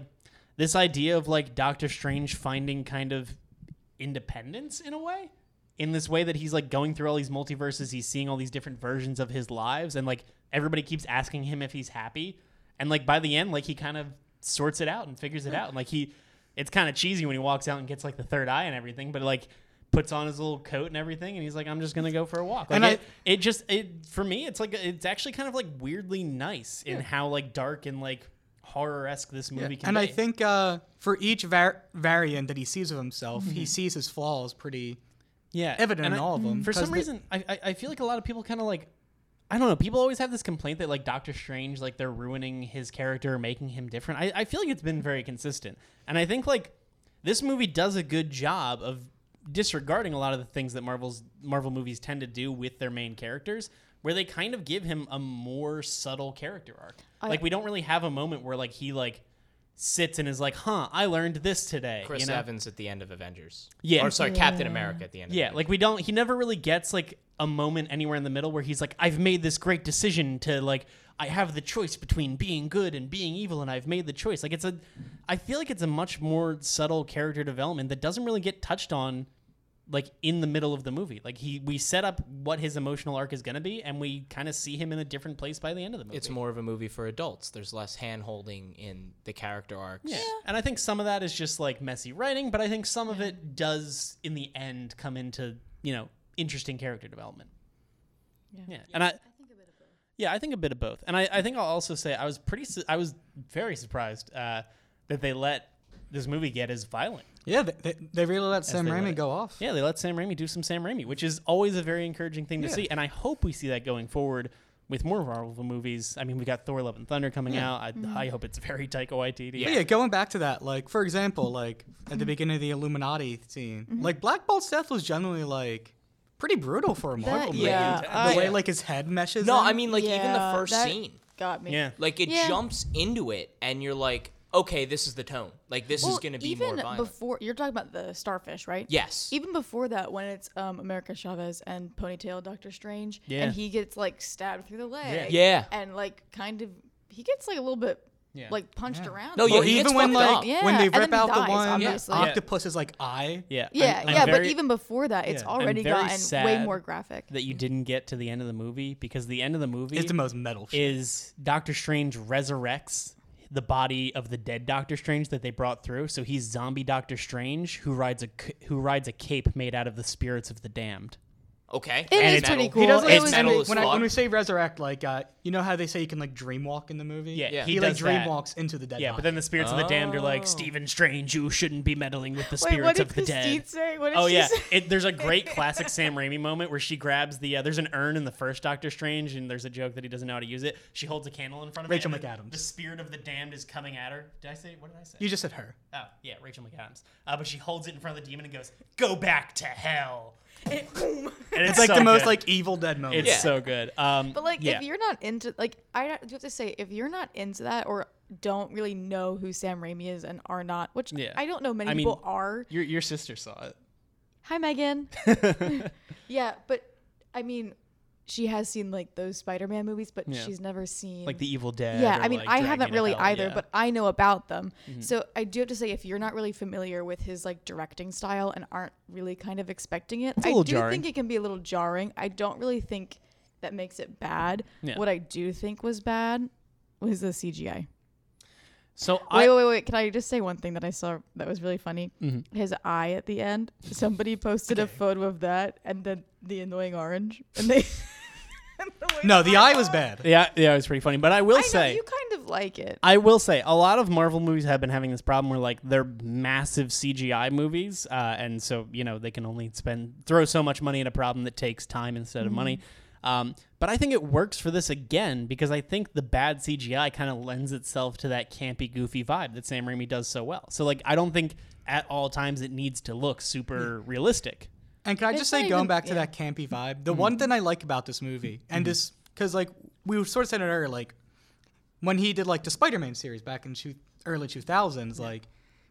Speaker 7: this idea of like Doctor Strange finding kind of independence in a way. In this way that he's like going through all these multiverses, he's seeing all these different versions of his lives, and like everybody keeps asking him if he's happy. And like by the end, like he kind of sorts it out and figures it out. And like he it's kind of cheesy when he walks out and gets like the third eye and everything, but like puts on his little coat and everything, and he's like, "I'm just gonna go for a walk." Like,
Speaker 9: And I-
Speaker 7: it, it just it for me, it's like it's actually kind of like weirdly nice in how like dark and like horror esque this movie can
Speaker 9: and
Speaker 7: be.
Speaker 9: I think uh, for each var- variant that he sees of himself,
Speaker 8: Mm-hmm.
Speaker 9: he sees his flaws pretty.
Speaker 7: yeah,
Speaker 9: evident
Speaker 7: and
Speaker 9: in
Speaker 7: I-
Speaker 9: all of them,
Speaker 7: For
Speaker 9: 'cause
Speaker 7: some
Speaker 9: the-
Speaker 7: reason, I, I I feel like a lot of people kind of like. I don't know. People always have this complaint that like Doctor Strange, like they're ruining his character, making him different. I, I feel like it's been very consistent, and I think like this movie does a good job of disregarding a lot of the things that Marvel's Marvel movies tend to do with their main characters, where they kind of give him a more subtle character arc. like we don't really have a moment where like he like sits and is like, "Huh, I learned this today."
Speaker 10: Chris
Speaker 7: you know?
Speaker 10: Evans at the end of Avengers.
Speaker 7: Yeah.
Speaker 10: Or, sorry, Captain America at the end of
Speaker 7: Yeah, like we don't. He never really gets like a moment anywhere in the middle where he's like, "I've made this great decision to like, I have the choice between being good and being evil, and I've made the choice." Like it's a, I feel like it's a much more subtle character development that doesn't really get touched on, like in the middle of the movie. Like he, we set up what his emotional arc is gonna be, and we kind of see him in a different place by the end of the movie.
Speaker 10: It's more of a movie for adults. There's less hand holding in the character arcs.
Speaker 7: Yeah. And I think some of that is just like messy writing, but I think some of it does in the end come into, you know, interesting character development. Yeah. And I, yeah, I think a bit of both. And I, I think I'll also say I was pretty, su- I was very surprised uh, that they let this movie get as violent.
Speaker 9: Yeah, they, they, they really let Sam
Speaker 7: they let
Speaker 9: Raimi
Speaker 7: it.
Speaker 9: go off.
Speaker 7: Yeah, they let Sam Raimi do some Sam Raimi, which is always a very encouraging thing to see. And I hope we see that going forward with more Marvel movies. I mean, we got Thor: Love and Thunder coming out. I,
Speaker 9: Mm-hmm.
Speaker 7: I hope it's very Taika Waititi.
Speaker 9: But yeah, going back to that, like for example, like
Speaker 8: Mm-hmm.
Speaker 9: at the beginning of the Illuminati scene, like Black Bolt's death was generally like pretty brutal for a Marvel movie.
Speaker 8: yeah,
Speaker 9: the
Speaker 10: I-
Speaker 9: way like his head meshes.
Speaker 10: No,
Speaker 9: in.
Speaker 10: I mean, like, even the
Speaker 8: Yeah,
Speaker 10: first
Speaker 8: that
Speaker 10: scene.
Speaker 8: got me.
Speaker 7: Yeah.
Speaker 10: Like, it
Speaker 8: Yeah.
Speaker 10: jumps into it, and you're like, okay, this is the tone. Like this
Speaker 8: Well,
Speaker 10: is going to be
Speaker 8: even
Speaker 10: more violent.
Speaker 8: before you're talking about the starfish, right?
Speaker 10: yes.
Speaker 8: Even before that, when it's um, America Chavez and Ponytail Doctor Strange,
Speaker 7: Yeah.
Speaker 8: and he gets like stabbed through the leg,
Speaker 10: Yeah.
Speaker 8: and like kind of he gets like a little bit
Speaker 7: Yeah.
Speaker 8: like punched around.
Speaker 10: No,
Speaker 8: a
Speaker 10: yeah,
Speaker 8: little
Speaker 9: Or
Speaker 10: he
Speaker 8: bit.
Speaker 10: gets
Speaker 9: even when
Speaker 10: fucked
Speaker 9: like
Speaker 10: up.
Speaker 8: Yeah,
Speaker 9: when they
Speaker 8: and then
Speaker 9: rip
Speaker 8: he
Speaker 9: out
Speaker 8: dies,
Speaker 9: the one
Speaker 8: obviously. Yeah.
Speaker 9: octopus's like eye.
Speaker 7: Yeah. I'm-
Speaker 8: yeah,
Speaker 7: I'm
Speaker 8: yeah, but
Speaker 7: very-
Speaker 8: even before that, it's
Speaker 7: yeah, I'm
Speaker 8: already
Speaker 7: very
Speaker 8: gotten way
Speaker 7: sad
Speaker 8: more graphic.
Speaker 7: that you didn't get to the end of the movie because the end of the movie
Speaker 9: It's the most metal shit.
Speaker 7: is Doctor Strange resurrects the body of the dead Doctor Strange that they brought through. So he's zombie Doctor Strange who rides a c- who rides a cape made out of the spirits of the damned.
Speaker 10: okay.
Speaker 8: It
Speaker 10: And
Speaker 8: is pretty
Speaker 10: metal.
Speaker 8: cool. He doesn't-
Speaker 10: It's
Speaker 8: was-
Speaker 10: metal as
Speaker 9: when, I, when
Speaker 10: fuck.
Speaker 9: we say resurrect, like uh, you know how they say you can like dream walk in the movie.
Speaker 7: Yeah, Yeah.
Speaker 9: he,
Speaker 7: he
Speaker 9: like
Speaker 7: does
Speaker 9: dream
Speaker 7: that.
Speaker 9: walks into the dead.
Speaker 7: Yeah, but then the spirits of the damned are like Stephen Strange, you shouldn't be meddling with the spirits
Speaker 8: Oh. Wait, what did
Speaker 7: of the
Speaker 8: Christine
Speaker 7: dead.
Speaker 8: say? What did
Speaker 7: Oh
Speaker 8: she
Speaker 7: yeah,
Speaker 8: say?
Speaker 7: it, there's a
Speaker 8: <laughs>
Speaker 7: great classic Sam Raimi moment where she grabs the uh, there's an urn in the first Doctor Strange, and there's a joke that he doesn't know how to use it. She holds a candle in front of
Speaker 9: Rachel
Speaker 7: it. and the-
Speaker 9: McAdams.
Speaker 7: The spirit of the damned is coming at her. Did I say what did I say?
Speaker 9: you just said her.
Speaker 7: Oh, yeah, Rachel McAdams. Uh, but she holds it in front of the demon and goes, "Go back to hell." And it's,
Speaker 9: It's like
Speaker 7: so
Speaker 9: the most
Speaker 7: good.
Speaker 9: like evil dead moment.
Speaker 7: It's so good. Um,
Speaker 8: But like,
Speaker 7: yeah.
Speaker 8: if you're not into like, I don't- do have to say, if you're not into that or don't really know who Sam Raimi is and are not, which
Speaker 7: Yeah.
Speaker 8: I don't know many
Speaker 7: I mean-
Speaker 8: people are.
Speaker 7: your your sister saw it.
Speaker 8: Hi,
Speaker 7: <laughs>
Speaker 8: Megan. <laughs> yeah, but I mean, she has seen like those Spider-Man movies, but
Speaker 7: Yeah.
Speaker 8: she's never seen
Speaker 7: Like the Evil Dead.
Speaker 8: yeah,
Speaker 7: or,
Speaker 8: I mean,
Speaker 7: like,
Speaker 8: I
Speaker 7: Dragging
Speaker 8: haven't
Speaker 7: to
Speaker 8: really
Speaker 7: Hell,
Speaker 8: either,
Speaker 7: yeah. Mm-hmm.
Speaker 8: but I know about them. So I do have to say, if you're not really familiar with his like directing style and aren't really kind of expecting it,
Speaker 7: a
Speaker 8: I
Speaker 7: little
Speaker 8: do
Speaker 7: jarring.
Speaker 8: think it can be a little jarring. I don't really think that makes it bad.
Speaker 7: Yeah.
Speaker 8: What I do think was bad was the CGI.
Speaker 7: so
Speaker 8: Wait,
Speaker 7: I
Speaker 8: wait, wait, wait. Can I just say one thing that I saw that was really funny?
Speaker 7: Mm-hmm.
Speaker 8: His eye at the end. Somebody posted a photo of that and then the annoying orange. And
Speaker 7: <laughs>
Speaker 8: they. and the way
Speaker 9: No, the eye was
Speaker 8: I
Speaker 9: bad.
Speaker 7: yeah yeah it was pretty funny, but I will
Speaker 8: know,
Speaker 7: say
Speaker 8: you kind of like it.
Speaker 7: I will say a lot of Marvel movies have been having this problem where like they're massive CGI movies, uh, and so you know they can only spend throw so much money at a problem that takes time instead of money. Um, but I think it works for this again because I think the bad CGI kind of lends itself to that campy, goofy vibe that Sam Raimi does so well. So like I don't think at all times it needs to look super realistic.
Speaker 9: And can I
Speaker 8: It's
Speaker 9: just
Speaker 8: not
Speaker 9: say, going
Speaker 8: even-
Speaker 9: back to
Speaker 8: yeah. Mm-hmm.
Speaker 9: that campy vibe, the one thing I like about this movie, and this, because like we sort of said it earlier, like when he did like the Spider-Man series back in two, early 2000s, like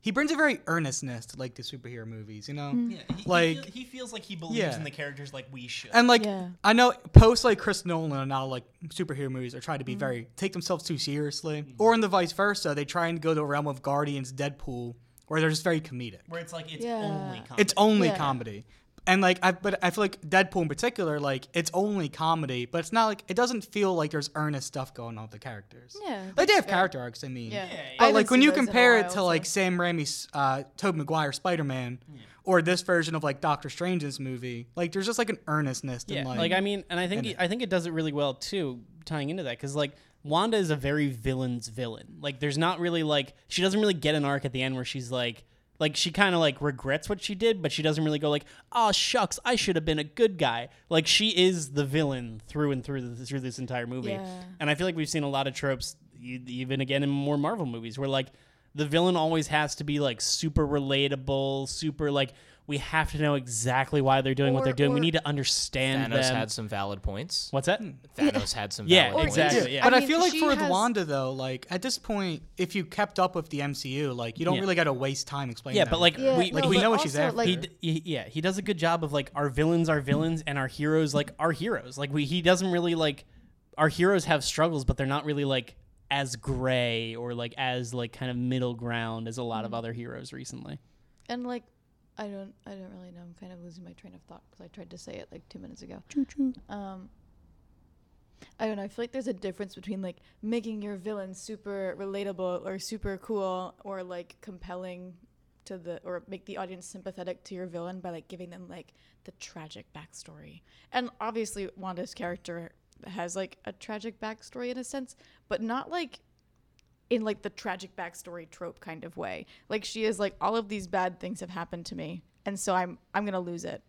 Speaker 9: he brings a very earnestness to like the superhero movies, you know,
Speaker 8: Mm-hmm.
Speaker 9: like.
Speaker 7: he feels like he believes
Speaker 9: Yeah.
Speaker 7: in
Speaker 9: in
Speaker 7: the
Speaker 9: the
Speaker 7: characters like we should.
Speaker 9: and like
Speaker 8: Yeah.
Speaker 9: I know post like Chris Nolan now like superhero movies are trying to be
Speaker 8: Mm-hmm.
Speaker 9: very take themselves too seriously,
Speaker 7: Mm-hmm.
Speaker 9: or in the vice versa, they try and go to a realm of Guardians, Deadpool, where they're just very comedic.
Speaker 7: where it's like it's
Speaker 8: Yeah.
Speaker 7: only
Speaker 8: only
Speaker 9: It's only
Speaker 8: Yeah.
Speaker 9: comedy. And like I but I feel like Deadpool in particular, like it's only comedy, but it's not like it doesn't feel like there's earnest stuff going on with the characters.
Speaker 8: Yeah,
Speaker 9: Like they
Speaker 8: that's
Speaker 9: have
Speaker 8: fair.
Speaker 9: character arcs, I mean.
Speaker 8: Yeah. Yeah, yeah. I
Speaker 9: But
Speaker 8: haven't
Speaker 9: like when
Speaker 8: seen
Speaker 9: you
Speaker 8: those in a
Speaker 9: compare it
Speaker 8: while,
Speaker 9: to
Speaker 8: so-
Speaker 9: like Sam Raimi's uh Tobey Maguire Spider Man or this version of like Doctor Strange's movie, like there's just like an earnestness
Speaker 7: Yeah,
Speaker 9: in
Speaker 7: like,
Speaker 9: like,
Speaker 7: I mean, and I think I think it does it really well too, tying into that because like Wanda is a very villain's villain. Like, there's not really like she doesn't really get an arc at the end where she's like. Like she kind of like regrets what she did, but she doesn't really go like, "Oh shucks, I should have been a good guy." Like she is the villain through and through th- through this entire movie,
Speaker 8: Yeah.
Speaker 7: and I feel like we've seen a lot of tropes, e- even again in more Marvel movies, where like the villain always has to be like super relatable, super like we have to know exactly why they're doing what
Speaker 8: Or-
Speaker 7: they're doing. we
Speaker 8: or-
Speaker 7: need to understand
Speaker 10: Thanos
Speaker 7: them. Hmm.
Speaker 10: had some valid points.
Speaker 7: What's that?
Speaker 10: Thanos had some
Speaker 7: <laughs> Yeah,
Speaker 10: valid
Speaker 7: exactly,
Speaker 10: points.
Speaker 7: yeah.
Speaker 9: But
Speaker 8: I
Speaker 9: I,
Speaker 8: mean,
Speaker 9: feel like
Speaker 8: she
Speaker 9: for
Speaker 8: has-
Speaker 9: Wanda though, like at this point, if you kept up with the MCU, like you don't
Speaker 7: Yeah.
Speaker 9: really got to waste time explaining.
Speaker 7: Yeah, but like
Speaker 8: Yeah,
Speaker 7: we
Speaker 8: no,
Speaker 9: Like, we
Speaker 7: he-
Speaker 8: but
Speaker 9: know what she's
Speaker 8: also,
Speaker 9: after.
Speaker 8: Like,
Speaker 7: he, d- he- yeah, he does a good job of like our villains are villains and our heroes like our heroes. Like we he doesn't really like our heroes have struggles, but they're not really like as gray or like as like kind of middle ground as a lot
Speaker 8: Mm.
Speaker 7: of other heroes recently.
Speaker 8: And like, I don't, I don't really know. I'm kind of losing my train of thought because I tried to say it like two minutes ago. Um, I don't know. I feel like there's a difference between like making your villain super relatable or super cool or like compelling to the or make the audience sympathetic to your villain by like giving them like the tragic backstory. And obviously, Wanda's character has like a tragic backstory in a sense, but not like in like the tragic backstory trope kind of way. Like she is like all of these bad things have happened to me, and so I'm I'm gonna lose it.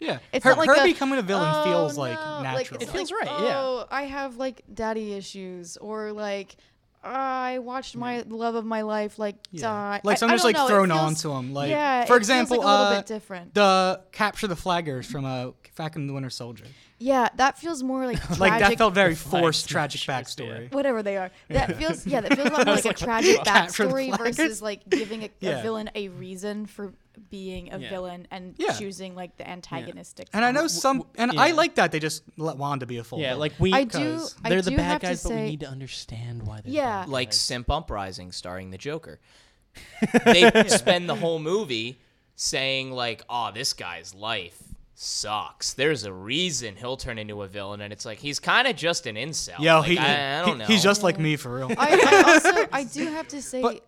Speaker 9: yeah,
Speaker 8: It's
Speaker 9: her,
Speaker 8: not like
Speaker 9: her
Speaker 8: a,
Speaker 9: becoming a villain
Speaker 8: "Oh,
Speaker 9: feels
Speaker 8: no,"
Speaker 9: like natural.
Speaker 8: it's "Oh,
Speaker 7: It feels
Speaker 8: like,
Speaker 7: right, yeah.
Speaker 8: Oh, I have like daddy issues, or like I watched my love of my life like die.
Speaker 9: Like
Speaker 8: I-
Speaker 9: something
Speaker 8: I
Speaker 9: just
Speaker 8: don't
Speaker 9: like
Speaker 8: know, it
Speaker 9: thrown
Speaker 8: feels-
Speaker 9: onto him. Like
Speaker 8: yeah,
Speaker 9: for
Speaker 8: it feels, like,
Speaker 9: example,
Speaker 8: a little
Speaker 9: uh,
Speaker 8: bit different.
Speaker 9: the capture the flaggers from a Falcon the Winter Soldier.
Speaker 8: yeah, that feels more like tragic.
Speaker 9: <laughs> Like that
Speaker 8: <laughs>
Speaker 9: felt very forced, tragic backstory.
Speaker 8: whatever they are.
Speaker 9: <laughs>
Speaker 8: That feels yeah, that feels a lot more like a tragic
Speaker 9: Capture the
Speaker 8: backstory
Speaker 9: flaggers?
Speaker 8: versus like giving a, a
Speaker 9: Yeah.
Speaker 8: villain a reason for being a villain and
Speaker 9: Yeah.
Speaker 8: choosing like the antagonistic.
Speaker 9: And I know
Speaker 8: path.
Speaker 9: some, and I
Speaker 7: yeah.
Speaker 9: like that they just let Wanda be a full.
Speaker 7: Yeah,
Speaker 9: villain.
Speaker 7: like we.
Speaker 8: I do. I
Speaker 7: They're the
Speaker 8: do
Speaker 7: bad
Speaker 8: have
Speaker 7: guys,
Speaker 8: to
Speaker 7: but we
Speaker 8: say,
Speaker 7: need to understand why they're.
Speaker 8: yeah,
Speaker 1: like Simp Uprising starring the
Speaker 9: <laughs>
Speaker 1: Joker. they spend the whole movie saying like, "Oh, this guy's life sucks. There's a reason he'll turn into a villain." And it's like he's kind of just an incel.
Speaker 9: yo,
Speaker 1: Like,
Speaker 9: he,
Speaker 1: I, I
Speaker 9: he-
Speaker 1: don't know.
Speaker 9: he's just like me for <laughs> real.
Speaker 8: I, I also I do have to say.
Speaker 9: But-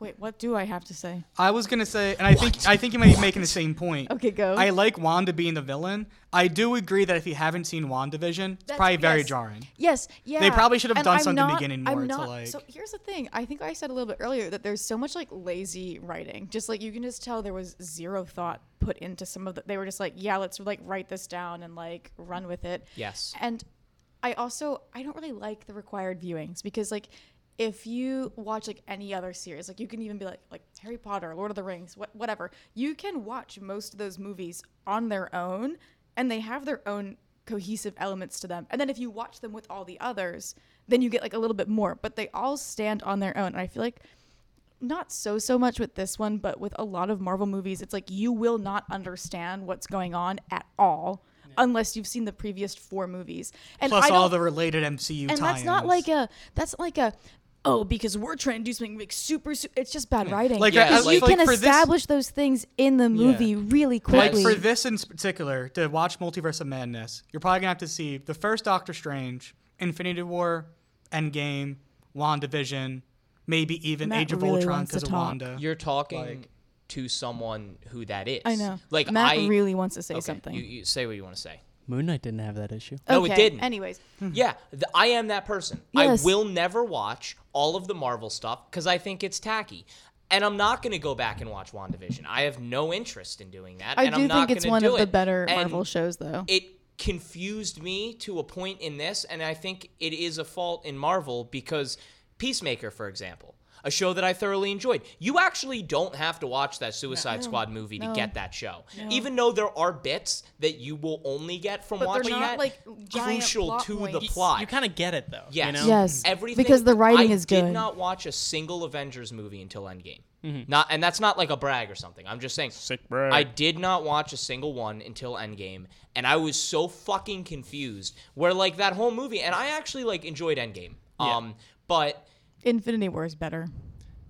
Speaker 8: Wait, what do I have to say?
Speaker 9: I was gonna say, and I think I think you might be making the same point.
Speaker 8: Okay, go.
Speaker 9: I like Wanda being the villain. I do agree that if you haven't seen WandaVision, it's
Speaker 8: That's-
Speaker 9: probably very
Speaker 8: yes.
Speaker 9: jarring.
Speaker 8: Yes, yeah.
Speaker 9: probably should have
Speaker 8: And
Speaker 9: done
Speaker 8: I'm
Speaker 9: something
Speaker 8: not-
Speaker 9: beginning
Speaker 8: I'm
Speaker 9: more to,
Speaker 8: not-
Speaker 9: like-
Speaker 8: So here's the thing. I think I said a little bit earlier that there's so much like lazy writing. Just like you can just tell there was zero thought put into some of the. They were just like, yeah, let's like write this down and like run with it.
Speaker 1: Yes.
Speaker 8: And I also I don't really like the required viewings because like if you watch like any other series, like you can even be like like Harry Potter, Lord of the Rings, what, whatever, you can watch most of those movies on their own, and they have their own cohesive elements to them. And then if you watch them with all the others, then you get like a little bit more. But they all stand on their own, and I feel like not so so much with this one but with a lot of marvel movies it's like you will not understand what's going on at all unless you've seen the previous four movies and
Speaker 9: Plus
Speaker 8: I
Speaker 9: all
Speaker 8: don't-
Speaker 9: the related MCU.
Speaker 8: and that's not
Speaker 9: tie-ins.
Speaker 8: like a that's like a oh because we're trying to do something like super, su it's just bad writing
Speaker 9: Like,
Speaker 1: Yeah,
Speaker 9: I- I-
Speaker 1: Because
Speaker 8: you
Speaker 9: like,
Speaker 8: can
Speaker 9: for this-
Speaker 8: establish those things in the movie really
Speaker 9: Like
Speaker 8: quickly
Speaker 9: for this in particular, to watch Multiverse of Madness, you're probably gonna have to see the first Doctor Strange, Infinity War, Endgame, WandaVision, maybe even
Speaker 8: Matt
Speaker 9: Age of
Speaker 8: really
Speaker 9: Ultron
Speaker 8: wants to
Speaker 9: because of
Speaker 8: talk.
Speaker 9: Wanda.
Speaker 1: You're talking to someone who that is.
Speaker 8: i know
Speaker 1: Like
Speaker 8: matt
Speaker 1: I
Speaker 8: really wants to say
Speaker 1: okay,
Speaker 8: something
Speaker 1: You, you say what you want to say.
Speaker 7: Moon Knight didn't have that issue.
Speaker 1: No, it
Speaker 8: okay
Speaker 1: didn't.
Speaker 8: anyways
Speaker 1: Yeah, th- I am that person.
Speaker 8: Mm-hmm. Yes.
Speaker 1: I will never watch all of the Marvel stuff because I think it's tacky. And I'm not going to go back and watch WandaVision. I have no interest in doing that.
Speaker 8: i
Speaker 1: and I'm
Speaker 8: do
Speaker 1: not
Speaker 8: think it's
Speaker 1: gonna
Speaker 8: one
Speaker 1: do
Speaker 8: of the
Speaker 1: it.
Speaker 8: better
Speaker 1: And
Speaker 8: marvel shows though
Speaker 1: It confused me to a point in this, and I think it is a fault in Marvel because Peacemaker, for example, a show that I thoroughly enjoyed. You actually don't have to watch that Suicide Squad movie to get that show, even though there are bits that you will only get from
Speaker 8: But they're
Speaker 1: watching
Speaker 8: not,
Speaker 1: that
Speaker 8: like, giant
Speaker 1: crucial
Speaker 8: plot
Speaker 1: to the
Speaker 8: points.
Speaker 1: plot.
Speaker 7: You kind of get it though.
Speaker 1: Yes.
Speaker 7: You know?
Speaker 8: Yes.
Speaker 1: Everything
Speaker 8: Because the writing
Speaker 1: I
Speaker 8: is
Speaker 1: did
Speaker 8: good.
Speaker 1: not watch a single Avengers movie until Endgame. Not, and that's not like a brag or something. I'm just saying. Mm-hmm. Sick brag. I did not watch a single one until Endgame, and I was so fucking confused. Where like that whole movie, and I actually like enjoyed Endgame. Um, but
Speaker 8: infinity war is better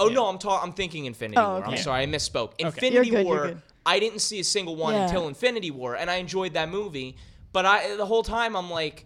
Speaker 1: oh no, I'm ta- I'm thinking Infinity
Speaker 8: Oh,
Speaker 1: War. I'm
Speaker 8: okay.
Speaker 1: sorry, I misspoke.
Speaker 8: You're
Speaker 1: Infinity
Speaker 8: good, you're
Speaker 1: War.
Speaker 8: good.
Speaker 1: I didn't see a single one
Speaker 8: Yeah.
Speaker 1: until Infinity War, and I enjoyed that movie. But I the whole time I'm like,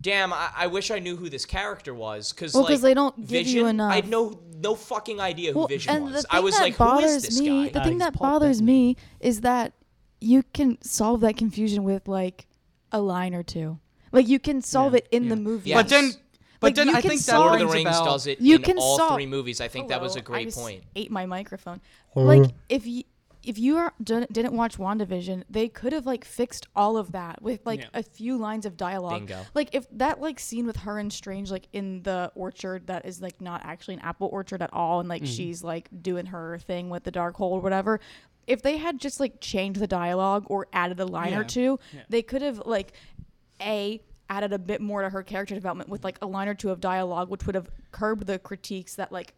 Speaker 1: damn, I, I wish I knew who this character was because
Speaker 8: Well,
Speaker 1: like
Speaker 8: 'cause they don't give you
Speaker 1: Vision,
Speaker 8: enough.
Speaker 1: I had no no fucking idea who Vision
Speaker 8: and
Speaker 1: was.
Speaker 8: The thing
Speaker 1: I was
Speaker 8: that
Speaker 1: like, who
Speaker 8: bothers
Speaker 1: is this
Speaker 8: me,
Speaker 1: guy? Uh,
Speaker 8: The thing
Speaker 7: he's
Speaker 8: that
Speaker 7: Paul
Speaker 8: bothers
Speaker 7: Bettany.
Speaker 8: me is that you can solve that confusion with like a line or two. Like you can solve it in the movie.
Speaker 9: But then,
Speaker 1: Yes.
Speaker 9: but
Speaker 8: Like,
Speaker 9: then
Speaker 8: you
Speaker 9: I
Speaker 8: can
Speaker 9: think that
Speaker 8: solve-
Speaker 1: Lord
Speaker 9: brings
Speaker 1: of the Rings
Speaker 9: about,
Speaker 1: does it
Speaker 8: You
Speaker 1: in
Speaker 8: can
Speaker 1: all
Speaker 8: solve-
Speaker 1: three movies. I think that was a
Speaker 8: Hello, I
Speaker 1: great
Speaker 8: just
Speaker 1: point.
Speaker 8: Ate my microphone. Like if you if you are, didn't didn't watch WandaVision, they could have like fixed all of that with like a few lines of dialogue.
Speaker 1: Bingo.
Speaker 8: Like if that like scene with her and Strange like in the orchard that is like not actually an apple orchard at all, and like
Speaker 1: Mm.
Speaker 8: she's like doing her thing with the dark hole or whatever. If they had just like changed the dialogue or added a line or
Speaker 9: Yeah.
Speaker 8: two, they could have like a added a bit more to her character development with like a line or two of dialogue which would have curbed the critiques that like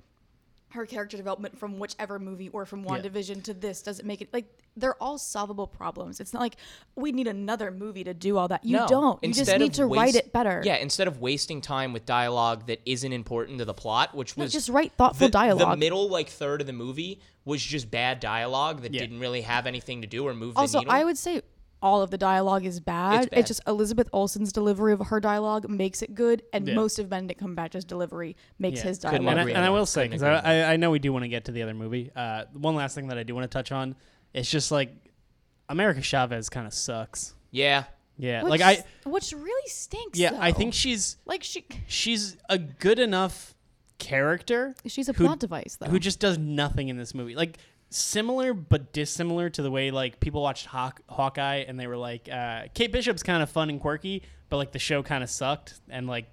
Speaker 8: her character development from whichever movie or from WandaVision to this doesn't make it like they're all solvable problems. It's not like we need another movie to do all that. You
Speaker 1: No.
Speaker 8: don't. You just
Speaker 1: Instead
Speaker 8: need
Speaker 1: of
Speaker 8: to write
Speaker 1: waste-
Speaker 8: it better.
Speaker 1: Yeah, instead of wasting time with dialogue that isn't important to the plot, which
Speaker 8: No,
Speaker 1: was
Speaker 8: just write
Speaker 1: the,
Speaker 8: thoughtful
Speaker 1: The
Speaker 8: dialogue.
Speaker 1: middle like third of the movie was just bad dialogue that didn't really have anything to do or move
Speaker 8: also,
Speaker 1: the needle.
Speaker 8: I would say all of the dialogue is bad.
Speaker 1: It's
Speaker 8: It's,
Speaker 1: bad.
Speaker 8: just Elizabeth Olsen's delivery of her dialogue makes it good, and most of Benedict Cumberbatch's delivery makes his dialogue.
Speaker 7: And, I,
Speaker 1: agree
Speaker 7: and I
Speaker 1: more.
Speaker 7: will say,
Speaker 1: Couldn't
Speaker 7: because
Speaker 1: agree
Speaker 7: I, I- I know we do want to get to the other movie. Uh, one last thing that I do want to touch on is just like America Chavez kind of sucks.
Speaker 1: yeah.
Speaker 7: Yeah,
Speaker 8: Which,
Speaker 7: like I,
Speaker 8: which really stinks.
Speaker 7: yeah, I
Speaker 8: though.
Speaker 7: think she's
Speaker 8: like she,
Speaker 7: she's a good enough character
Speaker 8: she's a
Speaker 7: who-
Speaker 8: plot device though.
Speaker 7: who just does nothing in this movie. Like similar but dissimilar to the way like people watched Hawk, Hawkeye and they were like, uh, Kate Bishop's kind of fun and quirky, but like the show kind of sucked and like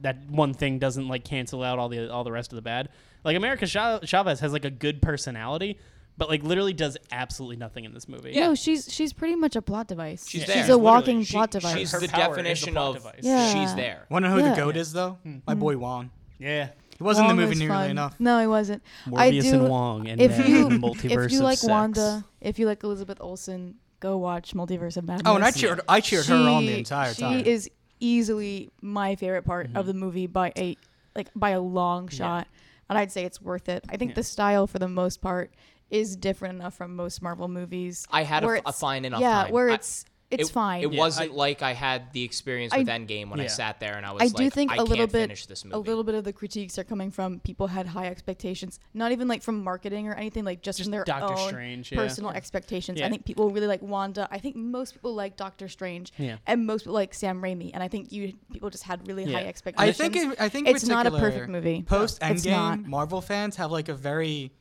Speaker 7: that one thing doesn't like cancel out all the all the rest of the bad. Like America Cha- Chavez has like a good personality, but like literally does absolutely nothing in this movie.
Speaker 8: No, she's she's pretty much a plot device.
Speaker 1: She's
Speaker 8: She's,
Speaker 1: there.
Speaker 8: a
Speaker 1: Literally,
Speaker 8: walking
Speaker 1: she-
Speaker 8: plot device.
Speaker 1: She's
Speaker 7: Her
Speaker 1: the
Speaker 7: power is the
Speaker 1: definition
Speaker 7: plot
Speaker 1: of
Speaker 7: device.
Speaker 8: Yeah.
Speaker 1: she's there.
Speaker 9: Want to know who
Speaker 8: Yeah. Hmm.
Speaker 9: the goat is though? My boy Wong.
Speaker 7: Yeah.
Speaker 9: He wasn't
Speaker 8: Wong
Speaker 9: in the movie
Speaker 8: was
Speaker 9: nearly
Speaker 8: fun.
Speaker 9: enough.
Speaker 8: No, he wasn't. I
Speaker 7: Morbius
Speaker 8: do.
Speaker 7: and Wong and
Speaker 8: if
Speaker 7: then
Speaker 8: you
Speaker 7: the multiverse
Speaker 8: if you
Speaker 7: of
Speaker 8: like
Speaker 7: sex.
Speaker 8: Wanda, if you like Elizabeth Olsen, go watch Multiverse of Madness.
Speaker 9: Oh, and I cheered. I cheered her on the
Speaker 8: She-
Speaker 9: entire
Speaker 8: she
Speaker 9: time.
Speaker 8: is easily my favorite part
Speaker 1: Mm-hmm.
Speaker 8: of the movie by a like by a long shot, and I'd say it's worth it. I think the style for the most part is different enough from most Marvel movies.
Speaker 1: I had a
Speaker 8: where
Speaker 1: f- a
Speaker 8: it's-
Speaker 1: fine enough
Speaker 8: Yeah,
Speaker 1: time.
Speaker 8: where
Speaker 1: I-
Speaker 8: it's it's
Speaker 1: it,
Speaker 8: fine.
Speaker 1: It
Speaker 7: Yeah,
Speaker 1: wasn't
Speaker 7: I-
Speaker 1: like I had the experience
Speaker 8: I-
Speaker 1: with Endgame when
Speaker 7: Yeah.
Speaker 1: I sat there and I was
Speaker 8: I
Speaker 1: like,
Speaker 8: do think
Speaker 1: I
Speaker 8: a little
Speaker 1: can't
Speaker 8: bit
Speaker 1: finish this movie.
Speaker 8: a little bit of the critiques are coming from people had high expectations, not even like from marketing or anything, like just,
Speaker 7: Just
Speaker 8: from their
Speaker 7: Doctor
Speaker 8: own
Speaker 7: Strange, yeah.
Speaker 8: personal expectations.
Speaker 7: Yeah.
Speaker 8: I think people really like Wanda. I think most people like Doctor Strange,
Speaker 7: Yeah.
Speaker 8: and most people like Sam Raimi. And I think you people just had really
Speaker 7: Yeah.
Speaker 8: high
Speaker 7: I
Speaker 9: I
Speaker 8: expectations.
Speaker 9: think it, I think in
Speaker 8: it's not a
Speaker 9: particular,
Speaker 8: perfect movie.
Speaker 9: Post
Speaker 8: It's not.
Speaker 9: Endgame, Marvel fans have like a very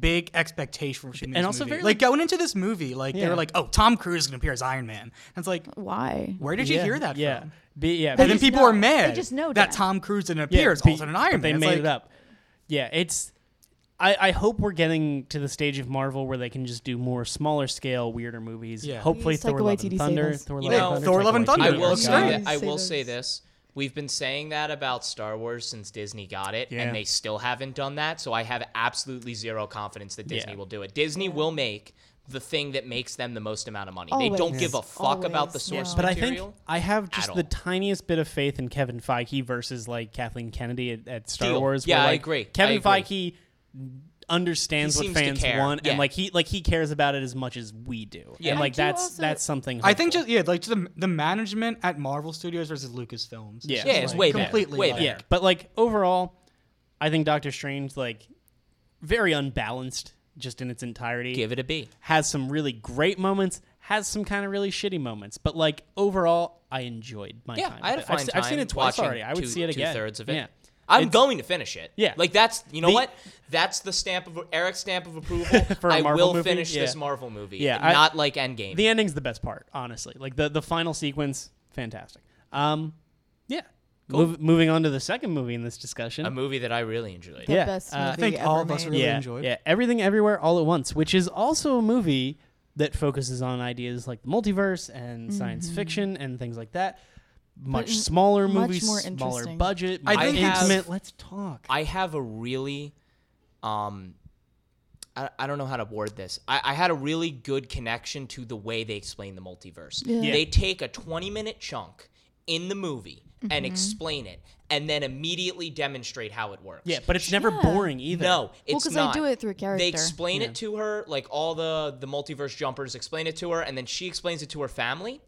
Speaker 9: big expectation for
Speaker 7: And also very,
Speaker 9: like
Speaker 7: like-
Speaker 9: going into this movie, like they
Speaker 7: Yeah.
Speaker 9: were like, "Oh, Tom Cruise is gonna appear as Iron Man." And it's like,
Speaker 8: Why?
Speaker 9: where did you
Speaker 7: yeah,
Speaker 9: hear that
Speaker 7: Yeah.
Speaker 9: from?
Speaker 7: Be- yeah.
Speaker 9: And
Speaker 7: be-
Speaker 9: then
Speaker 8: just
Speaker 9: people
Speaker 8: know-
Speaker 9: were mad
Speaker 8: they just know
Speaker 9: that
Speaker 8: that.
Speaker 9: Tom Cruise didn't appear as
Speaker 7: but-
Speaker 9: alternate Iron Man.
Speaker 7: but They
Speaker 9: It's
Speaker 7: made
Speaker 9: like,
Speaker 7: it up. Yeah, it's. I, I hope we're getting to the stage of Marvel where they can just do more smaller scale, weirder movies.
Speaker 9: Yeah.
Speaker 7: Hopefully,
Speaker 8: Please,
Speaker 7: Thor:
Speaker 8: Taika
Speaker 7: Love and
Speaker 8: Waititi, save
Speaker 7: Thunder.
Speaker 8: us.
Speaker 7: Thor:
Speaker 1: You
Speaker 7: Love
Speaker 1: know,
Speaker 7: and Thunder.
Speaker 9: Thor:
Speaker 7: Taika
Speaker 9: Love and
Speaker 1: I
Speaker 7: Waititi.
Speaker 9: Thunder.
Speaker 1: will
Speaker 9: Guys.
Speaker 1: say
Speaker 8: Guys.
Speaker 1: that, I will
Speaker 8: Save
Speaker 1: say
Speaker 8: us.
Speaker 1: this. We've been saying that about Star Wars since Disney got it,
Speaker 7: Yeah.
Speaker 1: and they still haven't done that. So I have absolutely zero confidence that Disney
Speaker 7: Yeah.
Speaker 1: will do it. Disney will make the thing that makes them the most amount of money. They don't
Speaker 8: Always.
Speaker 1: give a fuck about the
Speaker 8: Always,
Speaker 1: source
Speaker 8: yeah.
Speaker 7: But I
Speaker 1: material.
Speaker 7: think I have just
Speaker 1: at
Speaker 7: the
Speaker 1: all.
Speaker 7: tiniest bit of faith in Kevin Feige versus like Kathleen Kennedy at, at Star
Speaker 1: Deal.
Speaker 7: Wars.
Speaker 1: Yeah,
Speaker 7: where,
Speaker 1: I
Speaker 7: like,
Speaker 1: agree.
Speaker 7: Kevin
Speaker 1: I agree.
Speaker 7: Feige understands
Speaker 1: He seems
Speaker 7: what
Speaker 1: to
Speaker 7: fans
Speaker 1: care.
Speaker 7: want,
Speaker 1: Yeah.
Speaker 7: and like he like he cares about it as much as we do.
Speaker 1: Yeah.
Speaker 7: And like
Speaker 8: I do
Speaker 7: that's
Speaker 8: also-
Speaker 7: that's something.
Speaker 9: I think
Speaker 7: hopeful.
Speaker 9: just yeah, like just the the management at Marvel Studios versus Lucasfilms.
Speaker 7: Yeah.
Speaker 9: just,
Speaker 1: yeah, it's
Speaker 9: like,
Speaker 1: way better.
Speaker 9: completely
Speaker 1: Way
Speaker 9: like-
Speaker 1: better.
Speaker 7: yeah, but like overall, I think Doctor Strange like very unbalanced just in its entirety.
Speaker 1: Give it a B.
Speaker 7: has some really great moments, has some kind of really shitty moments, but like overall, I enjoyed my
Speaker 1: Yeah,
Speaker 7: time.
Speaker 1: I had a
Speaker 7: with it. I've
Speaker 1: fine
Speaker 7: se-
Speaker 1: time.
Speaker 7: I've seen it twice
Speaker 1: watching
Speaker 7: already. I would
Speaker 1: two,
Speaker 7: see it again.
Speaker 1: Two thirds of it.
Speaker 7: Yeah.
Speaker 1: I'm going to finish it.
Speaker 7: Yeah.
Speaker 1: like that's you know
Speaker 7: The-
Speaker 1: what? That's the stamp of Eric's stamp of approval.
Speaker 7: <laughs> For a
Speaker 1: I
Speaker 7: Marvel
Speaker 1: will
Speaker 7: movie?
Speaker 1: finish this
Speaker 7: Yeah.
Speaker 1: Marvel movie.
Speaker 7: Yeah, I-
Speaker 1: not like Endgame.
Speaker 7: The ending's the best part, honestly. Like the the final sequence, fantastic. Um, yeah. Move, moving on to the second movie in this discussion.
Speaker 1: a movie that I really enjoyed.
Speaker 7: yeah.
Speaker 8: best
Speaker 7: uh,
Speaker 8: movie
Speaker 9: I think
Speaker 8: ever
Speaker 9: all of us
Speaker 8: made.
Speaker 9: really
Speaker 7: yeah,
Speaker 9: enjoyed.
Speaker 7: Yeah, everything everywhere all at once, which is also a movie that focuses on ideas like the multiverse and
Speaker 8: Mm-hmm.
Speaker 7: science fiction and things like that. Much
Speaker 8: in-
Speaker 7: smaller
Speaker 8: much
Speaker 7: movies,
Speaker 8: more
Speaker 7: smaller
Speaker 8: interesting.
Speaker 7: budget.
Speaker 9: I
Speaker 7: more
Speaker 9: think it's-
Speaker 7: intimate. Let's talk.
Speaker 1: I have a really, um, I, I don't know how to word this. I, I had a really good connection to the way they explain the multiverse.
Speaker 7: Yeah.
Speaker 1: They take a 20 minute chunk in the movie
Speaker 7: Mm-hmm.
Speaker 1: and explain it and then immediately demonstrate how it works.
Speaker 7: yeah, but it's never boring either.
Speaker 1: No,
Speaker 8: Well,
Speaker 1: it's
Speaker 8: 'cause they
Speaker 1: not.
Speaker 8: do it through character.
Speaker 1: They explain it to her, like all the the multiverse jumpers explain it to her, and then she explains it to her family,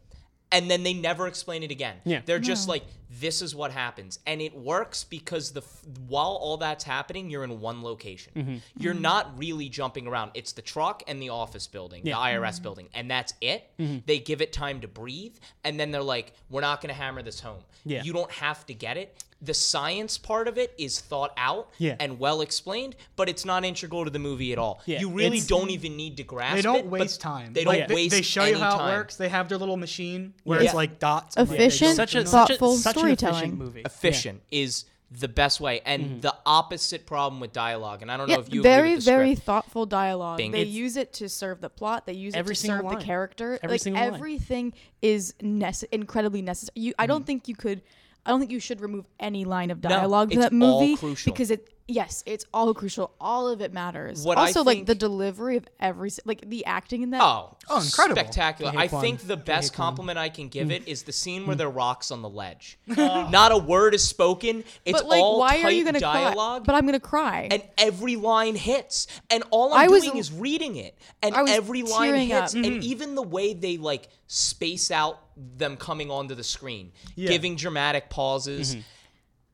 Speaker 1: and then they never explain it again.
Speaker 7: Yeah.
Speaker 1: they're just like, this is what happens, and it works because the f- while all that's happening, you're in one location.
Speaker 8: Mm-hmm.
Speaker 1: You're not really jumping around. It's the truck and the office building, the
Speaker 8: Mm-hmm.
Speaker 1: IRS building, and that's it. They give it time to breathe, and then they're like, we're not going to hammer this home.
Speaker 7: Yeah.
Speaker 1: you don't have to get it. The science part of it is thought out
Speaker 7: Yeah.
Speaker 1: and well explained, but it's not integral to the movie at all.
Speaker 7: Yeah,
Speaker 1: you really
Speaker 7: it's-
Speaker 1: don't even need to grasp
Speaker 9: They
Speaker 1: it,
Speaker 9: don't
Speaker 1: but
Speaker 9: waste time.
Speaker 1: They don't
Speaker 9: Like,
Speaker 1: waste
Speaker 9: They show you
Speaker 1: any
Speaker 9: how
Speaker 1: time.
Speaker 9: it works. They have their little machine where
Speaker 1: Yeah.
Speaker 9: it's like
Speaker 8: Oh,
Speaker 9: dots. and, like, they go
Speaker 8: Efficient,
Speaker 7: Such a
Speaker 8: thoughtful
Speaker 7: such a, such An
Speaker 8: storytelling.
Speaker 7: efficient movie.
Speaker 1: Efficient is the best way, and
Speaker 9: Mm-hmm.
Speaker 1: the opposite problem with dialogue. And I don't know if you
Speaker 8: very
Speaker 1: agree with the
Speaker 8: very
Speaker 1: script.
Speaker 8: thoughtful dialogue.
Speaker 1: Bing.
Speaker 8: They
Speaker 1: It's-
Speaker 8: use it to serve the plot. They use it
Speaker 7: Every
Speaker 8: to
Speaker 7: single
Speaker 8: serve
Speaker 7: line.
Speaker 8: the character.
Speaker 7: Every
Speaker 8: like
Speaker 7: single line.
Speaker 8: everything is nece- incredibly necessary. You, I don't
Speaker 1: Mm-hmm.
Speaker 8: think you could. I don't think you should remove any line of dialogue
Speaker 1: it's
Speaker 8: to that
Speaker 1: all
Speaker 8: movie
Speaker 1: crucial.
Speaker 8: because it. Yes, it's all crucial. All of it matters.
Speaker 1: What I
Speaker 8: also, like the
Speaker 1: think-
Speaker 8: delivery of every, s- like the acting in that.
Speaker 1: Oh,
Speaker 9: Oh, incredible.
Speaker 1: Spectacular. I
Speaker 7: Kwan.
Speaker 1: think the best compliment I can give
Speaker 9: Mm.
Speaker 1: it is the scene where there are rocks on the
Speaker 9: <laughs>
Speaker 1: ledge. Not a word is spoken. It's
Speaker 8: but like,
Speaker 1: all
Speaker 8: why are you
Speaker 1: tight
Speaker 8: gonna
Speaker 1: dialogue.
Speaker 8: cry? But I'm gonna cry.
Speaker 1: and every line hits and all i'm
Speaker 8: I was-
Speaker 1: doing is reading it and
Speaker 8: I was
Speaker 1: every line
Speaker 8: tearing
Speaker 1: hits
Speaker 8: up.
Speaker 9: Mm-hmm.
Speaker 1: and even the way they like space out them coming onto the screen giving dramatic pauses
Speaker 9: Mm-hmm.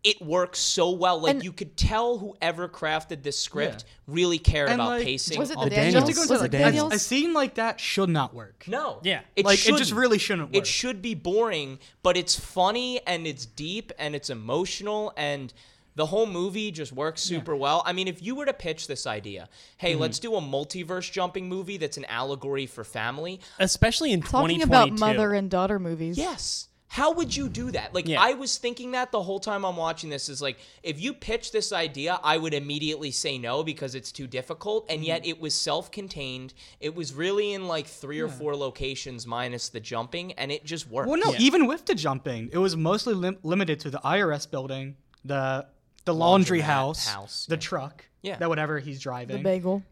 Speaker 1: it works so well like
Speaker 8: And-
Speaker 1: you could tell whoever crafted this script really cared
Speaker 9: And,
Speaker 1: about
Speaker 9: like,
Speaker 1: pacing
Speaker 8: was it
Speaker 1: all
Speaker 8: the
Speaker 1: the
Speaker 7: Daniels.
Speaker 8: Daniels?
Speaker 9: Just to go
Speaker 8: Was it
Speaker 9: into, like,
Speaker 8: the
Speaker 9: a, a
Speaker 8: Daniels?
Speaker 9: scene like that should not work.
Speaker 1: no
Speaker 7: Yeah.
Speaker 1: it
Speaker 9: Like, it just
Speaker 1: shouldn't.
Speaker 9: really shouldn't work.
Speaker 1: it should be boring but it's funny and it's deep and it's emotional and the whole movie just works super well. I mean, if you were to pitch this idea, hey, let's do a multiverse jumping movie that's an allegory for family.
Speaker 7: Especially in
Speaker 8: Talking
Speaker 7: 2022.
Speaker 8: about mother and daughter movies.
Speaker 1: Yes. How would you do that? Like
Speaker 7: Yeah.
Speaker 1: I was thinking that the whole time I'm watching this is like if you pitch this idea, I would immediately say no because it's too difficult. And yet it was self-contained. It was really in like three or four locations minus the jumping, and it just worked.
Speaker 9: Well, no, even with the jumping, it was mostly lim- limited to the IRS building, the the laundry
Speaker 1: Laundromat
Speaker 9: house,
Speaker 1: house,
Speaker 9: the
Speaker 1: yeah.
Speaker 9: truck,
Speaker 1: Yeah.
Speaker 9: that whatever he's driving,
Speaker 8: bagel.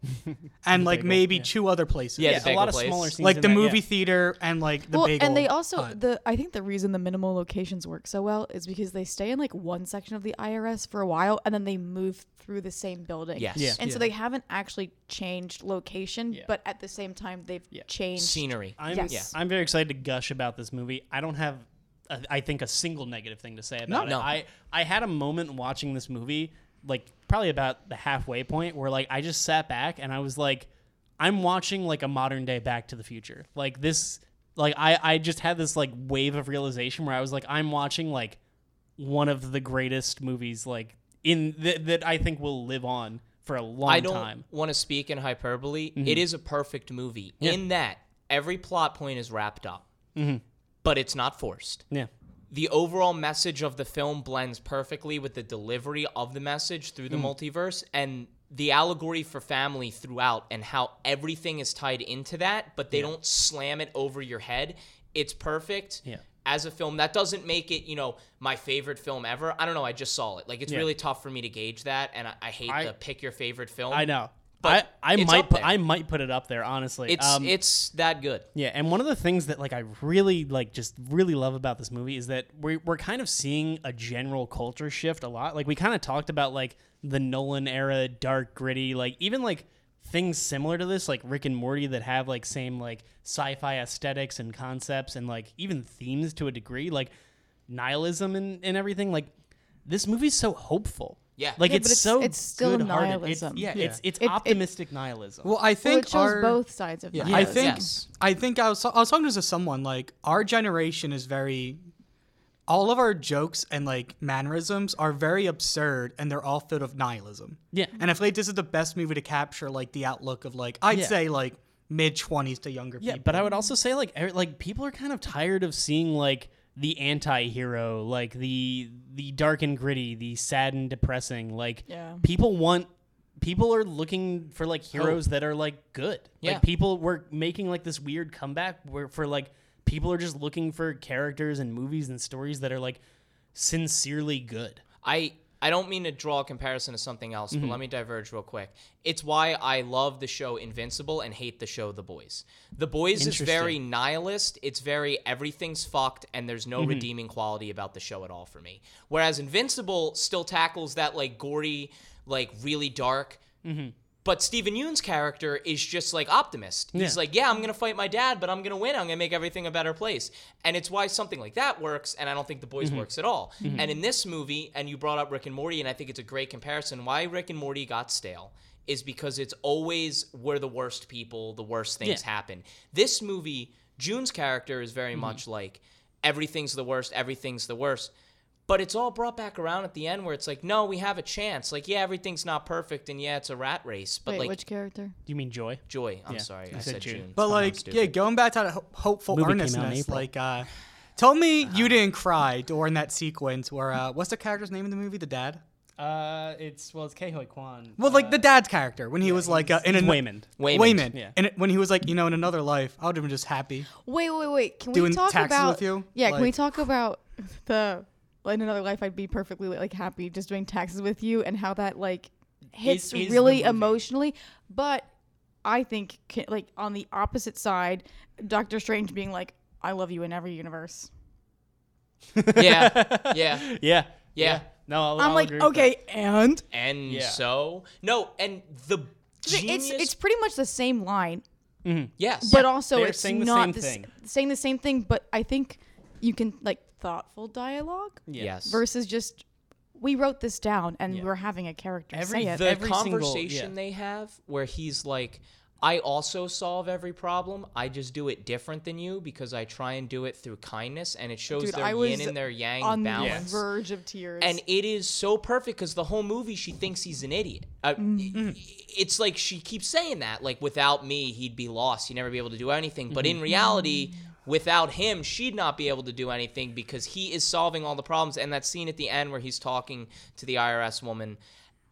Speaker 9: and like maybe two other places.
Speaker 1: Yeah,
Speaker 7: a
Speaker 1: bagel
Speaker 7: lot of
Speaker 1: place.
Speaker 7: smaller scenes.
Speaker 9: like
Speaker 7: in
Speaker 9: the
Speaker 7: that,
Speaker 9: movie
Speaker 7: yeah.
Speaker 9: theater and like the
Speaker 8: well,
Speaker 9: bagel.
Speaker 8: and they also
Speaker 9: hut.
Speaker 8: the I think the reason the minimal locations work so well is because they stay in like one section of the IRS for a while and then they move through the same building.
Speaker 1: Yes.
Speaker 7: Yeah.
Speaker 8: And so they haven't actually changed location, but at the same time they've changed
Speaker 1: Scenery.
Speaker 7: I'm,
Speaker 8: Yes. Yeah.
Speaker 7: I'm very excited to gush about this movie. I don't have, uh, I think, a single negative thing to say about it.
Speaker 1: no.
Speaker 7: I, I had a moment watching this movie, like probably about the halfway point, where like I just sat back and I was like, I'm watching like a modern day Back to the Future. Like this, like I, I just had this like wave of realization where I was like, I'm watching like one of the greatest movies like in th- that I think will live on for a long
Speaker 1: I don't
Speaker 7: time. Mm-hmm.
Speaker 1: want to speak in hyperbole. It is a perfect movie in that every plot point is wrapped up,
Speaker 7: Mm-hmm.
Speaker 1: but it's not forced.
Speaker 7: Yeah.
Speaker 1: the overall message of the film blends perfectly with the delivery of the message through the
Speaker 7: Mm.
Speaker 1: multiverse and the allegory for family throughout and how everything is tied into that, but they don't slam it over your head. It's perfect.
Speaker 7: Yeah.
Speaker 1: As a film, that doesn't make it, you know, my favorite film ever. I don't know. I just saw it. Like, it's really tough for me to gauge that, and I, I hate
Speaker 7: I-
Speaker 1: the pick your favorite film.
Speaker 7: I know.
Speaker 1: But
Speaker 7: I, I
Speaker 1: it's
Speaker 7: might
Speaker 1: up
Speaker 7: put,
Speaker 1: there.
Speaker 7: I might put it up there honestly.
Speaker 1: It's
Speaker 7: Um,
Speaker 1: it's that good.
Speaker 7: Yeah, and one of the things that like I really like just really love about this movie is that we we're kind of seeing a general culture shift a lot. Like we kind of talked about like the Nolan era, dark, gritty, like even like things similar to this like Rick and Morty that have like same like sci-fi aesthetics and concepts and like even themes to a degree like nihilism and, and everything like this movie's so hopeful.
Speaker 1: Yeah.
Speaker 7: Like
Speaker 8: Yeah,
Speaker 7: it's,
Speaker 8: but it's-
Speaker 7: so
Speaker 8: it's still
Speaker 7: good-hearted. It's-
Speaker 8: nihilism.
Speaker 7: yeah,
Speaker 9: Yeah.
Speaker 7: it's it's
Speaker 8: It- it-
Speaker 7: optimistic nihilism.
Speaker 9: well, I
Speaker 8: Well,
Speaker 9: think
Speaker 8: it shows
Speaker 9: our-
Speaker 8: both sides of
Speaker 9: Yeah,
Speaker 8: the
Speaker 9: I
Speaker 8: island.
Speaker 9: think
Speaker 1: Yes.
Speaker 9: I think I was I was talking to someone like our generation is very all of our jokes and like mannerisms are very absurd and they're all filled with nihilism.
Speaker 7: Yeah.
Speaker 9: And I feel like this is the best movie to capture like the outlook of like I'd
Speaker 7: Yeah.
Speaker 9: say like mid twenties to younger
Speaker 7: Yeah,
Speaker 9: people.
Speaker 7: but I would also say like er- like people are kind of tired of seeing like the anti-hero, like the the dark and gritty, the sad and depressing. Like
Speaker 8: Yeah. Oh.
Speaker 7: people want people are looking for like heroes that are like good.
Speaker 1: Yeah.
Speaker 7: Like people were making like this weird comeback where for like people are just looking for characters and movies and stories that are like sincerely good.
Speaker 1: I I don't mean to draw a comparison to something else, but let me diverge real quick. It's why I love the show Invincible and hate the show The Boys. The Boys is very nihilist. It's very everything's fucked and there's no redeeming quality about the show at all for me. Whereas Invincible still tackles that like gory, like really dark. But Stephen Yoon's character is just like optimist. He's like, yeah, I'm gonna fight my dad, but I'm gonna win. I'm gonna make everything a better place. And it's why something like that works, and I don't think The Boys works at all. And in this movie, and you brought up Rick and Morty, and I think it's a great comparison. Why Rick and Morty got stale is because it's always we're the worst people, the worst things happen. This movie, June's character is very much like everything's the worst, everything's the worst. But it's all brought back around at the end where it's like, no, we have a chance. Like, yeah, everything's not perfect, and yeah, it's a rat race. But
Speaker 8: Wait,
Speaker 1: like,
Speaker 8: which character?
Speaker 7: Do you mean joy?
Speaker 1: Joy. I'm
Speaker 7: Yeah,
Speaker 1: sorry,
Speaker 7: you
Speaker 1: I
Speaker 7: said
Speaker 1: said
Speaker 7: June.
Speaker 1: June.
Speaker 9: But
Speaker 1: Somehow I'm
Speaker 9: like,
Speaker 1: stupid.
Speaker 9: yeah, going back to that ho- hopeful
Speaker 7: Movie came out in
Speaker 9: earnestness,
Speaker 7: April. Uh,
Speaker 9: like, uh, tell me you didn't cry during that sequence where, uh, what's the character's name in the movie? The dad?
Speaker 7: Uh, it's well, it's Kehoi Kwan.
Speaker 9: Well, like the dad's character when he was like uh, in
Speaker 7: Uh, he's
Speaker 9: an-
Speaker 7: Waymond.
Speaker 1: Waymond,
Speaker 9: Waymond.
Speaker 7: yeah.
Speaker 9: And it- when he was like, you know, in another life, I would have been just happy.
Speaker 8: Wait, wait, wait. Can
Speaker 9: Doing
Speaker 8: we talk
Speaker 9: taxes
Speaker 8: about
Speaker 9: with you?
Speaker 8: Yeah, can we
Speaker 9: Like-
Speaker 8: talk about the well, in another life I'd be perfectly like happy just doing taxes with you and how that like hits
Speaker 7: is the
Speaker 8: really
Speaker 7: movie.
Speaker 8: emotionally, but I think ca- like on the opposite side, Doctor Strange being like I love you in every universe.
Speaker 1: <laughs>
Speaker 7: <laughs>
Speaker 1: yeah, yeah.
Speaker 7: Yeah.
Speaker 1: Yeah.
Speaker 7: No, I'll,
Speaker 8: i am
Speaker 7: I'll
Speaker 8: like,
Speaker 7: agree with
Speaker 8: okay, and
Speaker 1: And
Speaker 7: Yeah.
Speaker 1: so, no, and the genius.
Speaker 8: it's it's pretty much the same line,
Speaker 1: yes,
Speaker 8: but also
Speaker 7: they're
Speaker 8: it's
Speaker 7: saying the
Speaker 8: not
Speaker 7: same
Speaker 8: s-
Speaker 7: thing.
Speaker 8: saying the same thing. But I think you can like thoughtful dialogue.
Speaker 7: that. Yeah.
Speaker 1: yes.
Speaker 8: versus just we wrote this down and we're having a character
Speaker 7: Every-
Speaker 8: say it.
Speaker 1: the
Speaker 7: every single-
Speaker 1: conversation
Speaker 7: yeah.
Speaker 1: they have where he's like i also solve every problem i just do it different than you because i try and do it through kindness and it shows
Speaker 8: Dude,
Speaker 1: their
Speaker 8: I was
Speaker 1: yin and their yang
Speaker 8: on
Speaker 1: balance
Speaker 8: the verge of tears.
Speaker 1: and it is so perfect because the whole movie she thinks he's an idiot uh,
Speaker 8: Mm-hmm.
Speaker 1: it's
Speaker 8: Mm-hmm.
Speaker 1: like she keeps saying that like without me he'd be lost he'd never be able to do anything but in reality Without him, she'd not be able to do anything because he is solving all the problems. And that scene at the end where he's talking to the IRS woman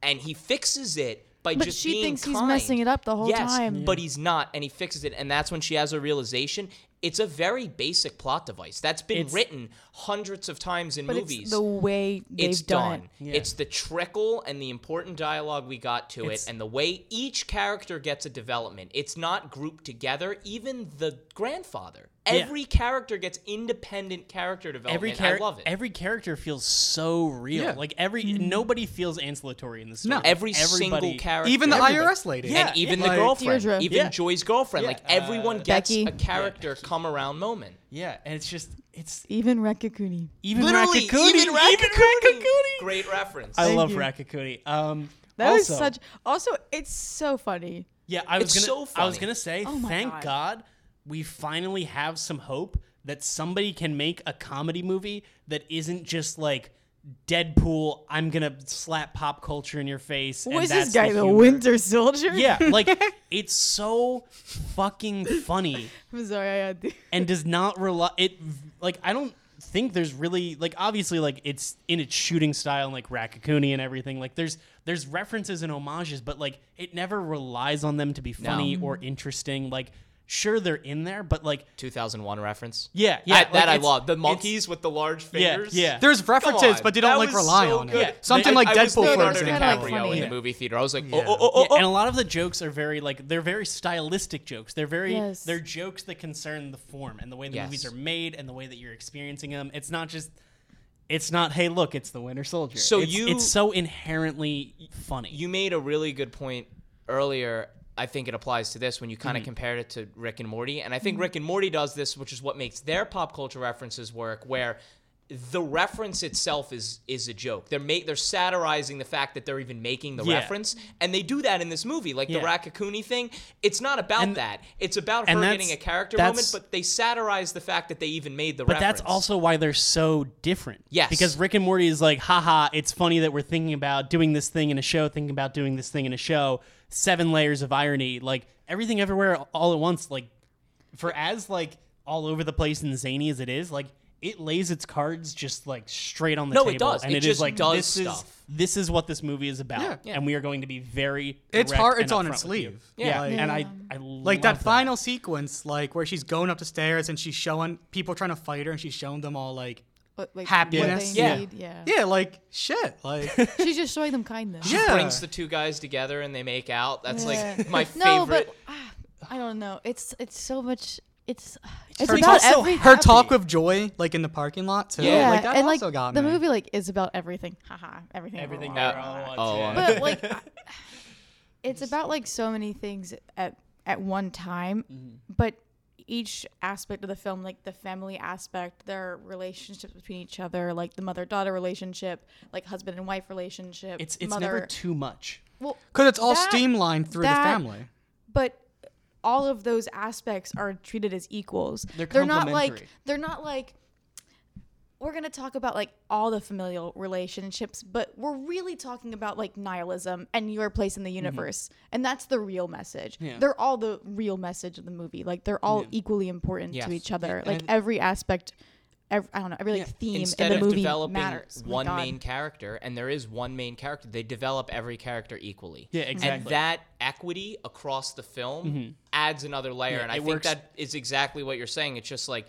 Speaker 1: and he fixes it by
Speaker 8: But
Speaker 1: just
Speaker 8: she
Speaker 1: being
Speaker 8: thinks he's
Speaker 1: kind.
Speaker 8: messing it up the whole
Speaker 1: yes,
Speaker 8: time.
Speaker 1: But he's not, and he fixes it, and that's when she has a realization. It's a very basic plot device that's been
Speaker 7: It's-
Speaker 1: written hundreds of times in
Speaker 8: But
Speaker 1: movies.
Speaker 8: it's the way they've
Speaker 1: It's
Speaker 8: done.
Speaker 1: done.
Speaker 8: it.
Speaker 7: Yeah.
Speaker 1: It's the trickle and the important dialogue we got to
Speaker 7: It's-
Speaker 1: it, and the way each character gets a development. It's not grouped together. Even the grandfather,
Speaker 7: Yeah.
Speaker 1: every character gets independent character
Speaker 7: Every
Speaker 1: development.
Speaker 7: character,
Speaker 1: Oh, I love it. Mm-hmm.
Speaker 7: every character feels so real.
Speaker 9: Yeah.
Speaker 7: Like every nobody feels ancillatory in this story.
Speaker 9: No.
Speaker 1: Every
Speaker 7: Everybody-
Speaker 1: single character,
Speaker 9: Even the
Speaker 7: Everybody.
Speaker 9: IRS lady.
Speaker 7: Yeah.
Speaker 1: and even
Speaker 9: like-
Speaker 1: the girlfriend,
Speaker 8: Deirdre.
Speaker 1: even
Speaker 7: Yeah.
Speaker 1: Joy's girlfriend,
Speaker 7: Yeah, Uh,
Speaker 1: like everyone gets
Speaker 8: Becky.
Speaker 1: a character come around moment.
Speaker 7: Yeah, and it's just it's
Speaker 8: Even Rekakuni.
Speaker 7: even
Speaker 1: Literally,
Speaker 7: Rakakuni.
Speaker 1: even Rakakuni.
Speaker 7: Rakakuni.
Speaker 1: Great reference.
Speaker 7: I love
Speaker 8: you.
Speaker 7: Rakakuni. Um,
Speaker 8: That was
Speaker 7: also,
Speaker 8: such. Also, it's so funny.
Speaker 7: Yeah, I was
Speaker 1: It's
Speaker 7: gonna.
Speaker 1: so
Speaker 7: I was
Speaker 1: funny.
Speaker 7: gonna say,
Speaker 8: Oh my
Speaker 7: thank
Speaker 8: God.
Speaker 7: God. we finally have some hope that somebody can make a comedy movie that isn't just like Deadpool. I'm gonna slap pop culture in your face. and
Speaker 8: Was
Speaker 7: that's
Speaker 8: this guy the,
Speaker 7: humor."
Speaker 8: Winter Soldier?
Speaker 7: Yeah,
Speaker 8: <laughs>
Speaker 7: like it's so fucking funny
Speaker 8: I'm sorry, I had to.
Speaker 7: and does not rely. It v- like I don't think there's really like obviously like it's in its shooting style and like Rakakuni and everything. Like there's there's references and homages, but like it never relies on them to be funny or interesting. Like sure they're in there, but like
Speaker 1: 2001 reference.
Speaker 7: Yeah, yeah,
Speaker 1: I-
Speaker 7: like,
Speaker 1: that I
Speaker 7: it's-
Speaker 1: love. The
Speaker 7: it's-
Speaker 1: monkeys with the large
Speaker 7: Yeah,
Speaker 1: fingers.
Speaker 7: yeah.
Speaker 9: There's
Speaker 1: Come
Speaker 9: references,
Speaker 1: on.
Speaker 9: but they don't
Speaker 1: That
Speaker 9: like
Speaker 1: was
Speaker 9: rely
Speaker 1: so
Speaker 9: on
Speaker 1: good.
Speaker 9: it. Something
Speaker 1: I-
Speaker 9: like
Speaker 1: I was
Speaker 9: Deadpool, for
Speaker 1: Leonardo
Speaker 8: It's
Speaker 9: example.
Speaker 8: kinda like
Speaker 1: DiCaprio
Speaker 8: funny.
Speaker 1: in
Speaker 7: Yeah.
Speaker 1: the movie theater. I was like, oh,
Speaker 9: Yeah.
Speaker 1: oh, oh, oh,
Speaker 7: Yeah, and a lot of the jokes are very like they're very stylistic jokes. They're very
Speaker 8: Yes.
Speaker 7: they're jokes that concern the form and the way the
Speaker 1: Yes.
Speaker 7: movies are made and the way that you're experiencing them. It's not just it's not hey look it's the Winter Soldier.
Speaker 1: So
Speaker 7: It's-
Speaker 1: you-
Speaker 7: it's so inherently funny.
Speaker 1: you made a really good point earlier. I think it applies to this when you kind
Speaker 7: Mm-hmm.
Speaker 1: of compared it to Rick and Morty. And I think Rick and Morty does this, which is what makes their pop culture references work, where the reference itself is is a joke. They're make they're satirizing the fact that they're even making the
Speaker 7: Yeah.
Speaker 1: reference, and they do that in this movie, like
Speaker 7: Yeah.
Speaker 1: the Rakakuni thing. It's not about
Speaker 7: And-
Speaker 1: that. It's about
Speaker 7: and
Speaker 1: her
Speaker 7: that's-
Speaker 1: getting a character
Speaker 7: that's-
Speaker 1: moment, but they satirize the fact that they even made the
Speaker 7: but
Speaker 1: reference.
Speaker 7: that's also why they're so different.
Speaker 1: Yes.
Speaker 7: Because Rick and Morty is like, haha, it's funny that we're thinking about doing this thing in a show, thinking about doing this thing in a show. Seven layers of irony, like everything everywhere all at once. Like, for as like all over the place and zany as it is, like it lays its cards just like straight on the
Speaker 1: No, it
Speaker 7: table.
Speaker 1: does.
Speaker 7: And
Speaker 1: It
Speaker 7: it is
Speaker 1: just
Speaker 7: like
Speaker 1: does
Speaker 7: this is
Speaker 1: stuff.
Speaker 7: this is what this movie is about,
Speaker 9: Yeah.
Speaker 7: and we are going to be very.
Speaker 9: It's
Speaker 7: direct
Speaker 9: hard.
Speaker 7: and
Speaker 9: It's on
Speaker 7: upfront
Speaker 9: its
Speaker 7: with you.
Speaker 9: sleeve.
Speaker 7: Yeah,
Speaker 1: Yeah.
Speaker 9: Like,
Speaker 7: and I, I love
Speaker 9: like that final sequence, like where she's going up the stairs and she's showing people trying to fight her, and she's showing them all like,
Speaker 8: What, like,
Speaker 9: Happiness.
Speaker 8: What
Speaker 9: Yeah.
Speaker 8: they need. yeah.
Speaker 9: yeah, like shit, <laughs> like
Speaker 8: She's just showing them kindness.
Speaker 9: yeah.
Speaker 1: brings the two guys together and they make out. That's
Speaker 8: Yeah.
Speaker 1: like my
Speaker 8: No,
Speaker 1: favorite.
Speaker 8: but ah, I don't know. It's it's so much. It's it's,
Speaker 9: her
Speaker 8: about
Speaker 9: talk,
Speaker 8: everything.
Speaker 9: her talk with Joy, like in the parking lot too.
Speaker 8: yeah,
Speaker 9: like that
Speaker 8: and
Speaker 9: also
Speaker 8: like
Speaker 9: got
Speaker 8: the
Speaker 9: me.
Speaker 8: movie like is about everything. Haha, everything.
Speaker 7: everything
Speaker 8: everyone.
Speaker 7: that all at once.
Speaker 1: Oh,
Speaker 7: yeah.
Speaker 1: uh,
Speaker 7: <laughs>
Speaker 8: but like I- it's about like so many things at at one time
Speaker 7: Mm-hmm.
Speaker 8: but each aspect of the film like the family aspect their relationships between each other like the mother daughter relationship like husband and wife relationship
Speaker 7: it's it's
Speaker 8: mother
Speaker 7: never too much.
Speaker 8: well,
Speaker 9: Because it's all
Speaker 8: that-
Speaker 9: streamlined through
Speaker 8: that-
Speaker 9: the family.
Speaker 8: but all of those aspects are treated as equals.
Speaker 7: They're
Speaker 8: not like
Speaker 7: complementary.
Speaker 8: they're not like we're gonna talk about like all the familial relationships, but we're really talking about like nihilism and your place
Speaker 1: Mm-hmm.
Speaker 8: in the universe, and that's the real message. They're all the real message of the movie. Like they're all equally important
Speaker 1: Yes.
Speaker 8: to each other.
Speaker 7: I
Speaker 8: like
Speaker 7: th-
Speaker 8: every aspect, every, I don't know, every like theme
Speaker 1: instead
Speaker 8: in the
Speaker 1: of
Speaker 8: movie
Speaker 1: developing
Speaker 8: matters. Oh My
Speaker 1: one
Speaker 8: God.
Speaker 1: main character and there is one main character they develop every character equally
Speaker 7: Yeah,
Speaker 1: and
Speaker 7: exactly. Mm-hmm.
Speaker 1: that equity across the film adds another layer and i
Speaker 7: it
Speaker 1: think
Speaker 7: works-
Speaker 1: that is exactly what you're saying it's just like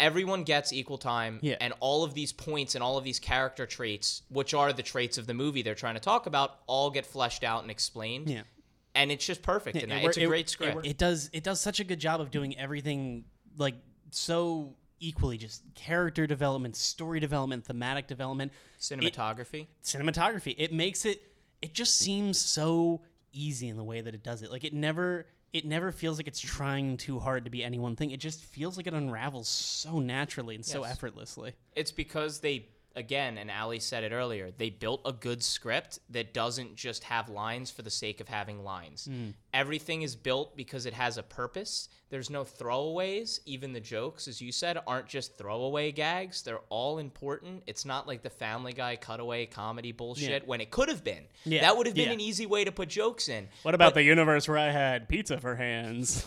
Speaker 1: everyone gets equal time
Speaker 7: Yeah.
Speaker 1: and all of these points and all of these character traits which are the traits of the movie they're trying to talk about all get fleshed out and explained
Speaker 7: Yeah.
Speaker 1: <laughs> and it's just perfect in
Speaker 7: Yeah,
Speaker 1: that.
Speaker 7: wor-
Speaker 1: it's a great script
Speaker 7: It, does it does such a good job of doing everything like so equally, just character development, story development, thematic development,
Speaker 1: cinematography
Speaker 7: cinematography. It makes it it just seems so easy in the way that it does it. Like it never it never feels like it's trying too hard to be any one thing. It just feels like it unravels so naturally and so effortlessly.
Speaker 1: it's because they again, and Ali said it earlier, they built a good script that doesn't just have lines for the sake of having lines.
Speaker 7: Hmm.
Speaker 1: Everything is built because it has a purpose. There's no throwaways. Even the jokes, as you said, aren't just throwaway gags. They're all important. It's not like the Family Guy cutaway comedy bullshit when it could have been.
Speaker 7: Yeah.
Speaker 1: That would have been
Speaker 7: Yeah.
Speaker 1: an easy way to put jokes in.
Speaker 7: What about the universe where I had pizza for hands?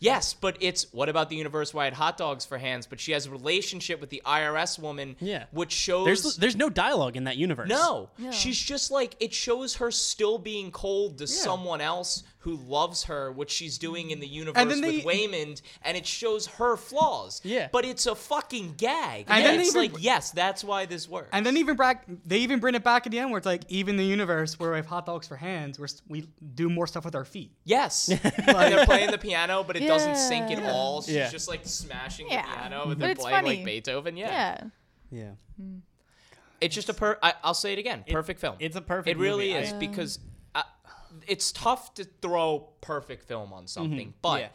Speaker 1: Yes, but it's what about the universe where I had hot dogs for hands? But she has a relationship with the IRS woman,
Speaker 7: <laughs> Yeah.
Speaker 1: which shows
Speaker 7: There's there's no dialogue in that universe.
Speaker 1: No. She's just like it shows her still being cold to someone else who loves her, which she's doing in the universe
Speaker 9: then
Speaker 1: with
Speaker 9: they-
Speaker 1: Waymond, and it shows her flaws.
Speaker 7: Yeah.
Speaker 1: But it's a fucking gag.
Speaker 9: And
Speaker 1: And,
Speaker 9: then they
Speaker 1: it's
Speaker 9: even-
Speaker 1: like, yes, that's why this works.
Speaker 9: And then even back, they even bring it back at the end where it's like, even the universe where we have hot dogs for hands, where we do more stuff with our feet. <laughs>
Speaker 1: Yes. and they're playing the piano, but it doesn't sync at
Speaker 8: Yeah.
Speaker 1: all. She's
Speaker 7: Yeah.
Speaker 1: just like smashing
Speaker 8: Yeah.
Speaker 1: the piano
Speaker 8: But
Speaker 1: and then
Speaker 8: it's
Speaker 1: playing
Speaker 8: funny.
Speaker 1: like Beethoven. Yeah.
Speaker 8: Yeah.
Speaker 7: Yeah.
Speaker 1: It's just a per. I, I'll say it again. Perfect film.
Speaker 7: it's a perfect
Speaker 1: It really
Speaker 7: movie. I- um,
Speaker 1: is because I, it's tough to throw perfect film on something, but
Speaker 7: Mm-hmm. Yeah.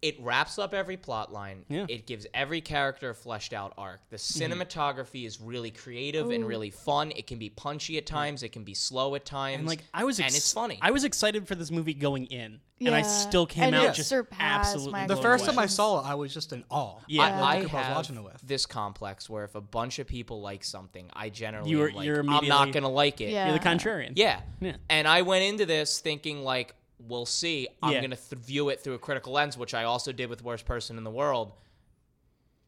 Speaker 1: it wraps up every plot line.
Speaker 7: Yeah. Mm-hmm.
Speaker 1: It gives every character a fleshed out arc. The cinematography is really creative and really fun. It can be punchy at times. It can be slow at times.
Speaker 7: And like I was,
Speaker 1: and it's
Speaker 7: ex-
Speaker 1: funny.
Speaker 7: I was excited for this movie going in, and I
Speaker 8: Yeah.
Speaker 7: still came
Speaker 8: And
Speaker 7: out
Speaker 8: it
Speaker 7: just
Speaker 8: surpassed
Speaker 7: absolutely.
Speaker 8: my
Speaker 7: blown
Speaker 9: The first time
Speaker 7: away.
Speaker 9: I saw it, I was just in awe.
Speaker 7: Yeah.
Speaker 1: I, I
Speaker 9: Like, I was
Speaker 1: have
Speaker 9: watching it with.
Speaker 1: this complex where if a bunch of people like something, I generally
Speaker 7: You're-
Speaker 1: am like,
Speaker 7: you're
Speaker 1: I'm not
Speaker 7: immediately-
Speaker 1: gonna like it.
Speaker 8: Yeah.
Speaker 7: You're the contrarian.
Speaker 1: Yeah.
Speaker 7: Yeah.
Speaker 1: And I went into this thinking like, we'll see. I'm
Speaker 7: Yeah.
Speaker 1: gonna th- view it through a critical lens, which I also did with Worst Person in the World.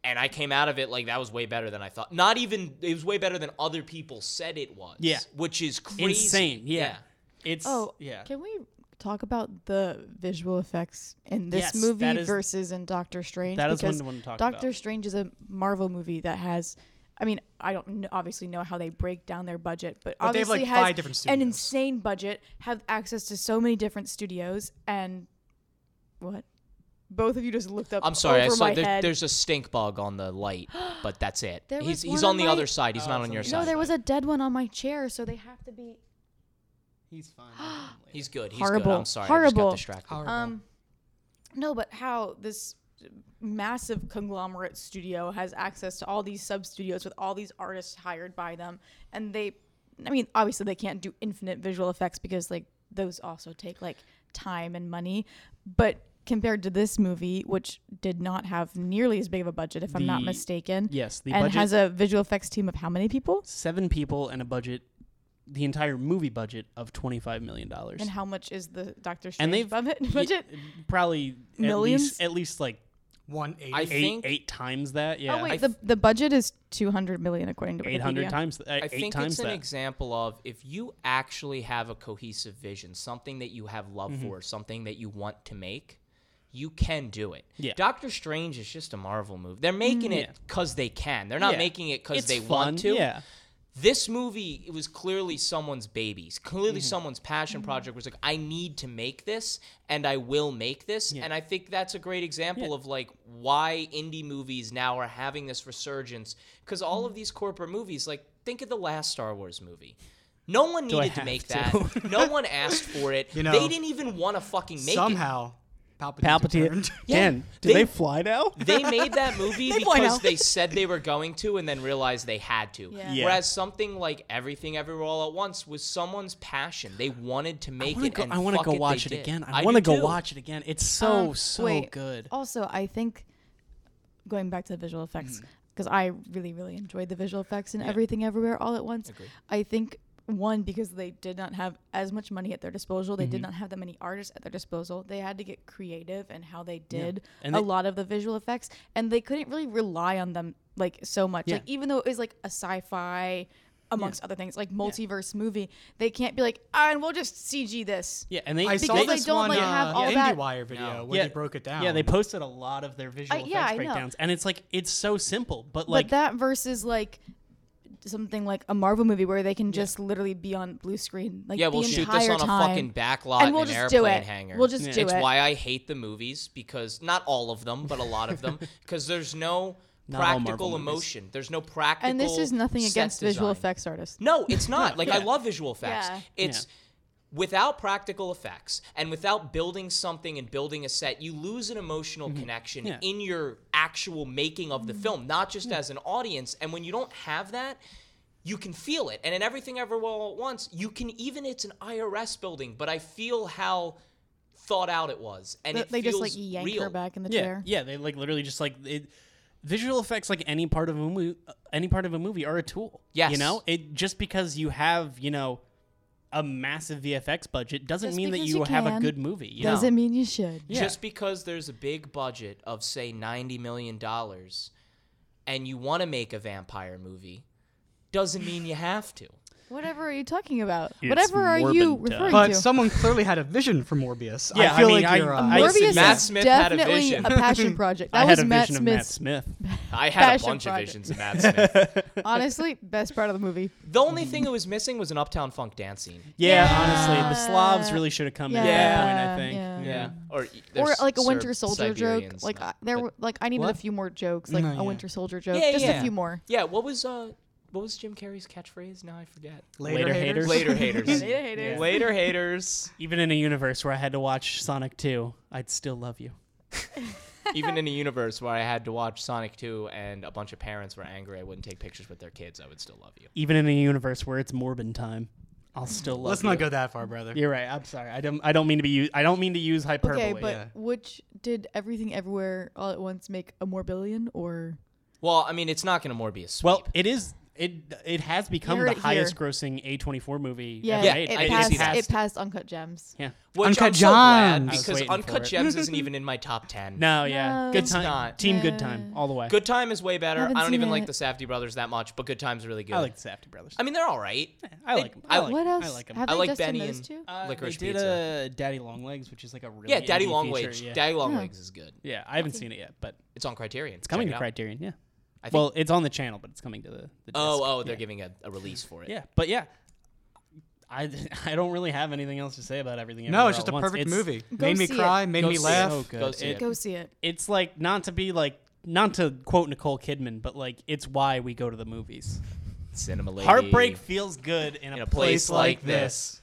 Speaker 1: And I came out of it like that was way better than I thought. Not even it was way better than other people said it was.
Speaker 7: Yeah.
Speaker 1: Which is crazy.
Speaker 7: insane. Yeah. It's
Speaker 8: Oh,
Speaker 7: yeah.
Speaker 8: Can we talk about the visual effects in this
Speaker 7: Yes,
Speaker 8: movie
Speaker 7: that is-
Speaker 8: versus in Doctor Strange?
Speaker 7: that is one
Speaker 8: Because
Speaker 7: I wanna talk about.
Speaker 8: Doctor Strange is a Marvel movie that has. I mean, I don't kn- obviously know how they break down their budget, but,
Speaker 9: But they have,
Speaker 8: obviously
Speaker 9: like,
Speaker 8: has
Speaker 9: five different
Speaker 8: an
Speaker 9: studios.
Speaker 8: insane budget, have access to so many different studios, and what? Both of you just looked up.
Speaker 1: I'm sorry. I
Speaker 8: over
Speaker 1: saw
Speaker 8: my
Speaker 1: there,
Speaker 8: head.
Speaker 1: there's a stink bug on the light, but that's it.
Speaker 8: <gasps> There
Speaker 1: he's
Speaker 8: was
Speaker 1: he's
Speaker 8: one
Speaker 1: on the
Speaker 8: on my- Oh,
Speaker 1: other side. He's not on your
Speaker 8: no,
Speaker 1: side.
Speaker 8: there was a dead one on my chair, so they have to be.
Speaker 7: He's fine.
Speaker 1: he's good. He's
Speaker 8: Horrible.
Speaker 1: good. I'm sorry. I just
Speaker 8: Horrible.
Speaker 1: got distracted.
Speaker 8: Um, no, but how this massive conglomerate studio has access to all these sub studios with all these artists hired by them, and they, I mean, obviously they can't do infinite visual effects because like those also take like time and money, but compared to this movie, which did not have nearly as big of a budget, if I'm not
Speaker 7: The-
Speaker 8: mistaken,
Speaker 7: yes, the
Speaker 8: and
Speaker 7: budget-
Speaker 8: has a visual effects team of how many people?
Speaker 7: Seven people and a budget, the entire movie budget of twenty five million dollars.
Speaker 8: And how much is the Doctor
Speaker 7: And
Speaker 8: Strange
Speaker 7: they've-
Speaker 8: budget? <laughs> budget?
Speaker 7: Probably
Speaker 8: Millions?
Speaker 7: At least, at least like
Speaker 9: 180.
Speaker 1: I
Speaker 7: eight
Speaker 1: think
Speaker 7: eight times that. Yeah.
Speaker 8: Oh wait, the, the budget is 200 million according to Wikipedia.
Speaker 7: eight hundred times. th- Uh,
Speaker 1: I
Speaker 7: eight
Speaker 1: think
Speaker 7: times
Speaker 1: it's an
Speaker 7: that.
Speaker 1: example of if you actually have a cohesive vision, something that you have love
Speaker 7: Mm-hmm.
Speaker 1: for, something that you want to make, you can do it.
Speaker 7: Yeah. Mm,
Speaker 1: Doctor Strange is just a Marvel movie. They're making it because they can. They're not
Speaker 7: Yeah.
Speaker 1: making it because
Speaker 7: It's
Speaker 1: they
Speaker 7: fun,
Speaker 1: want to.
Speaker 7: Yeah.
Speaker 1: This movie it was clearly someone's babies. Clearly someone's passion project was like, I need to make this and I will make this. And I think that's a great example of like why indie movies now are having this resurgence. Because all of these corporate movies, like think of the last Star Wars movie. No one
Speaker 7: I
Speaker 1: needed to
Speaker 7: have
Speaker 1: make
Speaker 7: to?
Speaker 1: that. no one asked for it.
Speaker 9: You know,
Speaker 1: they didn't even want to fucking make it.
Speaker 9: Somehow, Palpatine. <laughs>
Speaker 1: <laughs>
Speaker 7: Palpatine. Dan, do
Speaker 1: they-
Speaker 7: they, fly now?
Speaker 1: They made that
Speaker 8: <laughs>
Speaker 1: movie
Speaker 7: fly now.
Speaker 1: because they said they were going to and then realized they had to.
Speaker 8: Yeah.
Speaker 7: Yeah.
Speaker 1: Whereas something like Everything Everywhere All at Once was someone's passion. They wanted to make
Speaker 7: I wanna
Speaker 1: it.
Speaker 7: go,
Speaker 1: and
Speaker 7: I wanna
Speaker 1: fuck
Speaker 7: go
Speaker 1: it, they
Speaker 7: watch it
Speaker 1: did.
Speaker 7: again. I,
Speaker 1: do
Speaker 7: want to go
Speaker 1: too.
Speaker 7: watch it again. It's so
Speaker 8: Um,
Speaker 7: so
Speaker 8: wait,
Speaker 7: good.
Speaker 8: Also, I think going back to the visual effects
Speaker 7: Mm-hmm.
Speaker 8: because I really really enjoyed the visual effects and everything everywhere all at once. I think one because they did not have as much money at their disposal. They
Speaker 7: Mm-hmm.
Speaker 8: did not have that many artists at their disposal. They had to get creative in how they did
Speaker 7: And
Speaker 8: a
Speaker 7: they-
Speaker 8: lot of the visual effects and they couldn't really rely on them like so much.
Speaker 7: Yeah.
Speaker 8: Like even though it was like a sci-fi amongst other things like multiverse movie, they can't be like, "Ah, and we'll just CG this."
Speaker 7: Yeah, and they
Speaker 9: I saw
Speaker 8: Because they
Speaker 9: this
Speaker 8: don't,
Speaker 9: one
Speaker 8: like,
Speaker 9: uh,
Speaker 8: have all that-
Speaker 9: IndieWire video where they broke it down.
Speaker 7: Yeah, they posted a lot of their visual
Speaker 8: I-
Speaker 7: effects
Speaker 8: yeah, I know.
Speaker 7: breakdowns, and it's like it's so simple, but like
Speaker 8: but that versus like something like a Marvel movie where they can just literally be on blue screen. Like
Speaker 1: Yeah,
Speaker 8: the
Speaker 1: we'll shoot
Speaker 8: entire
Speaker 1: this on
Speaker 8: time.
Speaker 1: a fucking back lot
Speaker 8: and we'll
Speaker 1: in an
Speaker 8: just
Speaker 1: airplane
Speaker 8: do it.
Speaker 1: hangar.
Speaker 8: We'll just do
Speaker 1: it's
Speaker 8: it.
Speaker 1: why I hate the movies because not all of them, but a lot
Speaker 8: <laughs>
Speaker 1: of them, because there's no
Speaker 7: Not all
Speaker 1: practical
Speaker 7: Marvel movies.
Speaker 1: emotion. There's no practical.
Speaker 8: and this is nothing
Speaker 1: set
Speaker 8: against visual
Speaker 1: design.
Speaker 8: <laughs> effects artists.
Speaker 1: No, it's not. Like I love visual effects.
Speaker 8: Yeah.
Speaker 1: It's without practical effects and without building something and building a set, you lose an emotional
Speaker 8: Mm-hmm.
Speaker 1: connection
Speaker 7: Yeah.
Speaker 1: in your actual making of the film, not just as an audience. And when you don't have that, you can feel it. And in Everything Everywhere All at Once, you can even, it's an IRS building, but I feel how thought out it was. And
Speaker 8: They,
Speaker 1: it
Speaker 8: they just
Speaker 1: feels
Speaker 8: like yank
Speaker 1: real.
Speaker 8: her back in the
Speaker 7: yeah,
Speaker 8: chair.
Speaker 7: yeah. They like literally just like it, visual effects, like any part of a movie, any part of a movie, are a tool.
Speaker 1: Yes.
Speaker 7: you know, it just because you have you know a massive VFX budget doesn't
Speaker 8: Just
Speaker 7: mean that
Speaker 8: because
Speaker 7: you,
Speaker 8: you
Speaker 7: have a
Speaker 8: can
Speaker 7: good movie. You know?
Speaker 8: Doesn't mean you should.
Speaker 7: Yeah.
Speaker 1: Just because there's a big budget of say 90 million dollars and you want to make a vampire movie doesn't mean you have to.
Speaker 8: Whatever are you talking about? Whatever are you
Speaker 7: Morbinta.
Speaker 8: referring
Speaker 9: But
Speaker 8: to?
Speaker 9: someone clearly had a vision for Morbius.
Speaker 7: Yeah,
Speaker 9: I feel
Speaker 7: I mean,
Speaker 9: like
Speaker 7: I-
Speaker 9: you're. Uh,
Speaker 7: I-
Speaker 8: Morbius
Speaker 7: assume-
Speaker 8: is
Speaker 1: Matt Smith had a
Speaker 8: definitely
Speaker 1: vision.
Speaker 8: a passion
Speaker 7: <laughs>
Speaker 8: project. That
Speaker 7: I had
Speaker 8: was
Speaker 7: a
Speaker 8: Matt
Speaker 7: vision of Matt
Speaker 8: Smith's.
Speaker 7: Smith.
Speaker 1: I had a
Speaker 8: Passion
Speaker 1: bunch of
Speaker 8: project.
Speaker 1: visions of Matt Smith.
Speaker 8: Honestly, best part of the movie.
Speaker 1: the only thing it was missing was an Uptown Funk dance scene.
Speaker 7: Yeah, honestly, the Slavs really should have come in at that point. I
Speaker 8: Yeah,
Speaker 7: think.
Speaker 8: yeah.
Speaker 1: Or,
Speaker 8: Or
Speaker 1: there's
Speaker 8: like a
Speaker 1: Serb-
Speaker 8: Winter Soldier joke.
Speaker 1: Siberians,
Speaker 8: Like
Speaker 1: not-
Speaker 8: I, there,
Speaker 1: but-
Speaker 8: were, like I needed a
Speaker 9: What?
Speaker 8: few more jokes, like
Speaker 9: No,
Speaker 8: a
Speaker 9: yeah.
Speaker 8: Winter Soldier joke,
Speaker 1: Yeah,
Speaker 8: just
Speaker 1: yeah.
Speaker 8: a few more.
Speaker 1: Yeah, what was uh what was Jim Carrey's catchphrase? Now I forget.
Speaker 7: Later
Speaker 9: <laughs>
Speaker 7: haters.
Speaker 1: Later haters.
Speaker 8: Later haters.
Speaker 1: Later
Speaker 8: <laughs>
Speaker 1: haters.
Speaker 7: Even in a universe where I had to watch Sonic 2, I'd still love you.
Speaker 1: Even in a universe where I had to watch Sonic 2 and a bunch of parents were angry I wouldn't take pictures with their kids, I would still love you.
Speaker 7: Even in a universe where it's Morbin time, I'll still love
Speaker 9: Let's
Speaker 7: you.
Speaker 9: not go that far, brother.
Speaker 7: You're right. I'm sorry. I don't. I don't mean to be. u- I don't mean to use hyperbole.
Speaker 8: Okay, but
Speaker 9: yeah.
Speaker 8: which did everything everywhere all at once make a morbillion or
Speaker 1: Well, I mean, it's not going to more be a sweep.
Speaker 7: well, it is. It it has become
Speaker 8: heard
Speaker 7: the
Speaker 8: it here.
Speaker 7: highest-grossing A24 movie.
Speaker 8: yeah,
Speaker 7: ever
Speaker 1: Yeah,
Speaker 7: made.
Speaker 8: it,
Speaker 1: I did
Speaker 8: passed,
Speaker 1: see
Speaker 8: it
Speaker 1: that.
Speaker 8: passed Uncut Gems.
Speaker 7: yeah.
Speaker 1: Which I'm
Speaker 9: Uncut
Speaker 1: so glad
Speaker 9: Gems.
Speaker 7: I was
Speaker 1: because
Speaker 7: waiting for
Speaker 1: Uncut
Speaker 7: it.
Speaker 1: Gems isn't even in my top 10.
Speaker 7: No. Yeah.
Speaker 8: No.
Speaker 7: Good
Speaker 8: It's
Speaker 7: time.
Speaker 1: not.
Speaker 7: Team Good Time all the way.
Speaker 1: Good Time is way better.
Speaker 8: Haven't
Speaker 1: I don't
Speaker 8: seen
Speaker 1: even like
Speaker 8: it.
Speaker 1: the Safety Brothers that much, but Good Time's really good.
Speaker 7: I like the Safety Brothers.
Speaker 1: I mean, they're all right.
Speaker 7: I like. 'em. I
Speaker 1: I-
Speaker 7: like.
Speaker 8: what
Speaker 7: 'em.
Speaker 8: else?
Speaker 7: I like 'em.
Speaker 8: Have
Speaker 1: I
Speaker 8: they
Speaker 1: like
Speaker 8: just done
Speaker 1: Benny
Speaker 8: those
Speaker 1: and-
Speaker 8: two?
Speaker 7: Uh,
Speaker 1: Licorice
Speaker 7: they did
Speaker 1: Pizza.
Speaker 7: a Daddy Long Legs, which is like a really
Speaker 1: Yeah, Daddy
Speaker 7: indie
Speaker 1: Long
Speaker 7: feature,
Speaker 1: Legs.
Speaker 7: yeah.
Speaker 1: Daddy Long Legs is good.
Speaker 7: Yeah, I haven't seen it yet, but
Speaker 1: It's on Criterion.
Speaker 7: it's coming
Speaker 1: Check
Speaker 7: to
Speaker 1: it out.
Speaker 7: Criterion. Yeah.
Speaker 1: I think-
Speaker 7: Well, it's on the channel, but it's coming to the. the
Speaker 1: Oh,
Speaker 7: disc.
Speaker 1: oh, they're
Speaker 7: yeah.
Speaker 1: giving a, a release for it.
Speaker 7: Yeah, but yeah, I <laughs> I don't really have anything else to say about everything.
Speaker 9: No,
Speaker 7: Everywhere
Speaker 9: it's just a
Speaker 7: All at Once.
Speaker 9: perfect
Speaker 7: It's-
Speaker 9: movie.
Speaker 8: Go
Speaker 9: Made me
Speaker 8: see
Speaker 9: cry,
Speaker 8: it.
Speaker 9: made
Speaker 7: Go
Speaker 9: me
Speaker 7: see it.
Speaker 9: laugh.
Speaker 7: So good.
Speaker 1: Go see
Speaker 7: It-
Speaker 1: it.
Speaker 8: Go see it.
Speaker 7: It's like not to be like not to quote Nicole Kidman, but like it's why we go to the movies.
Speaker 1: Cinema Lady.
Speaker 7: Heartbreak feels good in,
Speaker 1: In a place like this.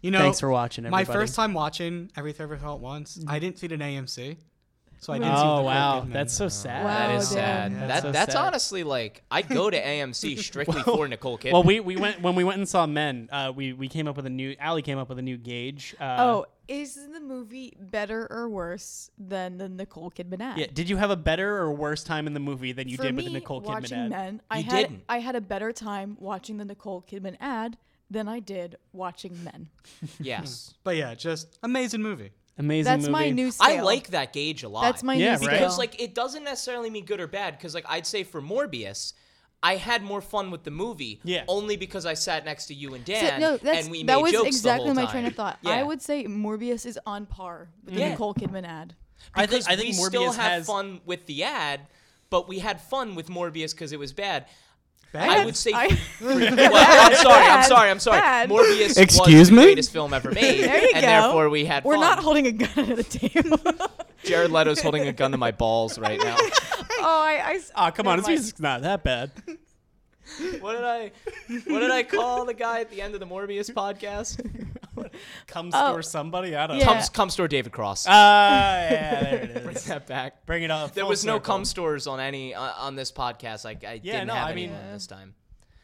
Speaker 9: You know,
Speaker 7: Thanks for watching,
Speaker 9: My
Speaker 7: everybody.
Speaker 9: first time watching Everything Ever All at Once, I didn't see it in AMC, so I didn't see.
Speaker 7: Oh
Speaker 9: Nicole
Speaker 7: wow,
Speaker 9: Kidman.
Speaker 7: that's so sad.
Speaker 8: Wow,
Speaker 1: That is
Speaker 8: dude.
Speaker 1: sad.
Speaker 7: Yeah.
Speaker 1: that,
Speaker 7: So
Speaker 1: that's
Speaker 7: sad.
Speaker 1: honestly like, I go
Speaker 7: <laughs>
Speaker 1: to AMC strictly for Nicole Kidman.
Speaker 7: Well, we, we went when we went and saw Men. Uh, we we came up with a new. Allie came up with a new gauge. Uh,
Speaker 8: Oh, is the movie better or worse than the Nicole Kidman ad?
Speaker 7: yeah. Did you have a better or worse time in the movie than you
Speaker 8: For
Speaker 7: did
Speaker 8: me,
Speaker 7: with the Nicole Kidman
Speaker 8: watching
Speaker 7: ad?
Speaker 8: Men, I
Speaker 1: You
Speaker 8: had
Speaker 1: didn't.
Speaker 8: I had a better time watching the Nicole Kidman ad than I did watching Men.
Speaker 1: yes.
Speaker 9: But yeah, just amazing movie.
Speaker 7: Amazing.
Speaker 8: That's
Speaker 7: movie.
Speaker 8: my new
Speaker 1: I
Speaker 8: scale.
Speaker 1: like that gauge a lot.
Speaker 8: That's my
Speaker 7: Yeah,
Speaker 8: new
Speaker 7: right?
Speaker 8: scale.
Speaker 1: because like it doesn't necessarily mean good or bad because like i'd say for morbius i had more fun with the movie
Speaker 7: Yeah.
Speaker 1: only because i sat next to you and
Speaker 8: So,
Speaker 1: dan
Speaker 8: no, that's
Speaker 1: and we
Speaker 8: that
Speaker 1: made
Speaker 8: was
Speaker 1: jokes
Speaker 8: exactly
Speaker 1: the whole
Speaker 8: my
Speaker 1: time.
Speaker 8: train of thought.
Speaker 1: yeah.
Speaker 8: I would say Morbius is on par with the
Speaker 1: Yeah.
Speaker 8: Nicole Kidman ad.
Speaker 7: I think
Speaker 1: because
Speaker 7: I think
Speaker 1: we
Speaker 7: Morbius
Speaker 1: still have
Speaker 7: has
Speaker 1: fun with the ad but we had fun with morbius because it was
Speaker 8: <laughs>
Speaker 1: bad I
Speaker 9: Bad?
Speaker 1: would say. <laughs>
Speaker 8: I-
Speaker 1: well, I'm sorry. I'm
Speaker 8: Bad.
Speaker 1: sorry. I'm sorry.
Speaker 8: Bad.
Speaker 1: Morbius was
Speaker 9: Excuse
Speaker 1: the
Speaker 9: me?
Speaker 1: greatest film
Speaker 8: <laughs>
Speaker 1: ever made,
Speaker 8: There you
Speaker 1: and
Speaker 8: go.
Speaker 1: therefore we had
Speaker 8: We're
Speaker 1: fun.
Speaker 8: not holding a gun at the table.
Speaker 1: <laughs> Jared Leto's holding a gun to my balls right
Speaker 8: <laughs>
Speaker 1: now.
Speaker 8: oh, I,
Speaker 1: Ah,
Speaker 7: Oh, come on,
Speaker 8: Never
Speaker 7: this
Speaker 8: mind.
Speaker 7: music's not that bad.
Speaker 8: <laughs>
Speaker 7: <laughs>
Speaker 1: What did I? What did I call the guy at the end of the Morbius podcast?
Speaker 7: Come store somebody, I don't
Speaker 8: Oh, Yeah.
Speaker 7: know.
Speaker 1: Comes, come store David Cross.
Speaker 7: Ah, yeah, there it
Speaker 1: Bring
Speaker 7: is.
Speaker 1: that back.
Speaker 7: Bring it up.
Speaker 1: There
Speaker 7: full
Speaker 1: was no
Speaker 7: circle.
Speaker 1: cum stores on any uh, on this podcast. Like I didn't
Speaker 7: no,
Speaker 1: have
Speaker 7: I
Speaker 1: any
Speaker 7: mean-
Speaker 1: this time.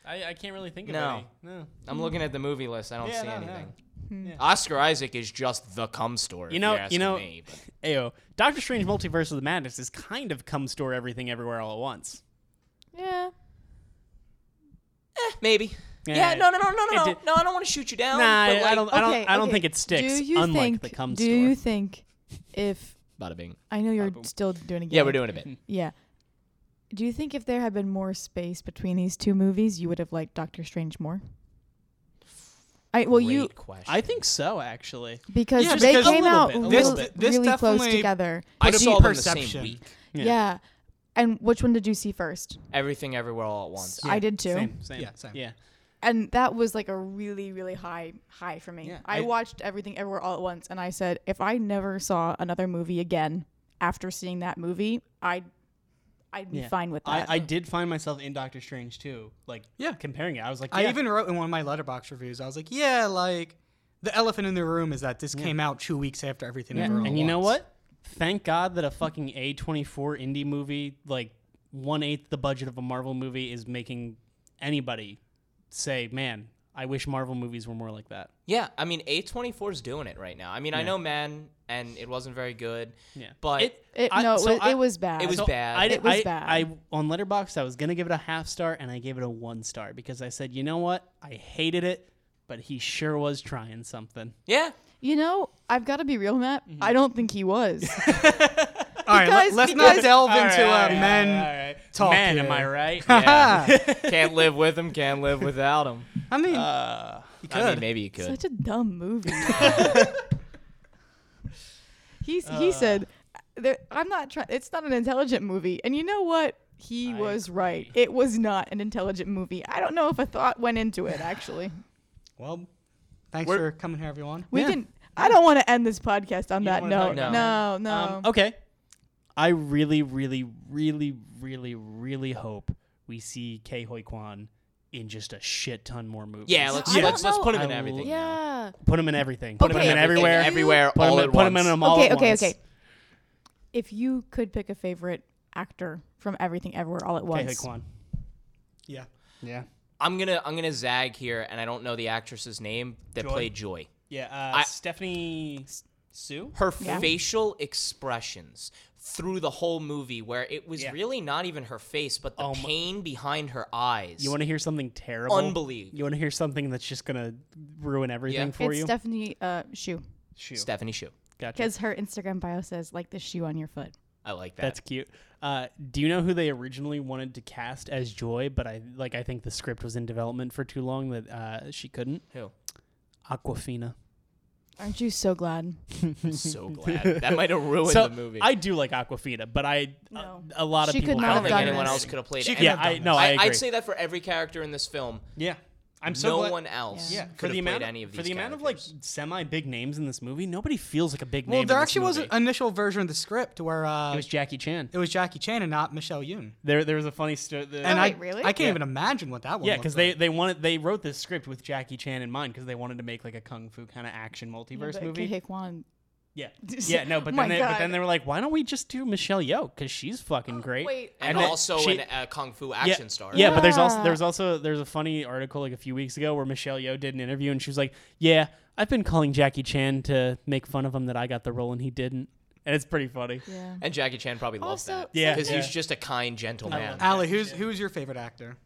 Speaker 7: I, I can't really think of
Speaker 1: No.
Speaker 7: any. No.
Speaker 1: I'm looking at the movie list. I don't
Speaker 7: mm. Yeah,
Speaker 1: see
Speaker 7: no,
Speaker 1: anything. Oscar Isaac is just the cum store.
Speaker 7: You know-
Speaker 1: if you're
Speaker 7: you know-
Speaker 1: asking me,
Speaker 7: <laughs>
Speaker 1: but-
Speaker 7: Ayo, Doctor Strange Multiverse of the Madness is kind of come store everything everywhere all at once.
Speaker 8: yeah.
Speaker 1: Eh, maybe.
Speaker 7: Yeah,
Speaker 1: Yeah,
Speaker 7: it-
Speaker 1: no, no, no, no,
Speaker 7: it
Speaker 1: no,
Speaker 7: did-
Speaker 1: no. I don't want to shoot you down.
Speaker 7: Nah, I,
Speaker 1: but
Speaker 7: I
Speaker 1: like- oh,
Speaker 7: don't. I don't.
Speaker 8: okay,
Speaker 7: I don't
Speaker 8: okay.
Speaker 7: think it sticks.
Speaker 8: Do you
Speaker 7: unlike
Speaker 8: think,
Speaker 7: the cum
Speaker 8: Do
Speaker 7: store.
Speaker 8: you think if
Speaker 1: Bada bing.
Speaker 8: I know you're still doing a game?
Speaker 1: Ah, Yeah, we're doing a bit.
Speaker 8: Yeah. Do you think if there had been more space between these two movies, you would have liked Doctor Strange more? I well,
Speaker 1: Great
Speaker 8: you
Speaker 1: question.
Speaker 7: I think so, actually.
Speaker 8: because
Speaker 9: Yeah,
Speaker 8: they
Speaker 9: just a
Speaker 8: came
Speaker 7: little
Speaker 8: out
Speaker 7: bit, a
Speaker 8: real-
Speaker 7: little
Speaker 8: really,
Speaker 7: bit.
Speaker 9: This
Speaker 8: close
Speaker 9: definitely
Speaker 8: together.
Speaker 1: I
Speaker 9: But
Speaker 1: saw
Speaker 9: see
Speaker 1: them the same
Speaker 9: perception.
Speaker 1: week.
Speaker 7: Yeah.
Speaker 8: Yeah. And which one did you see first?
Speaker 1: Everything, everywhere, all at once.
Speaker 8: I did too.
Speaker 7: Same. Same.
Speaker 9: Yeah, same.
Speaker 7: Yeah.
Speaker 8: And that was like a really, really high high for me.
Speaker 7: Yeah,
Speaker 8: I,
Speaker 7: I-
Speaker 8: watched everything everywhere all at once and I said, if I never saw another movie again after seeing that movie, I'd I'd be
Speaker 7: Yeah.
Speaker 8: fine with
Speaker 7: I,
Speaker 8: that.
Speaker 7: I did find myself in Doctor Strange too. Like,
Speaker 9: Yeah.
Speaker 7: comparing it, I was like,
Speaker 9: I
Speaker 7: yeah.
Speaker 9: even wrote in one of my letterbox reviews. I was like, yeah, like the elephant in the room is that this came out two weeks after everything
Speaker 7: Yeah,
Speaker 9: ever all
Speaker 7: and you know
Speaker 9: Once.
Speaker 7: what? Thank God that a fucking A24 indie movie, like one eighth the budget of a Marvel movie, is making anybody say, man, I wish Marvel movies were more like that.
Speaker 1: Yeah, I mean, A24 is doing it right now. I mean, I know Man, and it wasn't very good.
Speaker 7: Yeah.
Speaker 1: But
Speaker 7: It-
Speaker 8: It,
Speaker 7: I-
Speaker 8: no, it,
Speaker 7: so
Speaker 8: was,
Speaker 7: I-
Speaker 8: it was bad.
Speaker 1: it was
Speaker 7: So
Speaker 1: bad.
Speaker 7: I,
Speaker 8: It was
Speaker 7: I-
Speaker 8: bad.
Speaker 7: I, on Letterboxd, I was gonna give it a half star, and I gave it a one star because I said, you know what? I hated it, but he sure was trying something. <laughs>
Speaker 1: yeah,
Speaker 8: You know, I've got to be real, Matt.
Speaker 7: Mm-hmm.
Speaker 8: I don't think he was.
Speaker 7: <laughs>
Speaker 9: All right,
Speaker 8: Because-
Speaker 9: let, us
Speaker 8: because-
Speaker 9: not delve
Speaker 7: All right,
Speaker 9: into
Speaker 7: all right,
Speaker 9: uh,
Speaker 7: all
Speaker 9: men
Speaker 7: right, all right.
Speaker 9: talk.
Speaker 7: Man,
Speaker 9: here.
Speaker 7: am I <laughs> right?
Speaker 1: can't live with him, can't live without him.
Speaker 9: I mean,
Speaker 7: Uh,
Speaker 1: I mean, maybe you could.
Speaker 8: Such a dumb
Speaker 7: <laughs>
Speaker 8: movie. <laughs> He's,
Speaker 7: Uh.
Speaker 8: he said, there, "I'm not trying. It's not an intelligent movie." And you know what? He was right. It was not an intelligent movie. I don't know if a thought went into it. Actually,
Speaker 9: well, thanks for coming here, everyone.
Speaker 8: we
Speaker 7: Yeah.
Speaker 8: can. I don't want to end this podcast on that
Speaker 7: wanna talk
Speaker 8: note.
Speaker 1: about
Speaker 8: No, no.
Speaker 7: Um, okay. I really, really, really, really, really hope we see K Hoi Kwan in just a shit ton more movies.
Speaker 1: yeah, let's
Speaker 8: I
Speaker 1: let's
Speaker 8: don't
Speaker 1: let's put him
Speaker 7: know.
Speaker 1: in
Speaker 7: I
Speaker 1: everything.
Speaker 7: will-
Speaker 8: yeah.
Speaker 7: put him in everything. Put him
Speaker 8: Okay,
Speaker 7: in
Speaker 8: if-
Speaker 7: everywhere.
Speaker 8: if you-
Speaker 1: everywhere,
Speaker 7: Put
Speaker 1: all
Speaker 7: him,
Speaker 1: at
Speaker 7: in, put him in
Speaker 1: once.
Speaker 7: them all
Speaker 8: Okay,
Speaker 7: at
Speaker 8: okay,
Speaker 7: once.
Speaker 8: okay. If you could pick a favorite actor from Everything Everywhere All at
Speaker 7: K Hoi
Speaker 8: Once,
Speaker 7: Kwan.
Speaker 9: Yeah.
Speaker 7: Yeah.
Speaker 1: I'm gonna I'm gonna zag here, and I don't know the actress's name that played Joy.
Speaker 7: Yeah.
Speaker 1: I-
Speaker 7: Stephanie Sue.
Speaker 1: Her
Speaker 8: Yeah.
Speaker 1: facial expressions through the whole movie, where it was
Speaker 7: Yeah.
Speaker 1: really not even her face, but the
Speaker 7: Oh my-
Speaker 1: pain behind her eyes.
Speaker 7: You want to hear something terrible?
Speaker 1: Unbelievable.
Speaker 7: You want to hear something that's just gonna ruin everything
Speaker 1: Yeah.
Speaker 7: for
Speaker 8: it's
Speaker 7: you?
Speaker 8: Stephanie uh, Shu
Speaker 7: Shoo.
Speaker 1: Stephanie Shu.
Speaker 7: Gotcha.
Speaker 8: because her Instagram bio says like the shoe on your foot.
Speaker 1: I like that.
Speaker 7: That's cute. Uh, do you know who they originally wanted to cast as Joy? But I like I think the script was in development for too long that uh, she couldn't. <laughs>
Speaker 1: Who?
Speaker 7: Aquafina.
Speaker 8: Aren't you so glad?
Speaker 1: I'm so glad. That might have ruined
Speaker 7: so
Speaker 1: Oh, the movie.
Speaker 7: I do like Aquafina, but I uh,
Speaker 8: No.
Speaker 7: a, a lot of
Speaker 8: She could
Speaker 7: people.
Speaker 8: not
Speaker 1: I
Speaker 8: have
Speaker 1: don't think
Speaker 8: done
Speaker 1: anyone
Speaker 8: this.
Speaker 1: else could have played
Speaker 9: She
Speaker 1: it.
Speaker 9: could
Speaker 7: Yeah,
Speaker 9: have done
Speaker 7: I no,
Speaker 9: this.
Speaker 7: I, agree.
Speaker 1: would say that for every character in this film.
Speaker 7: yeah. I'm so
Speaker 1: No
Speaker 7: glad-
Speaker 1: one else.
Speaker 8: Yeah.
Speaker 7: Yeah,
Speaker 1: could
Speaker 7: for
Speaker 1: have
Speaker 7: the amount
Speaker 1: played
Speaker 7: of,
Speaker 1: any of these
Speaker 7: for the amount of like
Speaker 1: characters.
Speaker 7: semi big names in this movie, nobody feels like a big
Speaker 9: Well,
Speaker 7: name.
Speaker 9: there
Speaker 7: in this
Speaker 9: actually was an
Speaker 7: movie.
Speaker 9: initial version of the script where uh,
Speaker 7: It was Jackie Chan.
Speaker 9: Jackie Chan and not Michelle Yoon.
Speaker 7: There, there was a funny story.
Speaker 9: And
Speaker 8: Oh,
Speaker 9: I
Speaker 8: wait, really?
Speaker 9: I can't
Speaker 7: Yeah.
Speaker 9: even imagine what that one.
Speaker 7: Yeah,
Speaker 9: looked
Speaker 7: because they,
Speaker 9: like.
Speaker 7: they wanted they wrote this script with Jackie Chan in mind because they wanted to make like a kung fu kind of action multiverse
Speaker 8: But
Speaker 7: movie.
Speaker 8: Kihei Kwan. <laughs>
Speaker 7: yeah, yeah, no, but
Speaker 8: My
Speaker 7: then they, but
Speaker 8: God.
Speaker 7: then they were like, why don't we just do Michelle Yeoh because
Speaker 8: <gasps>
Speaker 7: she's fucking great.
Speaker 8: wait.
Speaker 1: and,
Speaker 7: then
Speaker 1: also
Speaker 7: she-
Speaker 1: an, a kung fu
Speaker 7: yeah,
Speaker 1: action star.
Speaker 7: Yeah, but there's also
Speaker 8: Yeah.
Speaker 7: there's also there's a funny article like a few weeks ago where Michelle Yeoh did an interview and she was like, yeah, I've been calling Jackie Chan to make fun of him that I got the role and he didn't, and it's pretty funny.
Speaker 8: Yeah.
Speaker 1: And Jackie Chan probably loves
Speaker 8: Also-
Speaker 1: that.
Speaker 7: Yeah,
Speaker 1: Because
Speaker 7: yeah.
Speaker 1: he's just a kind, gentle man.
Speaker 9: Allie, who's who's your favorite actor?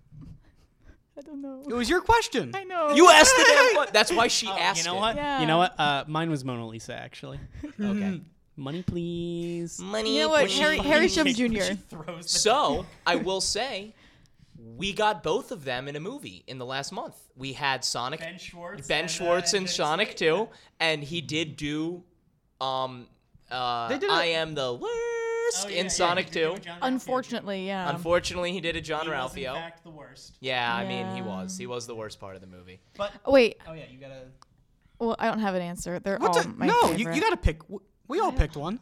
Speaker 8: I don't know.
Speaker 9: It was your question.
Speaker 8: I know.
Speaker 1: You asked the damn que- That's why she asked
Speaker 7: Uh, You know
Speaker 1: it.
Speaker 7: what?
Speaker 8: Yeah.
Speaker 7: You know what? Uh, mine was Mona Lisa
Speaker 8: <laughs>
Speaker 7: actually.
Speaker 1: Okay.
Speaker 7: Money, please.
Speaker 1: Money.
Speaker 8: You know what?
Speaker 1: please.
Speaker 8: Harry,
Speaker 7: <laughs>
Speaker 8: Harry Shum Jr.
Speaker 1: So, I will say, we got both of them in a movie in the last month. We had Sonic, Ben
Speaker 7: Schwartz
Speaker 1: Ben
Speaker 7: and, uh,
Speaker 1: Schwartz and
Speaker 7: Jason
Speaker 1: Sonic 2, and he did do um, uh,
Speaker 9: They did a-
Speaker 1: I Am the
Speaker 7: Oh,
Speaker 1: Worst in Sonic 2.
Speaker 8: Unfortunately, yeah.
Speaker 1: Unfortunately, he did a John Ralphio.
Speaker 7: the worst.
Speaker 1: yeah, I mean, he
Speaker 8: Yeah.
Speaker 1: was. He was the worst part of the movie.
Speaker 8: Wait.
Speaker 7: Oh yeah, you gotta.
Speaker 8: Well, I don't have an answer. They're
Speaker 9: What
Speaker 8: all
Speaker 9: the?
Speaker 8: my
Speaker 9: No, you,
Speaker 8: favorite.
Speaker 9: you got to pick. w- We all picked one.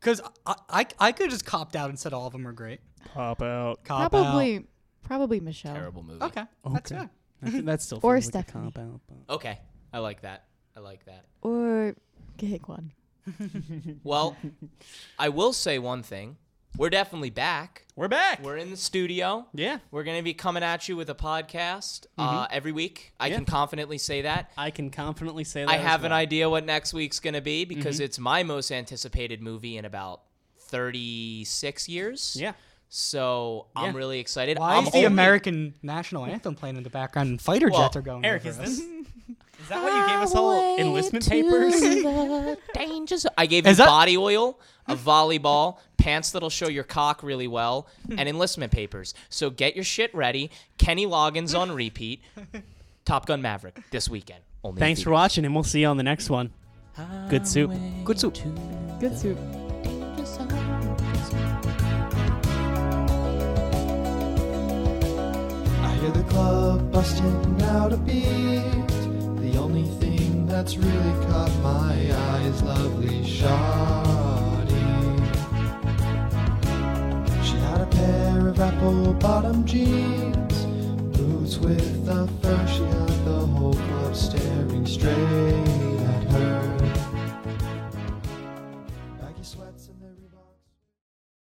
Speaker 9: Because I, I I could just copped out and said all of them are great.
Speaker 7: Pop out.
Speaker 9: Cop
Speaker 8: probably probably Michelle.
Speaker 1: Terrible movie.
Speaker 9: out. Okay, that's
Speaker 7: Okay.
Speaker 9: good.
Speaker 7: That's still
Speaker 8: Or
Speaker 7: feels like a
Speaker 8: Stephanie.
Speaker 7: cop out. but-
Speaker 1: Okay. I like that. I like that.
Speaker 8: Or Kihei Kwan.
Speaker 7: <laughs>
Speaker 1: Well, I will say one thing. We're definitely back.
Speaker 7: We're back.
Speaker 1: We're in the studio.
Speaker 7: yeah, Mm-hmm.
Speaker 1: We're going to be coming at you with a podcast uh, every week. I
Speaker 7: Yeah.
Speaker 1: can confidently say that.
Speaker 7: I can confidently say that. Mm-hmm.
Speaker 1: I
Speaker 7: as
Speaker 1: have an
Speaker 7: well.
Speaker 1: idea what next week's going to be because it's my most anticipated movie in about 36 years.
Speaker 7: Yeah.
Speaker 1: So I'm
Speaker 7: Yeah.
Speaker 1: really excited.
Speaker 9: Why
Speaker 1: I'm
Speaker 9: is the
Speaker 1: only-
Speaker 9: American national anthem playing in the background and fighter
Speaker 1: Well,
Speaker 9: jets are going?
Speaker 7: Eric,
Speaker 9: over
Speaker 7: is
Speaker 9: us?
Speaker 7: this? Is that what you gave
Speaker 8: <laughs>
Speaker 7: us all enlistment papers? <laughs>
Speaker 1: Dangers. I gave you
Speaker 9: Is that-
Speaker 1: body oil, a volleyball, pants that'll show your cock really well,
Speaker 7: Hmm.
Speaker 1: and enlistment papers. So get your shit ready. Kenny Loggins on
Speaker 7: <laughs>
Speaker 1: repeat. Top Gun Maverick this weekend. Only
Speaker 7: <laughs> Thanks for watching, and we'll see you on the next one. Good soup.
Speaker 9: Good soup.
Speaker 8: Good soup.
Speaker 11: I hear the club busting out a beat. The only thing that's really caught my eye is lovely Shoddy. She had a pair of apple bottom jeans, blue With a first, she got the whole club staring.